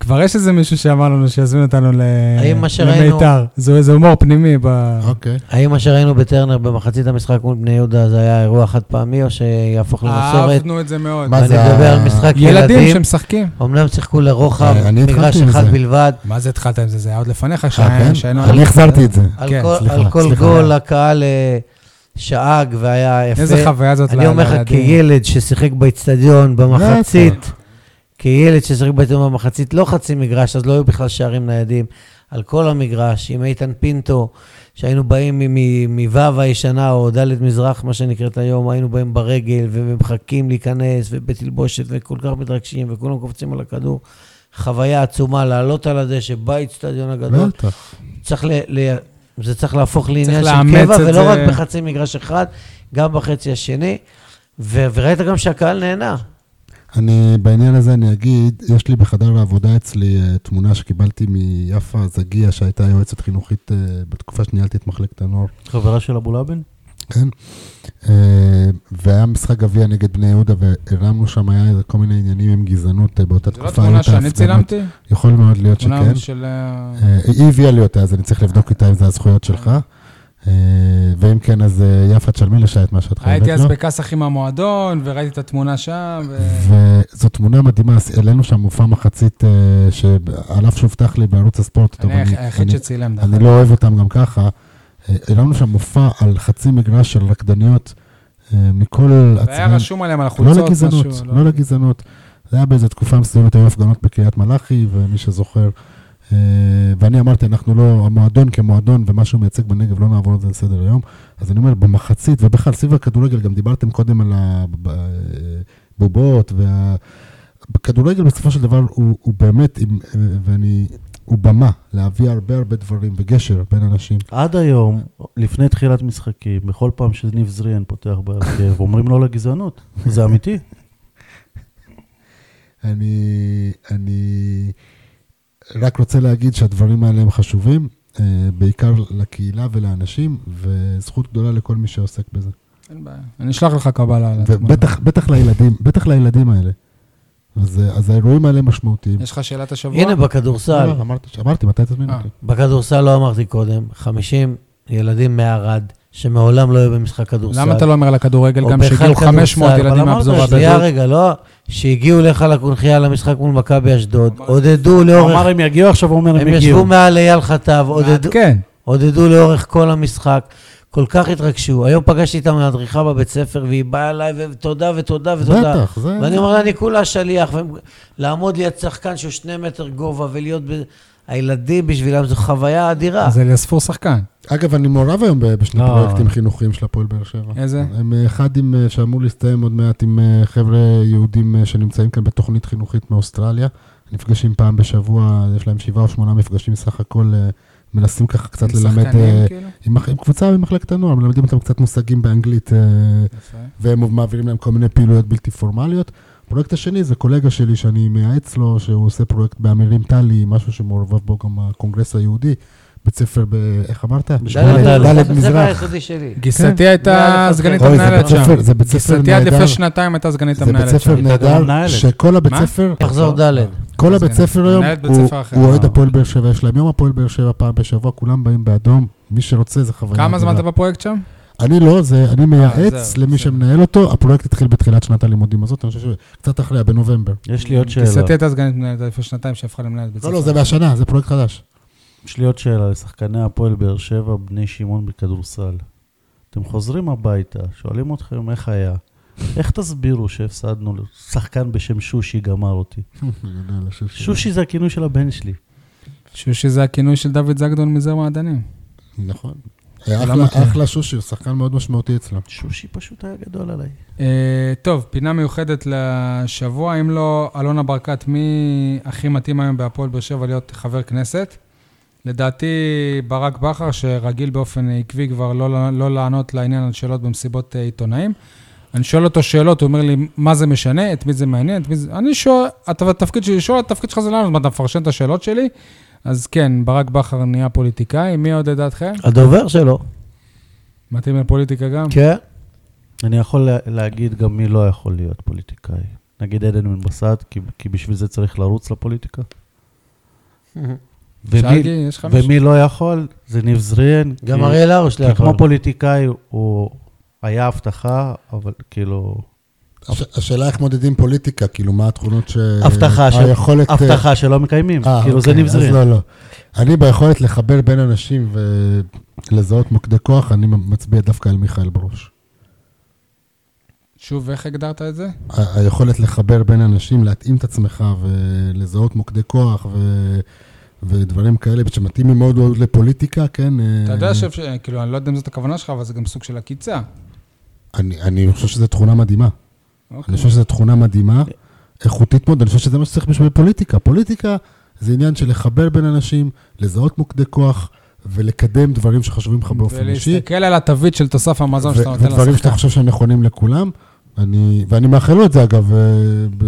S1: כבר יש איזה מישהו שאמר לנו שיזמין אותנו ל-
S3: האם מה שראינו-
S1: למיתר. זה איזה הומור פנימי ב...
S4: אוקיי.
S3: האם מה שראינו בטרנר במחצית המשחק מול בני יהודה זה היה אירוע חד פעמי או שיהפוך למסורת?
S1: אה, אהבנו את זה מאוד.
S4: מה
S3: אני
S4: זה
S3: מדבר
S4: ה-
S3: על משחק
S1: ילדים
S3: ילדים,
S1: שמשחקים.
S3: אמנם שיחקו לרוחב,
S4: אה, אני התחלתי
S3: מגרש
S4: עם
S3: אחד
S4: זה.
S3: בלבד,
S1: מה זה התחלת עם זה? זה היה עוד לפניך,
S4: אה, כן?
S1: שהיינו...
S4: אני החזרתי את זה.
S3: על
S1: כן,
S3: כל-
S4: סליחה,
S3: על כל
S4: סליחה.
S3: גול הקהל אה, שאג והיה יפה.
S1: איזה חוויה זאת
S3: אני אומר לך,
S1: לילדים.
S3: כילד ששיחק באצטדיון במחצית, כילד ששיחק באצטדיון במחצית, לא חצי מגרש, אז לא היו בכלל שערים ניידים. על כל המגרש, עם איתן פינטו, שהיינו באים מ- מ- מו' הישנה, או ד' מזרח, מה שנקראת היום, היינו באים ברגל, ומחכים להיכנס, ובתלבושת, וכל כך מתרגשים, וכולם קופצים על הכדור. חוויה עצומה לעלות על הדשא, באיצטדיון הגדול.
S4: בטח.
S3: צריך ל... ל... זה צריך להפוך לעניין
S1: לאמץ
S3: של קבע,
S1: את
S3: ולא
S1: זה.
S3: רק בחצי מגרש אחד, גם בחצי השני. ו- וראית גם שהקהל נהנה.
S4: אני, בעניין הזה אני אגיד, יש לי בחדר העבודה אצלי אה, תמונה שקיבלתי מיפה זגיה, שהייתה יועצת חינוכית אה, בתקופה שניהלתי את מחלקת הנוער,
S2: חברה של אבו לאבן?
S4: כן? אה, והיה משחק גביע נגד בני יהודה, והרמנו שם, היה איזה כל מיני עניינים עם גזענות אה, באותה
S1: זו לא
S4: תקופה. היו
S1: תמונה
S4: את
S1: שאני
S4: ההפגנות.
S1: צילמתי?
S4: יכול מאוד להיות שכן.
S1: תמונה של... אה,
S4: אה, היא הביאה לי אותה, אז אני צריך לבדוק איתה אם זה הזכויות שלך. אה, ואם כן, אז אה, יפה תשלמי לשעה את מה שאת חייבת לו.
S1: הייתי אז בכסח עם המועדון, וראיתי את התמונה שם, ו-
S4: וזו תמונה מדהימה, אז העלינו שם מופע מחצית, אה, שעל אף שהובטח לי בערוץ הספורט, טוב,
S1: אני
S4: אני,
S1: היח- היחיד
S4: אני,
S1: שצילם. דרך
S4: אני
S1: אגב.
S4: לא אוהב אותם גם ככה. אה, העלמנו שם מופע על חצי מגרש של רקדניות אה, מכל
S1: והיה
S4: הצבעים.
S1: רשום עליהם על החולצות,
S4: לא
S1: משהו.
S4: לגזענות, לא לגזענות. זה היה באיזו תקופה מסוימת, היו הפגנות בקריית מלאכי, ומי שזוכר. אה, ואני אמרתי, אנחנו לא, המועדון כמועדון ומה שהוא מייצג בנגב, לא נעבור על זה לסדר היום. אז אני אומר, במחצית, ובכלל, סביב הכדורגל, גם דיברתם קודם על הבובות, וה... הכדורגל בסופו של דבר הוא, הוא באמת, עם, אה, ואני, הוא במה להביא הרבה הרבה דברים וגשר בין אנשים.
S2: עד היום, לפני תחילת משחקים, בכל פעם שניב זריאן פותח בהרכב, אומרים לו לגזענות. זה אמיתי.
S4: אני, אני רק רוצה להגיד שהדברים האלה הם חשובים, אה, בעיקר לקהילה ולאנשים, וזכות גדולה לכל מי שעוסק בזה.
S1: אין בעיה. אני אשלח לך קבלה על התמונה.
S4: ובטח בטח לילדים, בטח לילדים האלה. אז, אה, אז האירועים האלה משמעותיים.
S1: יש לך שאלת השבוע?
S3: הנה, בכדורסל,
S4: לא, לא, אמרתי, אמרתי, מתי תזמין
S1: אה.
S4: אותי?
S3: בכדורסל לא אמרתי קודם, 50 ילדים מערד, שמעולם לא היו במשחק כדורסל.
S1: למה אתה לא אומר על הכדורגל
S3: או
S1: גם
S3: בכלל
S1: שהגיעו 500
S3: כדורסל,
S1: ילדים
S2: אבל אמרת
S1: מהפזורה
S2: שזה-
S1: הבדואית?
S3: שנייה רגע, לא, שהגיעו לך לקונכייה למשחק מול מכבי אשדוד, עודדו
S2: הוא
S3: לאורך,
S2: אמר הם יגיעו עכשיו, הוא אומר
S3: הם
S2: הם
S3: ישבו
S2: יגיעו.
S3: מעל אייל חטב, עודדו,
S1: כן.
S3: עודדו לאורך כל המשחק, כל כך התרגשו. היום פגשתי את המדריכה בבית ספר, והיא באה אליי, ותודה ותודה ותודה.
S4: בטח, זה...
S3: ואני אומר לה, אני כולה שליח, ולעמוד ליד שחקן שהוא שני מטר גובה, ולהיות ב... הילדים בשבילם זו חוויה אדירה.
S1: אז אליספור שחקן.
S4: אגב, אני מעורב היום ב- בשני
S2: לא.
S4: פרויקטים חינוכיים של הפועל באר שבע.
S1: אה. איזה?
S4: הם אה, אחד עם, אה, שאמור להסתיים עוד מעט עם אה, חבר'ה יהודים אה, שנמצאים כאן בתוכנית חינוכית מאוסטרליה. נפגשים פעם בשבוע, יש להם שבעה או שמונה מפגשים סך הכל, אה, מנסים ככה קצת
S1: עם
S4: ללמד,
S1: שחקנים,
S4: אה,
S1: כאילו?
S4: עם עם קבוצה ממחלקת הנוער, מלמדים אותם קצת מושגים באנגלית, אה,
S1: יפה.
S4: והם מעבירים להם כל מיני פעילויות בלתי פורמליות. הפרויקט השני זה קולגה שלי שאני מייעץ לו, שהוא עושה פרויקט באמירים טלי, משהו שמעורבב בו גם הקונגרס היהודי, בית ספר ב... איך אמרת? ד'
S3: זה
S4: מזרח.
S3: היסודי שלי.
S1: גיסתי הייתה
S3: אוקיי.
S1: סגנית
S4: אוי, זה
S1: המנהלת
S4: בית ספר,
S1: שם.
S4: זה בית ספר
S1: גיסתי עד
S4: נהדר.
S1: לפני שנתיים הייתה סגנית
S4: זה בית
S1: המנהלת שם.
S4: ספר נהדר,
S2: מנהלת.
S4: שכל הבית
S1: מה?
S4: ספר,
S3: מחזור ד'.
S4: כל
S1: אז
S4: הבית
S1: הנה,
S4: ספר היום,
S1: מנהלת בית
S4: הוא-
S1: ספר אחרת.
S4: הוא אוהד הפועל באר שבע, יש להם יום הפועל באר שבע פעם בשבוע, כולם באים באדום, מי שרוצה זה חוויה.
S1: כמה זמן
S4: אדירה.
S1: אתה בפרויקט שם?
S4: אני לא, זה, אני מייעץ
S1: זהו,
S4: למי
S1: בסדר.
S4: שמנהל אותו, הפרויקט התחיל בתחילת שנת הלימודים הזאת, אני חושב שקצת אחריה, בנובמבר.
S2: יש לי עוד שאלה.
S1: גיסתי הייתה סגנית מנהלת לפני שנתיים שהפכה למנהלת בית ספר.
S4: כן, לא, לא, זה מהשנה, זה פרויקט חדש.
S2: יש לי עוד שאלה לשחקני הפועל באר שבע, בני שמעון בכדורסל. אתם חוזרים הביתה, שואלים אתכם איך היה. איך תסבירו שהפסדנו לשחקן בשם שושי גמר אותי? שושי זה הכינוי של הבן שלי.
S1: שושי זה הכינוי של דוד זגדון מזר מעדנים.
S4: נכון.
S1: למה כן?
S4: אחלה, אחלה שושי, הוא שחקן מאוד משמעותי אצלם.
S2: שושי פשוט היה גדול עליי.
S1: אה, טוב, פינה מיוחדת לשבוע. אם לא, אלונה ברקת, מי הכי מתאים היום בהפועל באר שבע להיות חבר כנסת? לדעתי, ברק בכר, שרגיל באופן עקבי כבר לא, לא לענות לעניין על שאלות במסיבות אה, עיתונאים. אני שואל אותו שאלות, הוא אומר לי, מה זה משנה? את מי זה מעניין? את מי זה... אני שואל, הת- התפקיד שלי לשאול, התפקיד שלך זה לענות, מה, אתה מפרשן את השאלות שלי? אז כן, ברק בכר נהיה פוליטיקאי. מי עוד לדעתכם?
S3: הדובר שלו.
S1: מתאים לפוליטיקה גם?
S3: כן.
S2: אני יכול לה- להגיד גם מי לא יכול להיות פוליטיקאי. נגיד עדן בן בסט, כי- כי בשביל זה צריך לרוץ לפוליטיקה. ומי-
S1: שאלתי, יש לך מישהו?
S2: ומי לא יכול, זה ניב זריאן.
S3: גם
S2: כי-
S3: אריאל הרוש לא
S2: כי
S3: יכול.
S2: כמו פוליטיקאי, הוא היה הבטחה, אבל כאילו...
S4: הש- השאלה איך מודדים פוליטיקה, כאילו, מה התכונות ש...
S2: הבטחה של-
S4: היכולת... אה,
S2: הבטחה שלא מקיימים.
S4: אה,
S2: כאילו זה
S4: אוקיי,
S2: ניב זריאן.
S4: אז לא, לא. אני ביכולת לחבר בין אנשים ולזהות מוקדי כוח, אני מצביע דווקא על מיכאל ברוש.
S1: שוב, איך הגדרת את זה?
S4: ה- היכולת לחבר בין אנשים, להתאים את עצמך ולזהות מוקדי כוח ו... ודברים כאלה שמתאימים מאוד מאוד לפוליטיקה, כן?
S1: אתה יודע שאפשר, כאילו, אני לא יודע אם זאת הכוונה שלך, אבל זה גם סוג של עקיצה.
S4: אני, אני חושב שזו תכונה מדהימה.
S1: אוקיי.
S4: אני חושב שזו תכונה מדהימה, איכותית מאוד, אני חושב שזה מה שצריך בשביל פוליטיקה. פוליטיקה זה עניין של לחבר בין אנשים, לזהות מוקדי כוח ולקדם דברים שחשובים לך באופן אישי,
S1: ולהסתכל על התווית של תוסף המזון שאתה
S4: ו-
S1: נותן
S4: ודברים שאתה
S1: לשחקן.
S4: חושב שהם נכונים לכולם. אני, ואני מאחל לו את זה, אגב, אה,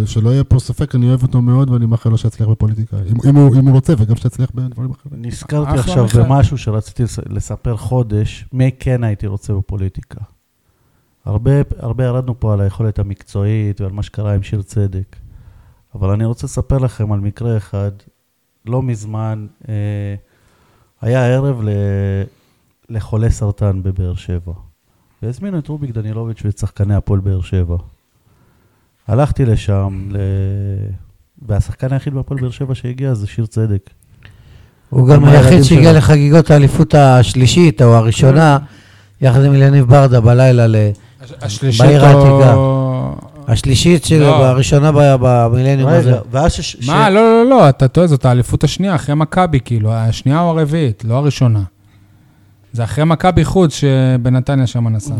S4: שלא יהיה פה ספק, אני אוהב אותו מאוד, ואני מאחל לו שיצליח בפוליטיקה. אם, אם, הוא, אם הוא רוצה, וגם שיצליח בדברים אחרים.
S2: נזכרתי
S1: אחלה
S2: עכשיו
S1: בכלל.
S2: במשהו שרציתי לס- לספר חודש, מי כן הייתי רוצה בפוליטיקה. הרבה, הרבה ירדנו פה על היכולת המקצועית ועל מה שקרה עם שיר צדק, אבל אני רוצה לספר לכם על מקרה אחד, לא מזמן, אה, היה ערב ל, לחולי סרטן בבאר שבע, והזמינו את רוביק דנילוביץ' ואת שחקני הפועל באר שבע. הלכתי לשם, ל... והשחקן היחיד בהפועל באר שבע שהגיע זה שיר צדק.
S3: הוא גם
S2: עם הילדים
S3: היחיד שהגיע
S2: שלו.
S3: לחגיגות האליפות השלישית או הראשונה, יחד עם אליניב ברדה בלילה, ל-
S1: הש- השלישית
S3: בעיר העתיקה.
S1: או...
S3: השלישית שלו,
S1: לא.
S3: הראשונה במילניום הזה.
S2: רגע, ואז ש... ש-
S1: מה? לא, לא, לא, אתה טועה, זאת האליפות השנייה, אחרי מכבי, כאילו, השנייה או הרביעית, לא הראשונה. זה אחרי מכבי חוץ שבנתניה שם נסע.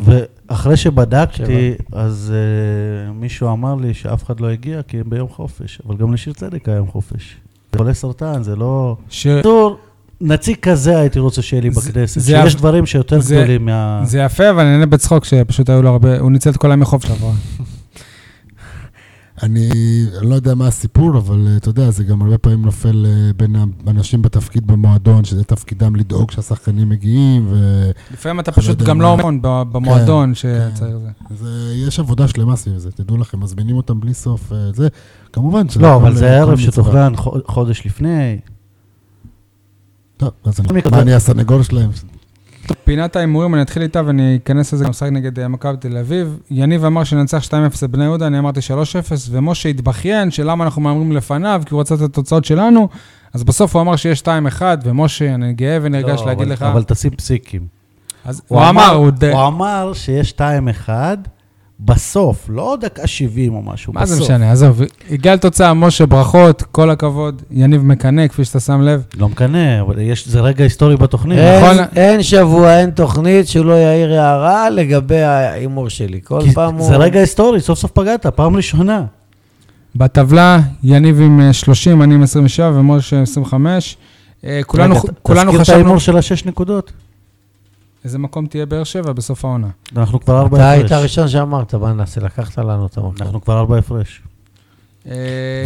S2: ואחרי שבדקתי, אז uh, מישהו אמר לי שאף אחד לא הגיע כי הם ביום חופש, אבל גם לשיר צדק היה יום חופש. זה חולי סרטן, זה לא...
S1: ש...
S2: בקיצור, נציג כזה הייתי רוצה שיהיה לי
S1: זה-
S2: בכנסת,
S1: זה
S2: שיש
S1: אב-
S2: דברים שיותר
S1: זה-
S2: גדולים מה...
S1: זה יפה, אבל אני נהנה בצחוק שפשוט היו לו הרבה, הוא ניצל את כל הימי חוף שעברה.
S4: אני לא יודע מה הסיפור, אבל אה, אתה יודע, זה גם הרבה פעמים נופל אה, בין האנשים בתפקיד במועדון, שזה תפקידם לדאוג שהשחקנים מגיעים, ו...
S1: לפעמים אתה
S4: אני לא
S1: פשוט
S4: יודע
S1: גם
S4: מה.
S1: לא המון
S4: כן.
S1: ב- במועדון שהצעיר זה.
S4: זה, אה, יש עבודה שלמה סביב זה, תדעו לכם, מזמינים אותם בלי סוף, אה, זה, כמובן שזה...
S2: לא,
S4: הכל- אה,
S2: אבל זה
S4: הכל
S2: ערב
S4: מצווה.
S2: שתוכנן חו- חודש לפני.
S4: טוב, אז אני,
S2: מקרה-
S4: מה, אני הסנגור שלהם?
S1: פינת ההימורים, אני אתחיל איתה ואני אכנס לזה גם משחק נגד אה, מכבי תל אביב. יניב אמר שננצח 2-0 את בני יהודה, אני אמרתי 3-0, ומשה התבכיין שלמה אנחנו מהמרים לפניו, כי הוא רצה את התוצאות שלנו, אז בסוף הוא אמר שיש 2-1, ומשה, אני גאה ונרגש
S2: לא,
S1: להגיד
S2: אבל-
S1: לך...
S2: אבל תשים פסיקים.
S1: אז הוא אמר, הוא ד...
S2: הוא אמר שיש 2-1 בסוף, לא דקה 70 או משהו,
S1: מה זה
S2: בסוף.
S1: משנה, עזוב, הגיע לתוצאה, משה, ברכות, כל הכבוד, יניב מקנא, כפי שאתה שם לב.
S2: לא מקנא, אבל יש- זה רגע היסטורי בתוכנית.
S1: אה,
S3: אין-
S1: נכון.
S3: אין שבוע, אין תוכנית שהוא לא יעיר הערה לגבי ההימור שלי. כל
S2: כי
S3: פעם הוא...
S2: זה רגע היסטורי, סוף סוף פגעת, פעם ראשונה.
S1: בטבלה, יניב עם אה, 30, אני עם 27 ומשה עם 25. אה, כולנו,
S2: רגע, ת-
S1: כולנו
S2: תזכיר את
S1: חשבנו
S2: ההימור של השש נקודות.
S1: איזה מקום תהיה באר שבע בסוף העונה.
S2: אנחנו כבר ארבע
S3: אתה היית
S2: הפרש.
S3: הראשון שאמרת, מה נעשה? לקחת לנו את
S1: נכון.
S3: המקום.
S2: אנחנו כבר ארבע הפרש.
S1: אה,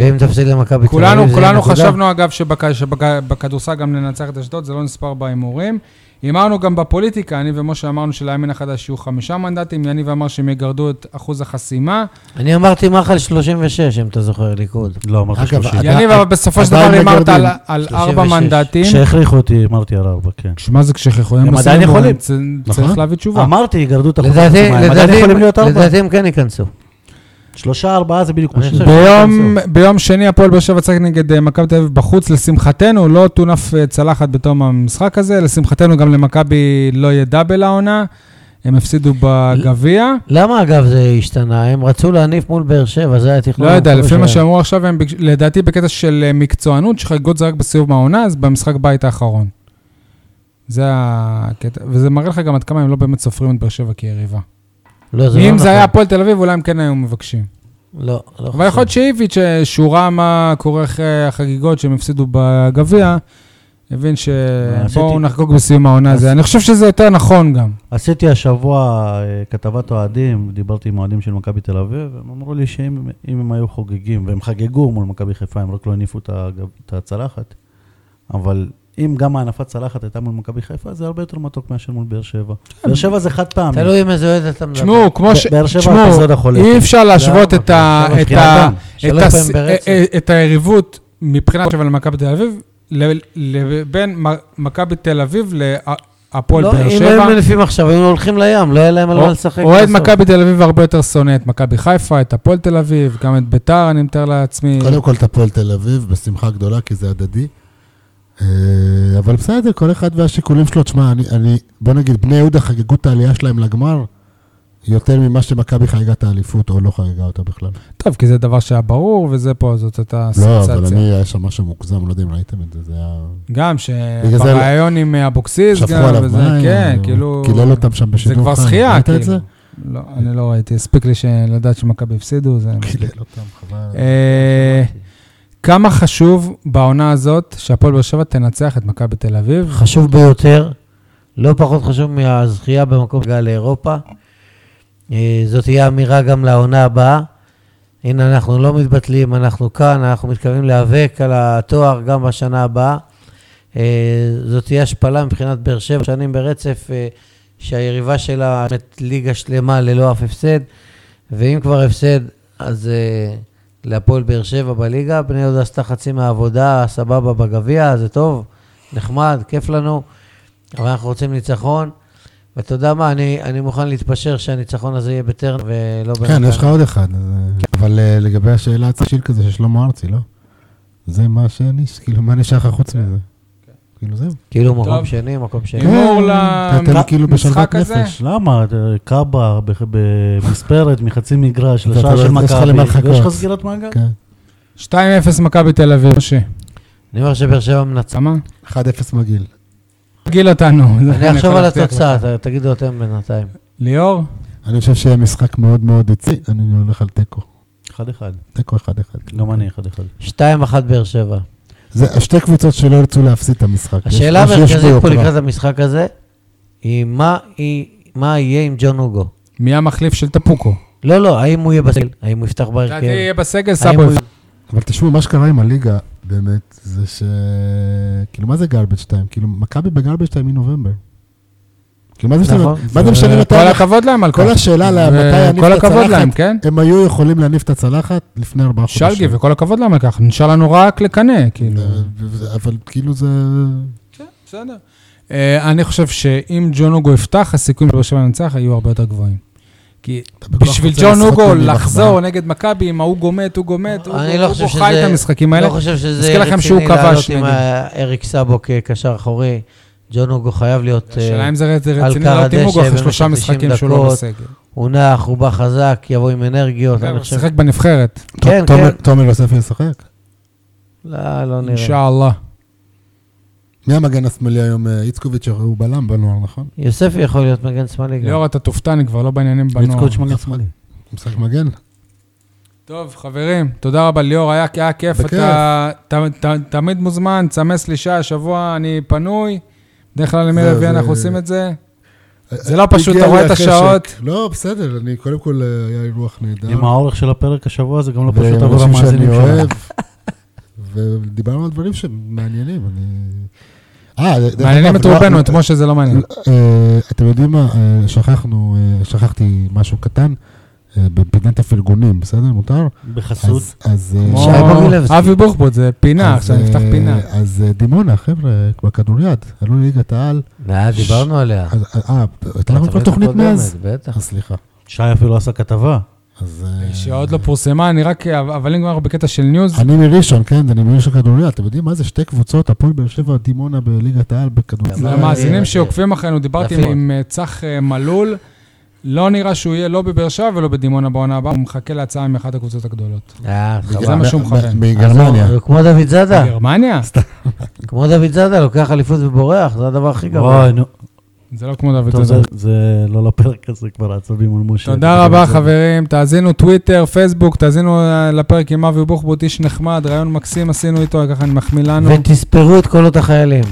S3: ואם תפסיד למכבי תל
S1: כולנו,
S3: אביב, זה
S1: כולנו
S3: נקודה?
S1: חשבנו, אגב, שבכ- שבכ- בכדורסל גם ננצח את אשדוד, זה לא נספר בהימורים. הימרנו גם בפוליטיקה, אני ומשה אמרנו שלימין החדש יהיו חמישה מנדטים, יניב אמר שהם יגרדו את אחוז החסימה.
S3: אני אמרתי מחל 36, אם אתה זוכר, ליכוד.
S2: לא, אמרתי
S4: אגב,
S2: שלושים.
S4: עדיין-
S1: יניב, אבל בסופו של דבר
S4: עדיין
S1: הימרת
S4: מגרדים.
S1: על- על ארבע
S3: 36.
S1: מנדטים.
S2: כשהכריחו אותי, אמרתי על ארבע, כן.
S1: מה זה כשכחו?
S2: הם עדיין יכולים. אה,
S1: צריך
S4: נכון.
S1: להביא תשובה.
S2: אמרתי, יגרדו את החוקים.
S3: לדעתי,
S2: הם עדיין יכולים להיות
S3: לדעתי,
S2: ארבע.
S3: לדעתי הם כן ייכנסו.
S2: שלושה, ארבעה זה בדיוק מה
S3: אני
S2: ש...
S3: חושב
S1: ביום, ביום שני הפועל באר שבע צחק נגד אה, מכבי תל אביב בחוץ, לשמחתנו, לא תונף אה, צלחת בתום המשחק הזה, לשמחתנו גם למכבי לא יהיה דאבל העונה, הם הפסידו בגביע.
S3: למה אגב זה השתנה? הם רצו להניף מול באר שבע, זה היה תכנון.
S1: לא יודע,
S3: המקורי
S1: לפי מה
S3: שלהם.
S1: שאמרו עכשיו, הם ביקש- לדעתי בקטע של אה, מקצוענות, שחגיגות זה רק בסיום העונה, אז במשחק בית האחרון. זה הקטע, וזה מראה לך גם עד כמה הם לא באמת סופרים את באר שבע כיריבה.
S3: לא, זה לא
S1: אם
S3: נכון.
S1: זה היה הפועל תל אביב, אולי הם כן היו מבקשים.
S3: לא, לא
S1: אבל יכול להיות שאיביץ', אה, שהוא ראה מה קורה אחרי החגיגות שהם הפסידו בגביע, הבין שבואו
S2: עשיתי-
S1: נחגוג בסיום העונה הזו. אני חושב שזה יותר נכון גם.
S2: עשיתי השבוע אה, כתבת אוהדים, דיברתי עם אוהדים של מכבי תל אביב, הם אמרו לי שאם אם הם היו חוגגים, והם חגגו מול מכבי חיפה, הם רק לא הניפו את הגב- את הצלחת, אבל אם גם הענפת צלחת הייתה מול מכבי חיפה, זה הרבה יותר מתוק מאשר מול באר שבע. באר שבע זה חד פעמי.
S3: תלוי עם איזה אוהד אתה מדבר.
S1: כן. לא- תשמעו, כמו ש...
S2: ב- באר שבע
S1: תשמעו,
S2: אפיזודה חולפת.
S1: אי
S3: לא,
S1: אפשר להשוות את ה-
S3: שלוש
S1: את
S3: פעמים
S1: ה- את
S3: שלוש
S1: הס-
S3: פעמים ברצף.
S1: אה, אה, את היריבות מבחינת עכשיו למכבי תל אביב, ל- לבין מ- מכבי תל אביב להפועל
S3: לא,
S1: באר
S3: אם היו
S1: שבע.
S3: מניפים עכשיו, היו הולכים לים, לא היה להם על מה לשחק.
S1: אוהד
S3: בסוף.
S1: מכבי תל אביב הרבה יותר שונא את מכבי חיפה, את הפועל תל אביב, גם את ביתר, אני מתאר לעצמי.
S4: קודם כל את הפועל תל אביב, בשמחה גדולה, כי זה הדדי. אה, אבל בסדר, כל אחד והשיקולים שלו. תשמע, אני, אני, בוא נגיד, בני יהודה חגגו את העלייה שלהם לגמר, יותר ממה שמכבי חגגה את האליפות, או לא חגגה אותה בכלל.
S1: טוב, כי זה דבר שהיה ברור, וזה פה, זאת הייתה
S4: לא, אבל אני,
S1: סנסציה.
S4: היה שם משהו מוגזם, לא יודע אם ראיתם את זה, זה היה...
S1: גם
S4: בגלל זה-
S1: שבריאיון עם אבוקסיס,
S4: שפכו
S1: גם,
S4: עליו
S1: וזה,
S4: מים,
S1: כן,
S4: הוא
S1: כאילו...
S4: קילל אותם שם
S1: זה
S4: בשידור
S1: כבר
S4: חי,
S1: שחייה,
S4: ראית
S1: כאילו.
S4: את זה?
S1: לא, אני לא ראיתי, הספיק לי לדעת שמכבי הפסידו, זה...
S4: קילל אותם, חבל.
S1: אה, כמה חשוב בעונה הזאת שהפועל באר שבע תנצח את מכבי תל אביב?
S3: חשוב ביותר, לא פחות חשוב מהזכייה במקום גל לאירופה. אה, זאת תהיה אמירה גם לעונה הבאה. הנה, אנחנו לא מתבטלים, אנחנו כאן, אנחנו מתכוונים להיאבק על התואר גם בשנה הבאה. אה, זאת תהיה השפלה מבחינת באר שבע, שנים ברצף אה, שהיריבה שלה באמת ליגה שלמה ללא אף הפסד, ואם כבר הפסד, אז אה, להפועל באר שבע בליגה, בני יהודה עשתה חצי מהעבודה, סבבה בגביע, זה טוב, נחמד, כיף לנו, אבל אנחנו רוצים ניצחון. ואתה יודע מה, אני, אני מוכן להתפשר שהניצחון הזה יהיה בטרנר ולא
S4: כן,
S3: בנתניה.
S4: יש לך עוד אחד. אז, אה, אבל אה, לגבי השאלה הצ'יל כזה של שלמה ארצי, לא? זה מה שאני, כאילו, מה נשאר לך חוץ מזה? כאילו זהו.
S3: כאילו מקום
S1: טוב.
S3: שני, מקום שני.
S1: הימור
S4: כן, אתם כאילו
S1: למשחק
S4: בשלוות
S1: הזה?
S4: נפש.
S2: למה? אה, קאבה ב- במספרת מחצי מגרש
S4: ואתה לא-
S2: לשער של
S4: יש לך
S2: מכבי,
S4: למה לחכות.
S2: ויש לך סגירת מעגל?
S4: כן.
S1: 2-0 מכבי תל אביב, משה.
S3: אני אומר שבאר שבע מנצח.
S1: סמה?
S4: 1-0 מגעיל.
S1: תגיל אותנו. זה
S3: אני אחשוב
S1: יכול
S3: על
S1: להבטיח
S3: התוצאה,
S1: לך.
S3: ת- תגידו אתם בינתיים.
S1: ליאור?
S4: אני חושב שיהיה משחק מאוד מאוד עצי, אני הולך על תיקו.
S2: אחד אחד.
S4: תיקו 1-1.
S2: גם אני אחד אחד.
S3: 2-1 באר שבע.
S4: זה שתי קבוצות שלא ירצו להפסיד את המשחק. יש-
S3: השאלה
S4: יש- יש
S3: המרכזית פה
S4: ביוקרה.
S3: לקראת המשחק הזה, היא מה היא- מה יהיה עם ג'ון הוגו?
S1: מי המחליף של טפוקו?
S3: לא, לא, האם הוא יהיה בסגל? האם הוא יפתח
S1: לדעתי
S3: בהרכב?
S1: יהיה בסגל
S3: האם
S1: סאבו.
S3: הוא-
S4: אבל תשמעו, מה שקרה עם הליגה, באמת, זה ש... כאילו, מה זה גרבג' 2? כאילו, מכבי בגרבג' 2 מנובמבר. כאילו, מה זה משנה?
S3: נכון.
S4: מה זה משנה מתי...
S1: אה, כל הכבוד להם על
S4: כל
S1: כך.
S4: השאלה על מתי
S1: ו-
S4: יניף
S1: כל
S4: את
S1: הכבוד להם,
S4: הצלחת,
S1: כן?
S4: הם היו יכולים להניף את הצלחת לפני ארבעה חודשים.
S1: שלגי, וכל הכבוד להם על כך. נשאר לנו רק לקנא, כאילו.
S4: אה. ו- אבל כאילו זה...
S1: בסדר. אה, אני חושב שאם ג'ון הוגו יפתח, הסיכויים של באר שבע לנצח היו הרבה יותר גבוהים. כי
S4: אתה בטוח
S1: בשביל
S4: רוצה
S1: ג'ון
S4: לשחק
S1: הוגו
S4: במלחמה.
S1: לחזור נגד מכבי, אם ההוגו מת, הוגו מת, הוגו
S3: אני לא
S1: הוגו
S3: חושב שזה...
S1: חי את המשחקים האלה.
S3: לא חושב שזה
S1: מזכיר לכם שהוא
S3: רציני
S1: כבש
S3: לעלות עם
S1: נגד.
S3: ה- אריק סאבו כקשר אחורי. ג'ון הוגו חייב להיות... אה,
S1: השאלה אם זה רציני
S3: על
S1: לעלות עם הוגו אחרי
S3: קרדשיה
S1: שלושה
S3: במשך 90
S1: משחקים שהוא לא
S3: דקות.
S1: בסגל.
S3: הוא נח, הוא בא חזק, יבוא עם אנרגיות.
S1: הוא
S3: אני חושב...
S1: שיחק בנבחרת,
S4: ת-
S3: כן,
S4: תומר-
S3: כן.
S4: תומר יוסף ישחק.
S3: לא, לא נראה.
S1: אינשאללה.
S4: מי המגן השמאלי היום? אה, איצקוביץ' הוא בלם בנוער, נכון?
S3: יוספי יכול להיות מגן שמאלי גם.
S1: ליאור, אתה תופתע, אני כבר לא בעניינים בנוער.
S2: איצקוץ' מגן שמאלי.
S4: משחק מגן?
S1: טוב, חברים, תודה רבה, ליאור, היה היה כיף.
S4: בכיף.
S1: אתה ת- ת- תמיד מוזמן, תסמס לי שעה, שבוע אני פנוי. בדרך כלל ימי
S4: זה-
S1: רביעי
S4: זה-
S1: אנחנו עושים את זה. זה לא פשוט,
S4: הגיע
S1: אתה רואה
S4: לי
S1: את
S4: החשק.
S1: השעות.
S4: לא, בסדר, אני קודם כל אה, היה אירוח נהדר.
S2: עם האורך של הפרק השבוע זה גם לא פשוט
S4: ועם
S2: עבור
S4: אנשים
S2: המאזינים
S4: שאני
S2: שלנו.
S4: אוהב. ודיברנו על דברים שמעניינים, אני... אה, דרך
S1: מעניינים
S4: אגב,
S1: את
S4: לא-
S1: רובנו, את משה זה לא מעניין.
S4: אה, אתם יודעים מה, אה, שכחנו, אה, שכחתי משהו קטן, אה, בפינת הפרגונים, בסדר? מותר?
S2: בחסות.
S4: אז- אז... אה,
S1: כמו
S3: שי בוגילבסקי.
S1: אבי בוחבוט, זה פינה,
S4: אז,
S1: עכשיו
S4: אה,
S1: נפתח פינה.
S4: אז אה, דימונה, חבר'ה, בכדוריד, עלו לליגת העל.
S3: אה, דיברנו עליה.
S4: אז- אה,
S1: לא
S4: הייתה לנו כבר
S3: בתוכנית
S4: תוכנית
S3: הקודמת,
S4: מאז?
S3: בטח.
S4: אה, סליחה.
S2: שי אפילו לא עשה כתבה.
S4: אז... אה,
S1: שעוד לא פורסמה, אני רק, אבל אם אנחנו בקטע של ניוז,
S4: אני מראשון, כן, אני מראשון כדוריד. אתם יודעים מה זה שתי קבוצות, הפועל באר שבע, דימונה בליגת העל בכדוריד.
S3: זה
S1: למאזינים
S3: אה,
S1: שעוקבים אחרינו, דיברתי
S3: יפה.
S1: עם אה, צח אה, מלול, לא נראה שהוא יהיה לא בבאר שבע ולא בדימונה בעונה הבאה, הוא מחכה להצעה מאחת הקבוצות הגדולות.
S3: אה,
S1: זה
S3: חבל.
S1: מה שהוא מכוון.
S4: מגרמניה.
S3: אז הוא- הוא אה, כמו דוד זאדה,
S1: גרמניה?
S3: כמו דוד זאדה, לוקח אליפות ובורח, זה הדבר הכי גרוע.
S2: וואי, נו,
S1: זה לא כמו דוד
S2: טוב, זה-
S1: זאדה.
S2: זה לא לפרק הזה כבר העצבים על משה.
S1: תודה רבה, חברים. תאזינו טוויטר, פייסבוק, תאזינו אה, לפרק עם אבי בוחבוט, איש נחמד, רעיון מקסים עשינו איתו, ככה אני מחמיא לנו.
S3: ותספרו את קולות החיילים.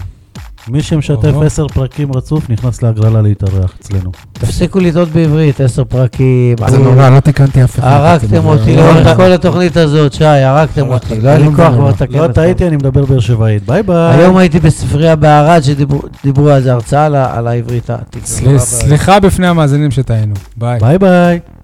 S2: מי שמשתף
S1: אוהו.
S2: עשר פרקים רצוף נכנס להגרלה להתארח אצלנו.
S3: תפסיקו לטעות בעברית, עשר פרקים.
S4: זה
S3: אה,
S4: נורא, לא תיקנתי אף אחד.
S3: הרגתם
S4: אתם-
S3: אותי
S4: לא,
S3: לאורך
S4: אתה-
S3: כל התוכנית הזאת, שי, הרגתם אותי. לא היה לי
S4: לא
S3: כוח
S4: מבין
S3: כבר
S4: למה.
S3: לתקן
S2: לא
S3: אתכם.
S2: טעיתי, אני מדבר באר שבעית. ביי ביי.
S3: היום הייתי בספרייה בערד שדיברו על זה, הרצאה על ה- על העברית העתיקה.
S1: סל- סליחה בפני המאזינים שטעינו. ביי.
S2: ביי ביי.